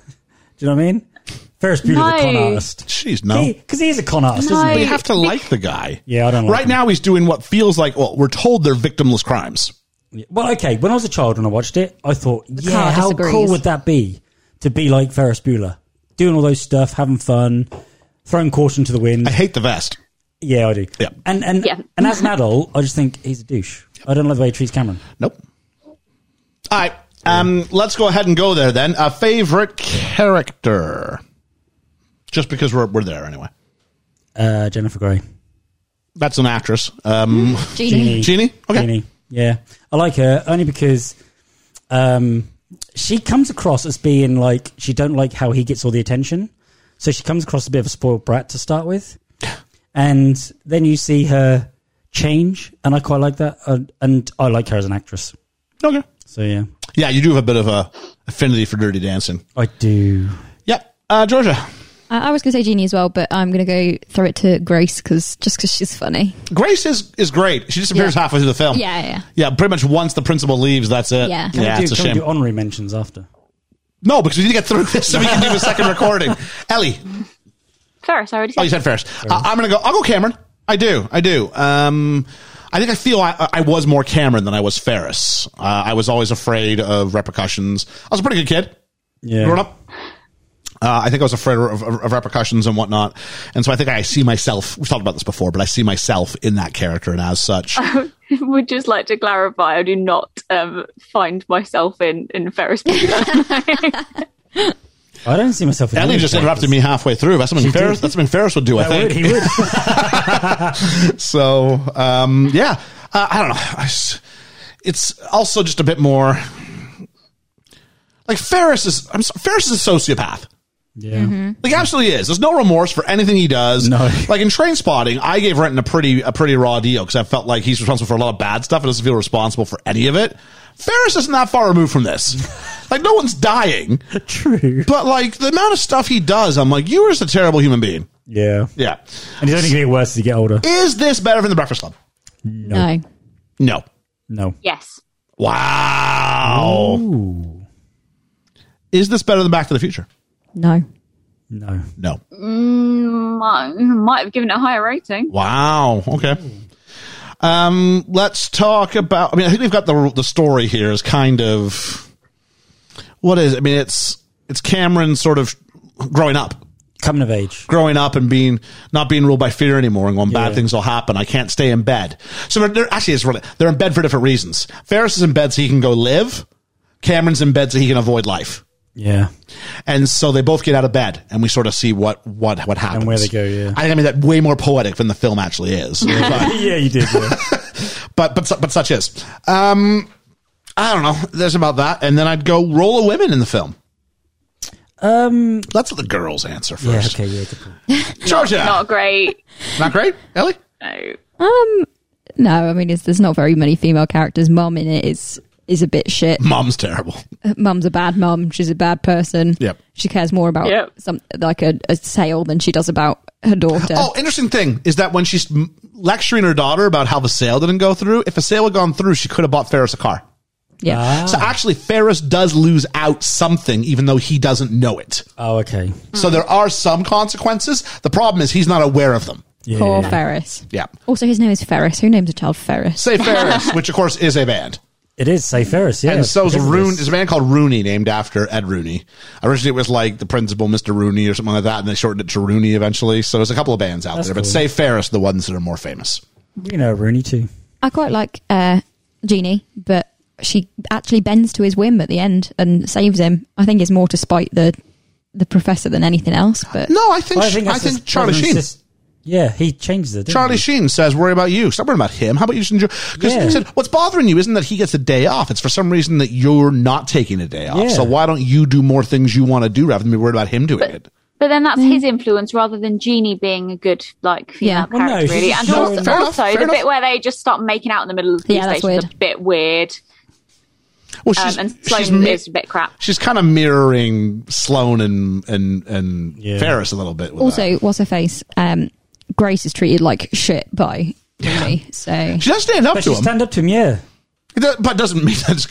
you know what I mean? Ferris Bueller's a con No. artist. Jeez, no. Because he, is a con artist, No. isn't But he? you have to like the guy. Yeah, I don't like Right him. now, he's doing what feels like. Well, we're told they're victimless crimes. Well, okay. When I was a child and I watched it, I thought, yeah, car how disagrees. cool would that be to be like Ferris Bueller, doing all those stuff, having fun, throwing caution to the wind. I hate the vest. yeah, I do. Yeah. And and Yeah. and as an adult, I just think he's a douche. I don't like the way he treats Cameron. Nope. All right. Um, let's go ahead and go there then. A favorite character. Just because we're, we're there anyway. Uh, Jennifer Grey, That's an actress. Um, Genie. Genie? Okay. Jeannie. Yeah, I like her only because um, she comes across as being like she don't like how he gets all the attention, so she comes across as a bit of a spoiled brat to start with, and then you see her change, and I quite like that, uh, and I like her as an actress. Okay. So yeah, Yeah, you do have a bit of a affinity for Dirty Dancing. I do. Yep. Uh, Georgia. I, I was going to say Genie as well, but I'm going to go throw it to Grace because just because she's funny. Grace is, is great. She disappears Yeah. halfway through the film. Yeah, yeah. Yeah, pretty much once the principal leaves, that's it. Yeah. Can Can yeah we it's do, a can we shame. do honorary mentions after? No, because we need to get through this so we can do the second recording. Ellie, Ferris, I already Oh, said. you said first. I, am gonna go. I'll go Cameron. I do. I do. Um, I think I feel I, I was more Cameron than I was Ferris. Uh, I was always afraid of repercussions. I was a pretty good kid Yeah. growing up. Uh, I think I was afraid of, of, of repercussions and whatnot, and so I think I see myself. We've talked about this before, but I see myself in that character, and as such, Would just like to clarify, I do not um, find myself in in Ferris Bueller. I don't see myself. in Ellie any just of interrupted me halfly through. That's something Ferris. That's something Ferris would do. I those. I would, think. he would. So um, yeah, uh, I don't know. I s- It's also just a bit more like Ferris is. I'm sorry, Ferris is a sociopath. yeah. Like absolutely is. There's no remorse for anything he does. No. Like in Train Spotting, I gave Renton a pretty a pretty raw deal because I felt like he's responsible for a lot of bad stuff and doesn't feel responsible for any of it. Ferris isn't that far removed from this. like no one's dying, True. but like the amount of stuff he does, I'm like, you are just a terrible human being. Yeah. Yeah. And it's only going to get worse as you get older. Is this better than the Breakfast Club? No. No. No. yes. Wow. Ooh. Is this better than Back to the Future? No. No. No. Might, Um, might have given it a higher rating. Wow. Okay. Um, let's talk about. I mean, I think we've got the the story here is kind of what is. I mean, it's it's Cameron sort of growing up, Coming of age. growing up and being not being ruled by fear anymore and going bad Yeah. things will happen. I can't stay in bed. So they're, they're- actually it's really they're in bed for different reasons. Ferris is in bed so he can go live. Cameron's in bed so he can avoid life. Yeah. And so they both get out of bed, and we sort of see what what what happens where they go, yeah. I think I mean that way more poetic than the film actually is, but, Yeah, you did. Yeah. but but su- but such is. Um, I don't know. There's about that, and then I'd go roll of women in the film. Um, Let's let the girls answer yeah, first. okay, yeah, good point. Georgia, Not great. not great, Ellie. No. Um, no, I mean, it's, there's not very many female characters. Mum in it is is a bit shit. Mom's terrible. Mum's a bad mum. She's a bad person. Yep. She cares more about Yep. some like a, a sale than she does about her daughter. Oh, interesting thing is that when she's m- lecturing her daughter about how the sale didn't go through, if a sale had gone through, she could have bought Ferris a car. yeah. Ah, So actually, Ferris does lose out something, even though he doesn't know it. Oh, okay. So there are some consequences. The problem is he's not aware of them. Yeah. Poor Ferris. Yeah. Also, his name is Ferris. Who names a child Ferris? Say Ferris, which of course is a band. It is say Ferris, yeah. and so's because of Rooney. this. There's a band called Rooney named after Ed Rooney. Originally, it was like the principal, Mr. Rooney, or something like that, and they shortened it to Rooney eventually. So there's a couple of bands out That's there, but cool. say Ferris, the ones that are more famous. You know Rooney too. I quite like uh, Jeannie, but she actually bends to his whim at the end and saves him. I think it's more to spite the the professor than anything else. Uh, But No, I think I think, that's just Charlie brother and Sheen. sis- Yeah, he changed it. didn't Charlie he? Sheen says, "Worry about you. Stop worrying about him. How about you just enjoy?" Because Yeah. he said, "What's bothering you isn't that he gets a day off. It's for some reason that you're not taking a day off. Yeah. So why don't you do more things you want to do rather than be worried about him doing it?" But then that's his influence rather than Jeannie being a good like Yeah. female Well, no, character, she's really. just And showing- also, Fair enough, also fair the enough. bit where they just start making out in the middle of the Yeah, that's police station is a weird. bit weird. Well, Um, she's and she's Sloane mi- is a bit crap. she's kind of mirroring Sloane and and and Yeah. Ferris a little bit. With that. also, what's her face? Um, Grace is treated like shit by Jeannie. So she does stand up But to she him, stand up to him, yeah. That- but doesn't mean that's.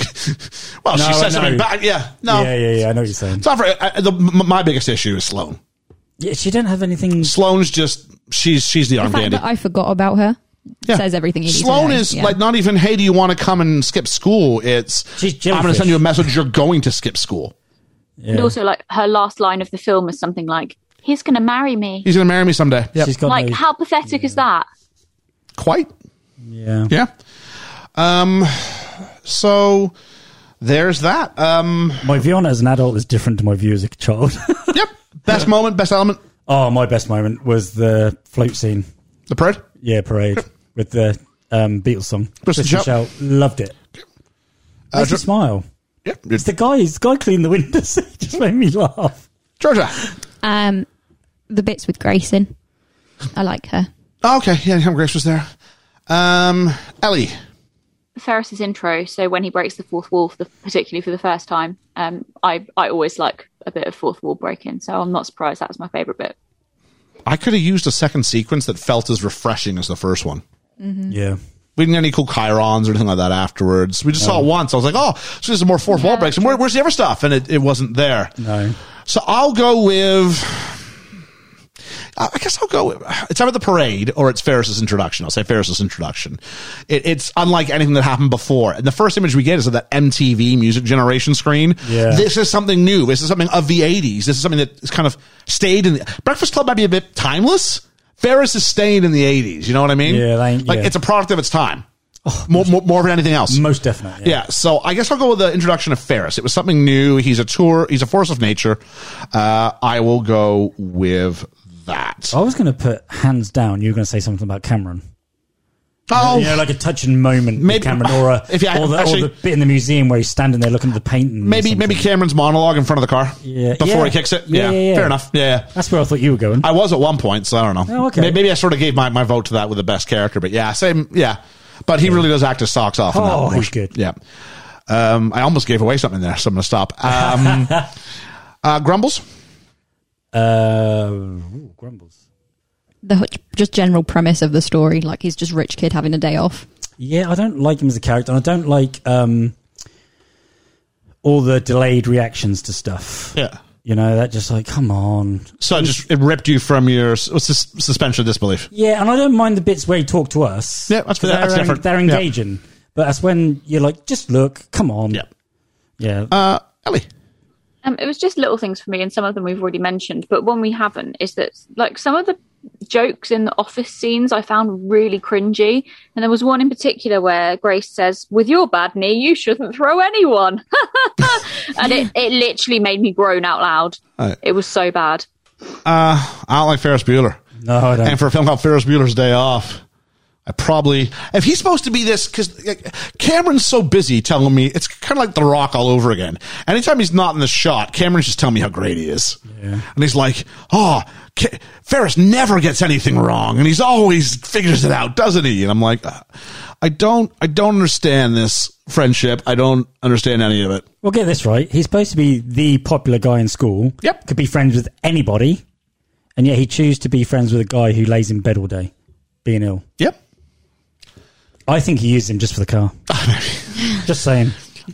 Well, No, she I says something know. back. Yeah, no. Yeah, yeah, yeah. I know what you're saying. It's not for, I, the, m- my biggest issue is Sloane. Yeah, she didn't have anything. Sloane's just she's she's the the arm fact dandy. that I forgot about her Yeah. says everything you need Sloan to know. is Yeah. like not even, hey, do you want to come and skip school? It's, I'm She's going to jellyfish. send you a message. You're going to skip school. And also, like her last line of the film is something like, "He's going to marry me." He's going to marry me someday. Yeah. She's got like, no- how pathetic is that? Quite. yeah. Yeah. Um, so there's that. Um, My view on it as an adult is different to my view as a child. yep. Best moment, best element, oh, my best moment was the float scene. the parade. Yeah, parade with the um, Beatles song. Twist and shout. Loved it. Uh, Makes Ge- me smile. Yep. It's the guy. It's the guy cleaning the windows. it just made me laugh. Georgia. um, the bits with Grace in. I like her. Oh, okay. Yeah. Him Grace was there. Um, Ellie. Ferris's intro. So when he breaks the fourth wall, for the, particularly for the first time, um, I I always like a bit of fourth wall breaking. So I'm not surprised that was my favorite bit. I could have used a second sequence that felt as refreshing as the first one. Mm. Yeah. We didn't get any cool chirons or anything like that afterwards. We just saw it once. I was like, oh, so there's more fourth wall breaks. And where, where's the other stuff? And it, it wasn't there. No. So I'll go with. I I guess I'll go. With, it's either the parade or it's Ferris's introduction. I'll say Ferris's introduction. It, it's unlike anything that happened before. And the first image we get is of that MTV music generation screen. Yeah. This is something new. This is something of the 80s. This is something that is kind of stayed in the Breakfast Club might be a bit timeless. Ferris is staying in the 80s. You know what I mean? Yeah, they- Like yeah. Oh. it's a product of its time. more, more, more than anything else. Most definite. Yeah. Yeah, so I guess I'll go with the introduction of Ferris. It was something new. He's a tour. He's a force of nature. Uh, I will go with that. I was going to put hands down. You were going to say something about Cameron. Oh, you know, like a touching moment Maybe- with Cameron, or a, if you- or, the, actually- or the bit in the museum where he's standing there looking at the painting. or maybe something. maybe Cameron's monologue in front of the car Yeah. before he Yeah. kicks it. Yeah, Yeah, yeah, yeah. fair enough. Yeah, yeah. that's where I thought you were going. I was at one point, so I don't know. Oh, okay. May- Maybe I sort of gave my, my vote to that with the best character, but yeah, same. Yeah, but he really does act his socks off. in that Oh, one. he's good. Yeah. Um, I almost gave away something there, so I'm going to stop. Um, uh, grumbles. Uh, ooh, grumbles. The h- just general premise of the story, like he's just rich kid having a day off. Yeah, I don't like him as a character, and I don't like um, all the delayed reactions to stuff. Yeah. You know, that just like, come on. So it just it ripped you from your what's this, suspension of disbelief. Yeah, and I don't mind the bits where he talked to us. Yeah, that's- 'cause that's they're, en- different. They're Yeah. engaging, but that's when you're like, just look, come on. Yeah. Yeah. Uh, Ellie. Um, it was just little things for me, and some of them we've already mentioned, but one we haven't is that like some of the jokes in the office scenes I found really cringy, and there was one in particular where Grace says, "With your bad knee, you shouldn't throw anyone," and it, it literally made me groan out loud. It was so bad. I don't like Ferris Bueller. no, I don't. And for a film called Ferris Bueller's Day Off, I probably if he's supposed to be this because Cameron's so busy telling me it's kind of like The Rock all over again. Anytime he's not in the shot, Cameron's just telling me how great he is, and he's like, "Oh, Ca- Ferris never gets anything wrong, and he's always figures it out, doesn't he?" And I'm like, "Uh, "I don't, I don't understand this friendship. I don't understand any of it." Well, get this right. He's supposed to be the popular guy in school. Yep. Could be friends with anybody. And yet he chooses to be friends with a guy who lays in bed all day, being ill. Yep. I think he used him just for the car. just saying.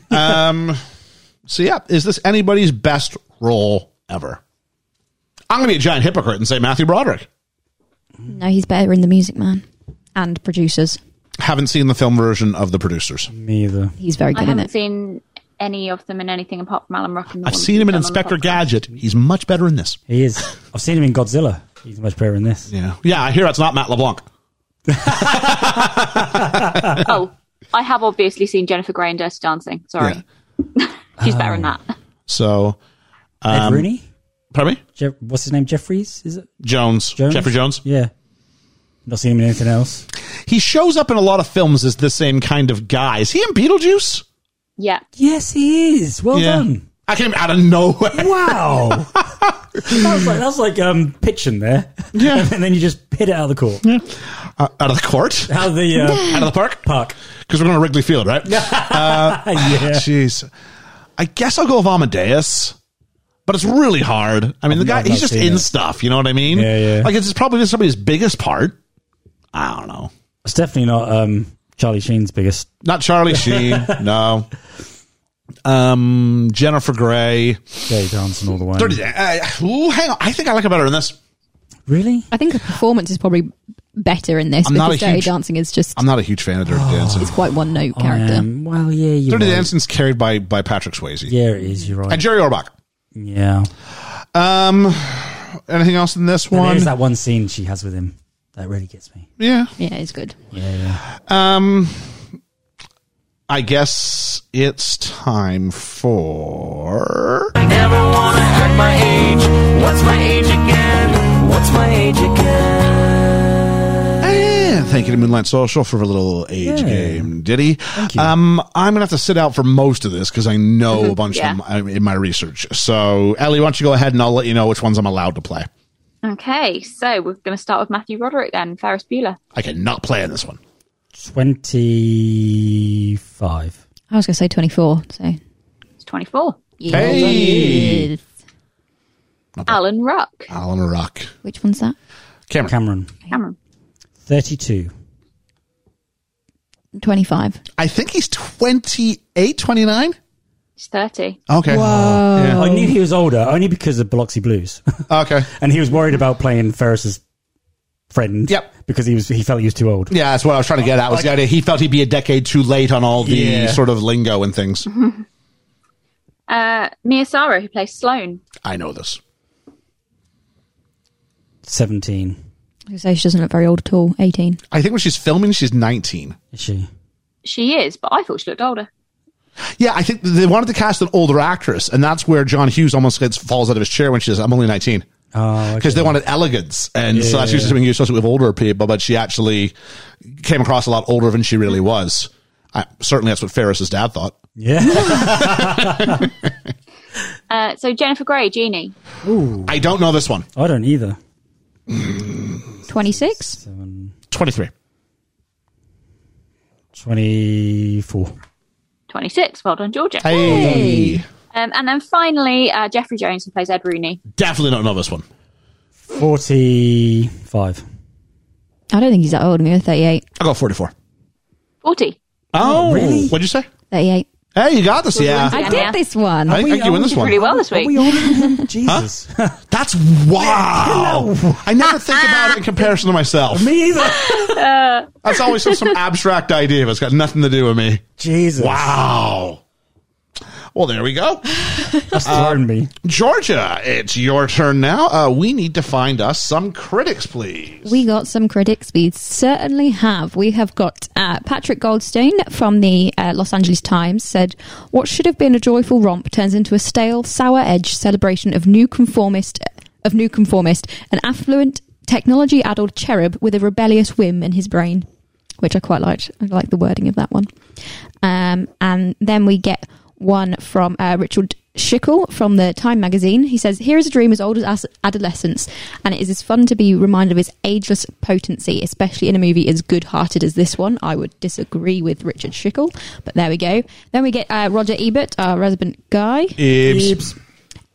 So yeah, is this anybody's best role ever? I'm gonna be a giant hypocrite and say Matthew Broderick. No, he's better in The Music Man and producers. Haven't seen the film version of The Producers. Me either. He's very I good in haven't it. seen any of them in anything apart from Alan Rock. And the I've one seen him in that's done on Inspector the podcast. Gadget. He's much better in this. He is. I've seen him in Godzilla. He's much better in this. Yeah, yeah. I hear it's not Matt LeBlanc. Oh, I have obviously seen Jennifer Grey in Dirty Dancing. Sorry, she's better Ah. in that. So, Um, Ed Rooney? pardon me, Je- what's his name? Jeffries? Is it? Jones, Jones? Jeffrey Jones. Yeah. Not seen him in anything else. He shows up in a lot of films as the same kind of guy. Is he in Beetlejuice? Yeah, Yes, he is. Well done. I came out of nowhere. Wow. that was like, that was like um, pitching there. Yeah. and then you just hit it out of the court. Uh, out of the court, Out of the uh, out of the park, park. Ah, because we're going to Wrigley Field, right? yeah. Jeez. I guess I'll go with Amadeus, but it's really hard. I mean, the guy, I've he's not just seen in it. stuff. You know what I mean? Yeah, yeah. Like, it's probably somebody's biggest part. I don't know. It's definitely not um, Charlie Sheen's biggest. Not Charlie Sheen. no. Um, Jennifer Grey. Jay dancing all the way. Dirty Dan- uh, ooh, hang on. I think I like her better in this. Really? I think the performance is probably better in this I'm not because a Dirty huge- Dancing is just I'm not a huge fan of Dirty Dancing. it's quite one note character. I am. Um, Well, yeah, you Dirty right. Dancing's carried by, by Patrick Swayze Yeah, it is. You're right. and Jerry Orbach. yeah. Um, anything else in this And one? There's that one scene she has with him that really gets me. yeah. Yeah, it's good. Yeah, yeah. Um, I guess it's time for. I never wanna hurt my age. What's my age again? What's my age again? Eh, thank you to Moonlight Social for a little age Yeah. game, Diddy. Um, I'm gonna have to sit out for most of this because I know a bunch of Yeah. them in my research. So, Ellie, why don't you go ahead and I'll let you know which ones I'm allowed to play. Okay, so we're going to start with Matthew Roderick then, Ferris Bueller. I cannot play in this one. 25. I was going to say 24, so. He's 24. Hey! Yes. Alan Ruck, Alan Rock, Which one's that? Cameron, Cameron. Cameron. 32. 25. I think he's 28, 29. He's 30. Okay. I knew he was older only because of Biloxi Blues. Okay. and he was worried about playing Ferris's friend. Yep. Because he was he felt he was too old. Yeah, that's what I was trying to get at. Was the idea he felt he'd be a decade too late on all the Yeah. sort of lingo and things. Uh, Mia Sara, who plays Sloane. I know this. 17. I was going to say she doesn't look very old at all. 18. I think when she's filming, she's 19. Is she? She is, but I thought she looked older. Yeah, I think they wanted to cast an older actress, and that's where John Hughes almost gets falls out of his chair when she says, "I'm only 19," Oh, because they wanted elegance, and so that's usually something you associate with older people. But she actually came across a lot older than she really was. I, certainly, that's what Ferris's dad thought. Yeah. Uh, so Jennifer Grey, Genie. I don't know this one. I don't either. 26? 23. 24. 26. Well done, Georgia. Hey, Um, and then finally, uh, Jeffrey Jones, who plays Ed Rooney. definitely don't know this one. 45. I don't think he's that old. I'm going 38. I'll go 44. 40. Oh, really? what'd you say? 38. Hey, you got this, yeah. I Yeah. did this one. I think you win this did one. Pretty well this week. Jesus. That's wow. I never think about it in comparison to myself. Me either. That's always some, some abstract idea. It's got nothing to do with me. Jesus. Wow. Well, there we go. That's throwing me. Georgia, it's your turn now. Uh, we need to find us some critics, please. We got some critics. We certainly have. We have got uh, Patrick Goldstein from the uh, Los Angeles Times said, What should have been a joyful romp turns into a stale, sour edge celebration of new conformist, of new conformist, an affluent, technology addled cherub with a rebellious whim in his brain. which I quite liked. I like the wording of that one. Um, and then we get one from uh, Richard Schickel from the Time magazine. He says, Here is a dream as old as as adolescence, and it is as fun to be reminded of its ageless potency, especially in a movie as good hearted as this one. I would disagree with Richard Schickel, but there we go. Then we get uh, Roger Ebert, our resident guy. Ibs.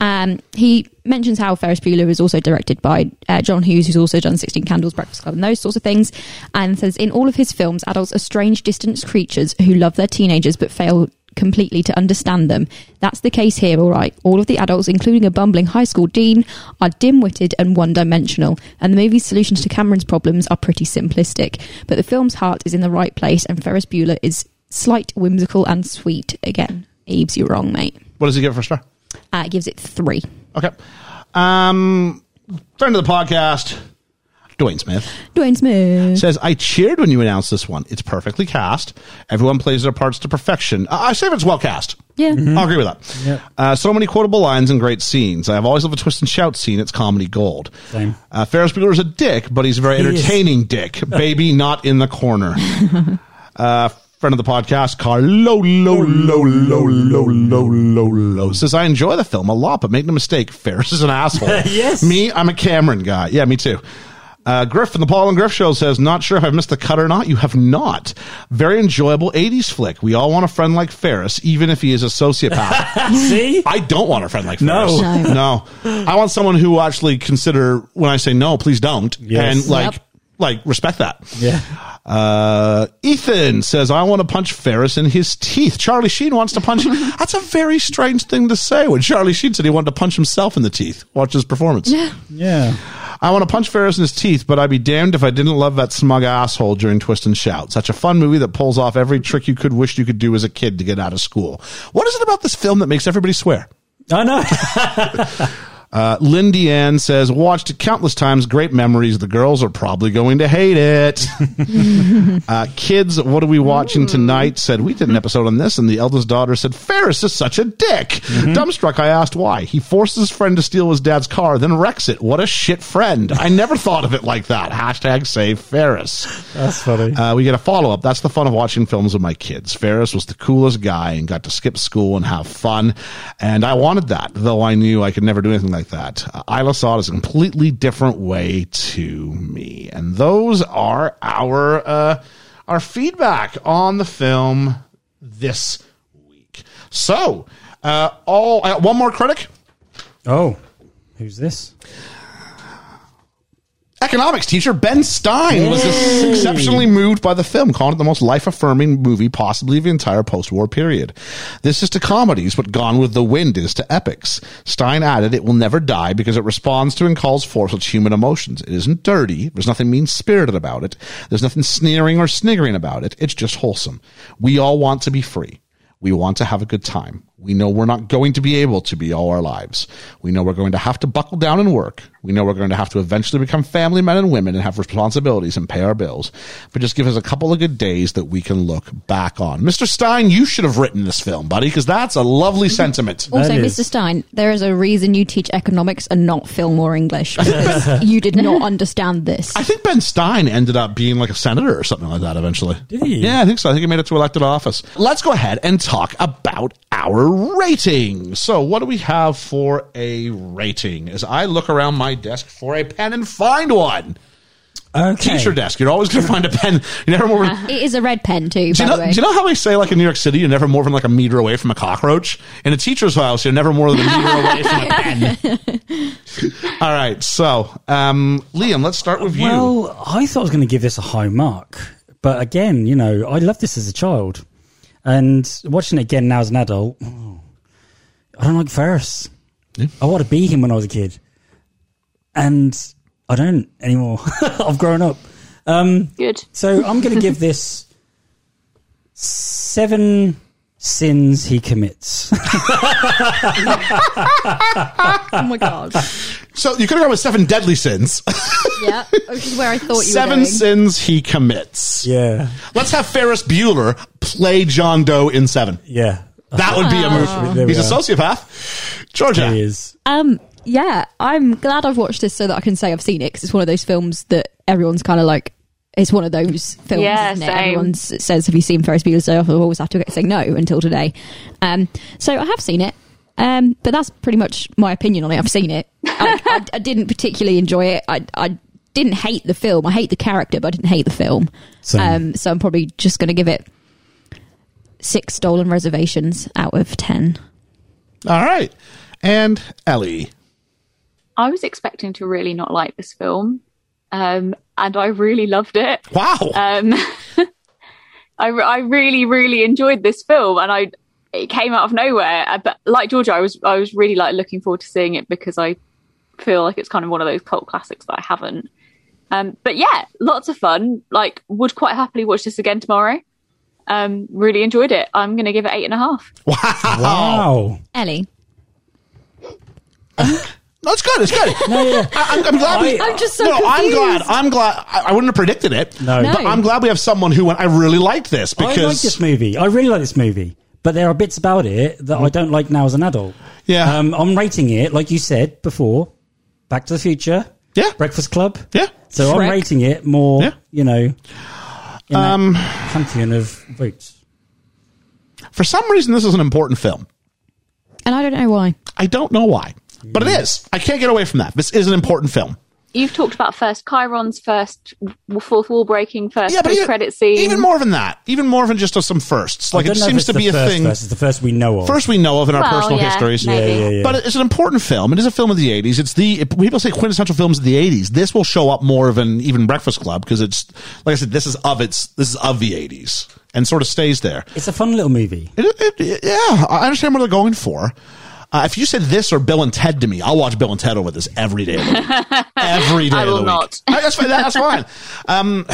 Um, he mentions how Ferris Bueller was also directed by uh, John Hughes, who's also done 16 Candles, Breakfast Club, and those sorts of things, and says in all of his films, adults are strange, distant creatures who love their teenagers but fail completely to understand them. That's the case here, all right. All of the adults, including a bumbling high school dean, are dim witted and one dimensional, and the movie's solutions to Cameron's problems are pretty simplistic. But the film's heart is in the right place, and Ferris Bueller is slight, whimsical, and sweet. Again, Eves, you're wrong, mate. What does he get for a star? Uh, it gives it three. Okay. Um, friend of the podcast, Dwayne Smith. Dwayne Smith. Says, I cheered when you announced this one. It's perfectly cast. Everyone plays their parts to perfection. I I say if it's well cast. Yeah. Mm-hmm. I'll agree with that. Uh, so many quotable lines and great scenes. I've always loved a twist and shout scene. It's comedy gold. Same. Uh, Ferris Bueller is a dick, but he's a very He is. entertaining dick. Baby, not in the corner. uh, friend of the podcast, Carlo, lo, lo, lo, lo, lo, lo, lo, says, I enjoy the film a lot, but make no mistake, Ferris is an asshole. Yes. Me, I'm a Cameron guy. Yeah, me too. Uh, Griff from the Paul and Griff Show says, Not sure if I've missed the cut or not. You have not. Very enjoyable 80s flick. We all want a friend like Ferris, even if he is a sociopath. See? I don't want a friend like No. Ferris. No. No. I want someone who actually consider when I say no, please don't. Yes. And like Yep. like respect that. Yeah. Uh, Ethan says, I want to punch Ferris in his teeth. Charlie Sheen wants to punch That's a very strange thing to say when Charlie Sheen said he wanted to punch himself in the teeth. Watch his performance. Yeah. I want to punch Ferris in his teeth, but I'd be damned if I didn't love that smug asshole during Twist and Shout. Such a fun movie that pulls off every trick you could wish you could do as a kid to get out of school. What is it about this film that makes everybody swear? I know. Uh, Lindy Ann says, watched it countless times. Great memories. The girls are probably going to hate it. uh, kids, what are we watching tonight? Said, we did an episode on this. And the eldest daughter said, Ferris is such a dick. Dumbstruck, I asked why. He forces his friend to steal his dad's car, then wrecks it. What a shit friend. I never thought of it like that. Hashtag save Ferris. That's funny. Uh, we get a follow up. That's the fun of watching films with my kids. Ferris was the coolest guy and got to skip school and have fun. And I wanted that, though I knew I could never do anything like that. Uh, Isla saw it as a completely different way to me. And those are our, uh, our feedback on the film this week. So, uh, all, I got one more critic. oh, who's this? Economics teacher Ben Stein was Yay. exceptionally moved by the film, calling it the most life affirming movie possibly of the entire post war period. This is to comedies what Gone with the Wind is to epics. Stein added, It will never die because it responds to and calls forth its human emotions. It isn't dirty. There's nothing mean spirited about it. There's nothing sneering or sniggering about it. It's just wholesome. We all want to be free. We want to have a good time. We know we're not going to be able to be all our lives. We know we're going to have to buckle down and work. We know we're going to have to eventually become family men and women and have responsibilities and pay our bills. But just give us a couple of good days that we can look back on. Mr. Stein, you should have written this film, buddy, because that's a lovely sentiment. Also, That is- Mr. Stein, there is a reason you teach economics and not film or English. because you did not understand this. I think Ben Stein ended up being like a senator or something like that eventually. Did he? Yeah, I think so. I think he made it to elected office. Let's go ahead and talk about our rating. So, what do we have for a rating? As I look around my desk for a pen and find one. Okay. Teacher desk. You're always going to find a pen. You never more. It is a red pen Do you, too, by the know, way. do you know how they say, like in New York City, you're never more than like a meter away from a cockroach? In a teacher's house, you're never more than a meter away from a pen. All right, so um, Liam, let's start with you. Well, I thought I was going to give this a high mark, but again, you know, I loved this as a child, and watching it again now as an adult, oh, I don't like Ferris. I want to be him when I was a kid, and I don't anymore. I've grown up, Good. so I'm going to give this seven sins he commits. oh my god! So you could have gone with seven deadly sins. yeah, which is where I thought you were seven going. sins he commits. yeah, Let's have Ferris Bueller play John Doe in Seven. yeah, That would be a Ah. There movie. we He's a are. sociopath. There he Georgia. is. Um, yeah, I'm glad I've watched this so that I can say I've seen it because it's one of those films that everyone's kind of like It's one of those films. Yeah, isn't it? same. Everyone s- says, "Have you seen Ferris Bueller's Day Off?" I always have to say no until today. Um, so I have seen it, um, but that's pretty much my opinion on it. I've seen it. I, I, I didn't particularly enjoy it. I, I didn't hate the film. I hate the character, but I didn't hate the film. Same. Um, so I'm probably just going to give it six stolen reservations out of ten. All right. And Ellie. I was expecting to really not like this film, um, and I really loved it. Wow. Uh, Um, I, re- I really, really enjoyed this film, and I it came out of nowhere. Uh, But like Georgia, I was I was really like looking forward to seeing it because I feel like it's kind of one of those cult classics that I haven't. Um, but yeah, lots of fun. Like, would quite happily watch this again tomorrow. Um, really enjoyed it. I'm going to give it eight and a half. Wow. Ellie, No, it's good. It's good. No, yeah. I, am glad. we, I- I'm just so no, I'm glad. confused. I'm glad. I, I wouldn't have predicted it. No. No. but I'm glad we have someone who went. I really liked this because I like this movie. I really like this movie. But there are bits about it that I don't like now as an adult. Mm. Yeah. Um, I'm rating it, like you said before, Back to the Future. Yeah. Breakfast Club. Yeah. So I'm Shrek. rating it more, Yeah. you know, in um, pantheon of roots. for some reason this is an important film. and I don't know why. I don't know why, but it is. I can't get away from that. This is an important film. You've talked about first Chiron's first w- fourth wall breaking, first Yeah, but post even, credit scene. even more than that, even more than just some firsts. Like I it don't know if seems it's to the be a first thing. verse, It's the first we know of. First, we know of in our Well, personal yeah, histories. yeah, maybe. yeah, yeah. But it's an important film. It is a film of the 80s. It's the it- people say quintessential films of the 80s. This will show up more of an even Breakfast Club because it's like I said this is of its this is of the 80s and sort of stays there. it's a fun little movie. It, it- it- yeah, I understand what they're going for. Uh, if you said this or Bill and Ted to me, I'll watch Bill and Ted over this every day. Of the week. every day. I of will the week. not. Uh, That's fine. That's fine. Um,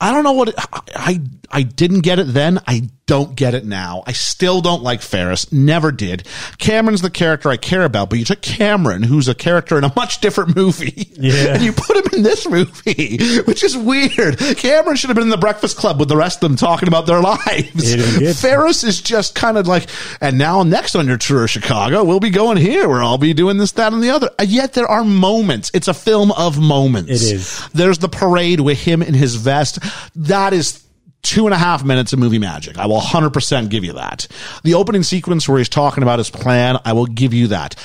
I don't know what it, I I didn't get it then. I don't get it now. I still don't like Ferris. Never did. Cameron's the character I care about, but you took Cameron, who's a character in a much different movie, Yeah. and you put him in this movie, which is weird. Cameron should have been in the Breakfast Club with the rest of them talking about their lives. He'd have been good. Ferris is just kind of like, and now next on your tour of Chicago, we'll be going here where I'll be doing this, that, and the other. And yet there are moments. It's a film of moments. It is. There's the parade with him in his vest. That is two and a half minutes of movie magic. I will 100% give you that. The opening sequence where he's talking about his plan, I will give you that.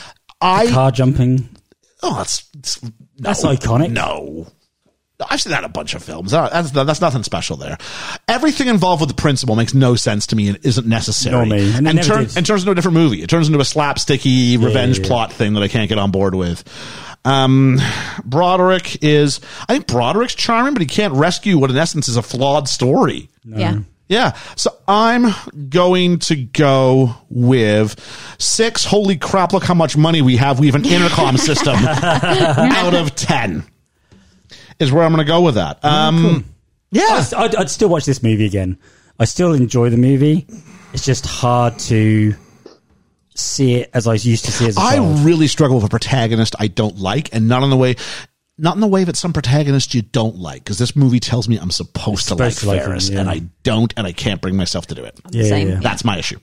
I, Car jumping. oh, that's, that's, no. That's iconic. No. I've seen that in a bunch of films. That- That's, that's nothing special there. Everything involved with the principal makes no sense to me and isn't necessary. Nor me. And And, it never turn- did. and turns into a different movie. It turns into a slapsticky revenge yeah, yeah. plot thing that I can't get on board with. Um, Broderick is, I think Broderick's charming, but he can't rescue what in essence is a flawed story. Yeah. Yeah. So I'm going to go with six. Holy crap. Look how much money we have. We have an intercom system out of 10 is where I'm going to go with that. Oh, Um, yeah. I'd, I'd, I'd still watch this movie again. I still enjoy the movie. It's just hard to see it as I used to see it as a I child. really struggle with a protagonist I don't like and not in the way, not in the way that some protagonist you don't like. Cause this movie tells me I'm supposed, to like supposed to like him, Ferris yeah. and I don't, and I can't bring myself to do it. Yeah, yeah, Same. yeah. That's my issue.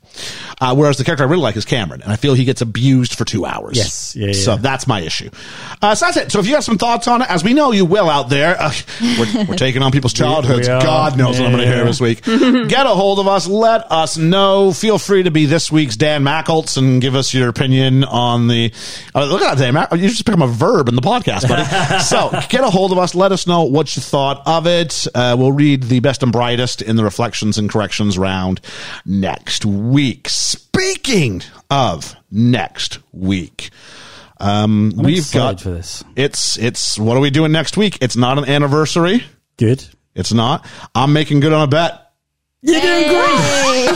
Uh, whereas the character I really like is Cameron, and I feel he gets abused for two hours. Yes. Yeah, yeah. So that's my issue. Uh, so that's it. So if you have some thoughts on it, as we know you will out there, uh, we're, we're taking on people's childhoods. we are. God knows what I'm going to hear Yeah. this week. Get a hold of us. Let us know. Feel free to be this week's Dan Mackelts and give us your opinion on the. Uh, look at that, Dan. Mac- You just become a verb in the podcast, buddy. so get a hold of us. Let us know what you thought of it. Uh, we'll read the best and brightest in the reflections and corrections round next week. Speaking of next week. Um, I'm we've excited got for this. it's it's what are we doing next week? It's not an anniversary. Good. It's not. I'm making good on a bet. You're doing great.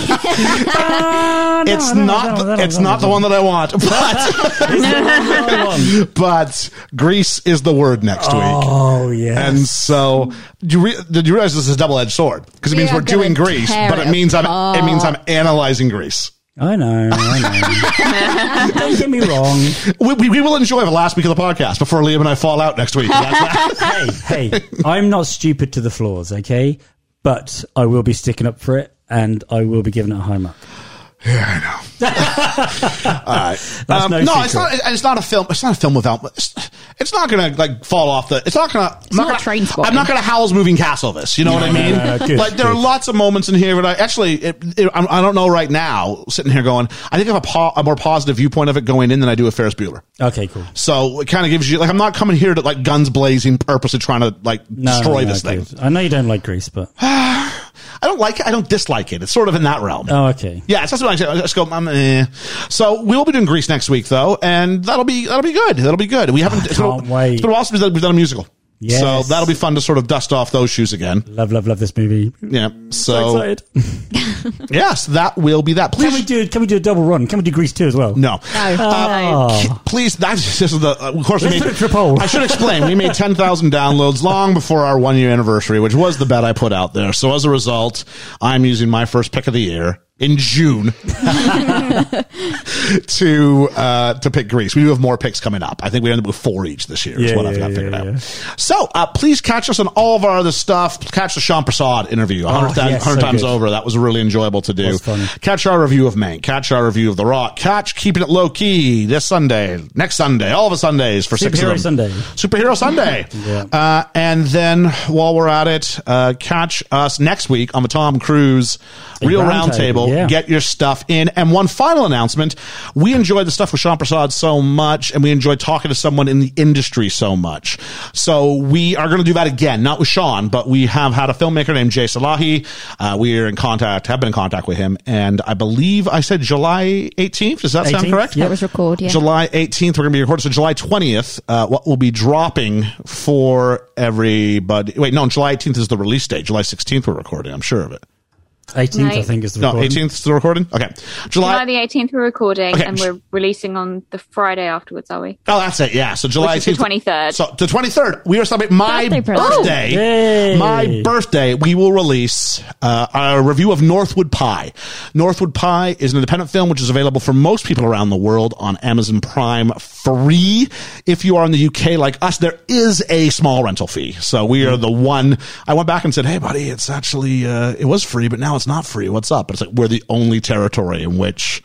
it's not the, it's not the one that I want, but but Greece is the word next week. Oh yeah. And so, do you re- did you realize this is a double edged sword? Because it We means are we're doing gonna Greece, tear but it it means I'm it means I'm analyzing Greece. I know. I know. Don't get me wrong. We, we, we will enjoy the last week of the podcast before Liam and I fall out next week. That's- Hey, hey. I'm not stupid to the flaws, okay? But I will be sticking up for it, and I will be giving it a high mark. All right. That's Um, no no, it's Uh, secret. um, not. It's not a film. It's not a film without. It's, it's not gonna like fall off the. It's not gonna. It's not gonna, train I'm spotting. not gonna Howl's Moving Castle this. You know what I mean? no, no, good, like there are good. lots of moments in here that I actually it, it, I'm- I don't know right now. Sitting here going, I think I have a, po- a more positive viewpoint of it going in than I do with Ferris Bueller. Okay, cool. So it kind of gives you like I'm not coming here to like guns blazing, purposely trying to like No, destroy no, this thing. good. I know you don't like Greece, but I don't like it. I don't dislike it. It's sort of in that realm. oh, okay. Yeah, so that's what I said. I just go. Um, eh. So we will be doing Greece next week, though, and that'll be that'll be good. That'll be good. We haven't. it's can't been, wait. It's been awesome that we've done a musical. Yes. So that'll be fun to sort of dust off those shoes again. Love, love, love this movie. Yeah. So Excited. Can yes, that will be that. Please we do? Can we do a double run? Can we do Greece too as well? No. No. Uh, Oh. ki- Please, that's this is the uh, of course we Let's made put it to poll. I should explain. We made ten thousand downloads long before our one year anniversary, which was the bet I put out there. So as a result, I'm using my first pick of the year in June to uh, to pick Greece. We do have more picks coming up. I think we ended up with four each this year. is Yeah, what I've yeah, got yeah, figured yeah. out. So uh, please catch us on all of our other stuff. Catch the Sean Prasad interview a hundred Oh, thousand- yes, hundred so times good. over. That was really enjoyable to do. was funny. Catch our review of Mank. Catch our review of The Rock. Catch Keeping It Low Key this Sunday, next Sunday, all of the Sundays for six of Superhero them. Sunday. Superhero Sunday. uh, and then while we're at it, uh, catch us next week on the Tom Cruise Real round Roundtable. table, yeah. Get your stuff in. And one final announcement. We enjoyed the stuff with Sean Prasad so much, and we enjoyed talking to someone in the industry so much. So we are going to do that again, not with Sean, but we have had a filmmaker named Jay Salahi. Uh, we are in contact, have been in contact with him. And I believe I said July 18th. Does that sound 18th? correct? Yep. That was record, yeah. July 18th, we're going to be recording. So July 20th, uh, what will be dropping for everybody? Wait, no, July 18th is the release date. July 16th, we're recording. I'm sure of it. 18th, I Right. think, is the No, recording. 18th is the recording? Okay. July. July the 18th, we're recording Okay. and we're releasing on the Friday afterwards, are we? Oh, that's it. Yeah. So July Which is the 23rd. So the 23rd, we are celebrating my Birthday birthday. present. Yay. My birthday. We will release uh, a review of Northwood Pie. Northwood Pie is an independent film which is available for most people around the world on Amazon Prime free. If you are in the UK like us, there is a small rental fee. So we are the one. I went back and said, "Hey, buddy, it's actually uh, it was free, but now it's not free. What's up?" But it's like we're the only territory in which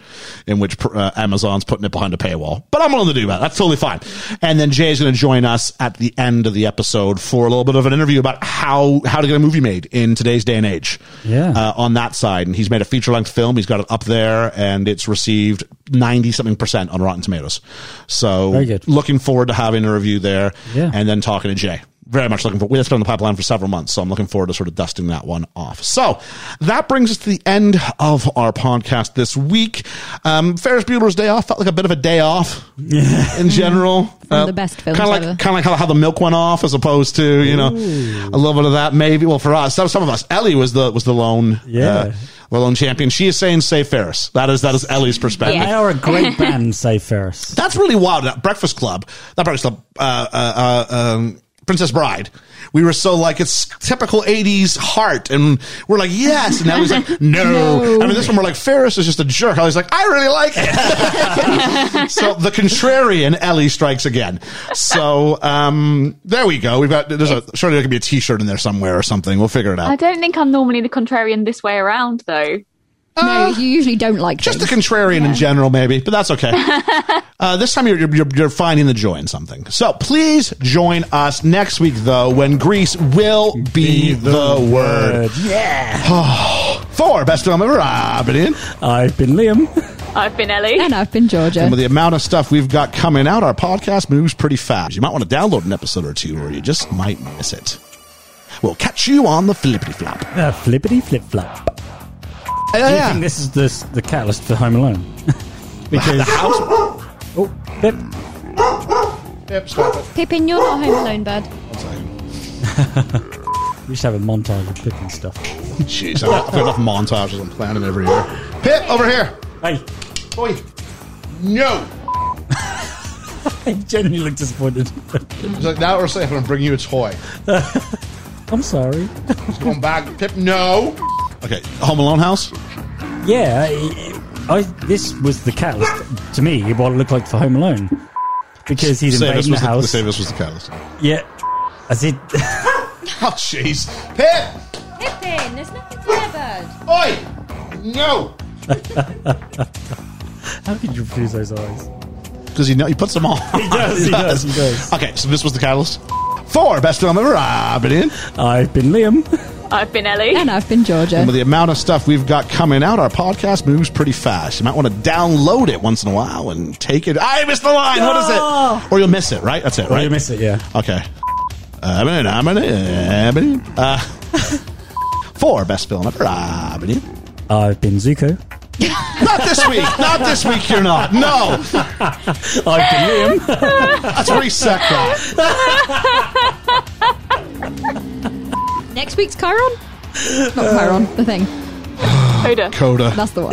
in which uh, Amazon's putting it behind a paywall. But I'm willing to do that. That's totally fine. And then Jay's going to join us at the end of the episode for a little bit of an interview about how how to get a movie made in today's day and age. Yeah. Uh, on that side, and he's made a feature length film. He's got it up there, and it's received ninety something percent on Rotten Tomatoes. So Very good. looking forward to having a review there, Yeah. and then talking to Jay. Very much looking for. That's been on the pipeline for several months, so I'm looking forward to sort of dusting that one off. So that brings us to the end of our podcast this week. Um, Ferris Bueller's Day Off felt like a bit of a day off in general. Mm-hmm. One of the best films kind of ever. like kind of like how, how the milk went off, as opposed to you know a little bit of that maybe. Well, for us, some, some of us, Ellie was the was the lone Yeah. uh, the lone champion. She is saying save Ferris. That is that is Ellie's perspective. They are a great band, Save Ferris. That's really wild. That Breakfast Club, that Breakfast Club, uh, uh, uh, um, Princess Bride. We were so like it's typical '80s heart, and we're like yes, and now he's like no. I mean, this one we're like Ferris is just a jerk. Ellie's like I really like it. so the contrarian Ellie strikes again. So um, there we go. We've got there's a surely there could be a T-shirt in there somewhere or something. We'll figure it I out. don't think I'm normally the contrarian this way around, though. no, you usually don't like Just the things. contrarian in general, maybe, but that's okay. uh, this time you're, you're, you're finding the joy in something. So please join us next week, though, when Greece will be, the, word. Yeah. For Best Film Ever, I've been in. I've been Liam. I've been Ellie. and I've been Georgia. And with the amount of stuff we've got coming out, our podcast moves pretty fast. You might want to download an episode or two, or you just might miss it. We'll catch you on the flippity flop. Uh, flippity flip flop. Yeah, Do you yeah. think this is the, the catalyst for Home Alone? because Oh, pip. Yep, stop it. Pippin, you're not home alone, bud. One second. We should have a montage of Pip and stuff. Jeez, I've got enough montages I'm planning every year. Pip, over here. Hey, Boy. No. I genuinely look disappointed. He's like, now we're safe. I'm gonna bring you a toy. I'm sorry. It's going back. Pip, no. Okay, Home Alone house. Yeah, I, I, this was the catalyst to me. What it looked like for Home Alone because he's Save us invading the was the, house. save us was the catalyst. yeah, as it. Oh jeez, Pip, Pippin, there's nothing there, bud. oi, no. How could you refuse those eyes? Does he know? He puts them all. He does, he does, he does. Okay, so this was the catalyst. Four best film ever. I've been in. I've been Liam. I've been Ellie. And I've been Georgia. And with the amount of stuff we've got coming out, our podcast moves pretty fast. You might want to download it once in a while and take it. I missed the line. What is it? Or you'll miss it, right? That's it, Well, right? you miss it, yeah. Okay. I'm in, I'm in, I'm in. Uh, four best film ever. I'm in. I've been Zuko. Not this week. Not this week. You're not. No. I've been Liam. Let's reset that. Next week's Chiron? Not Chiron, the thing. Coda. Coda. That's the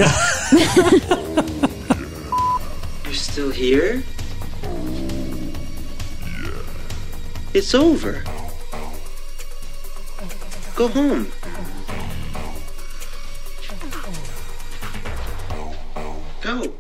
one. You're still here? It's over. Go home. Go.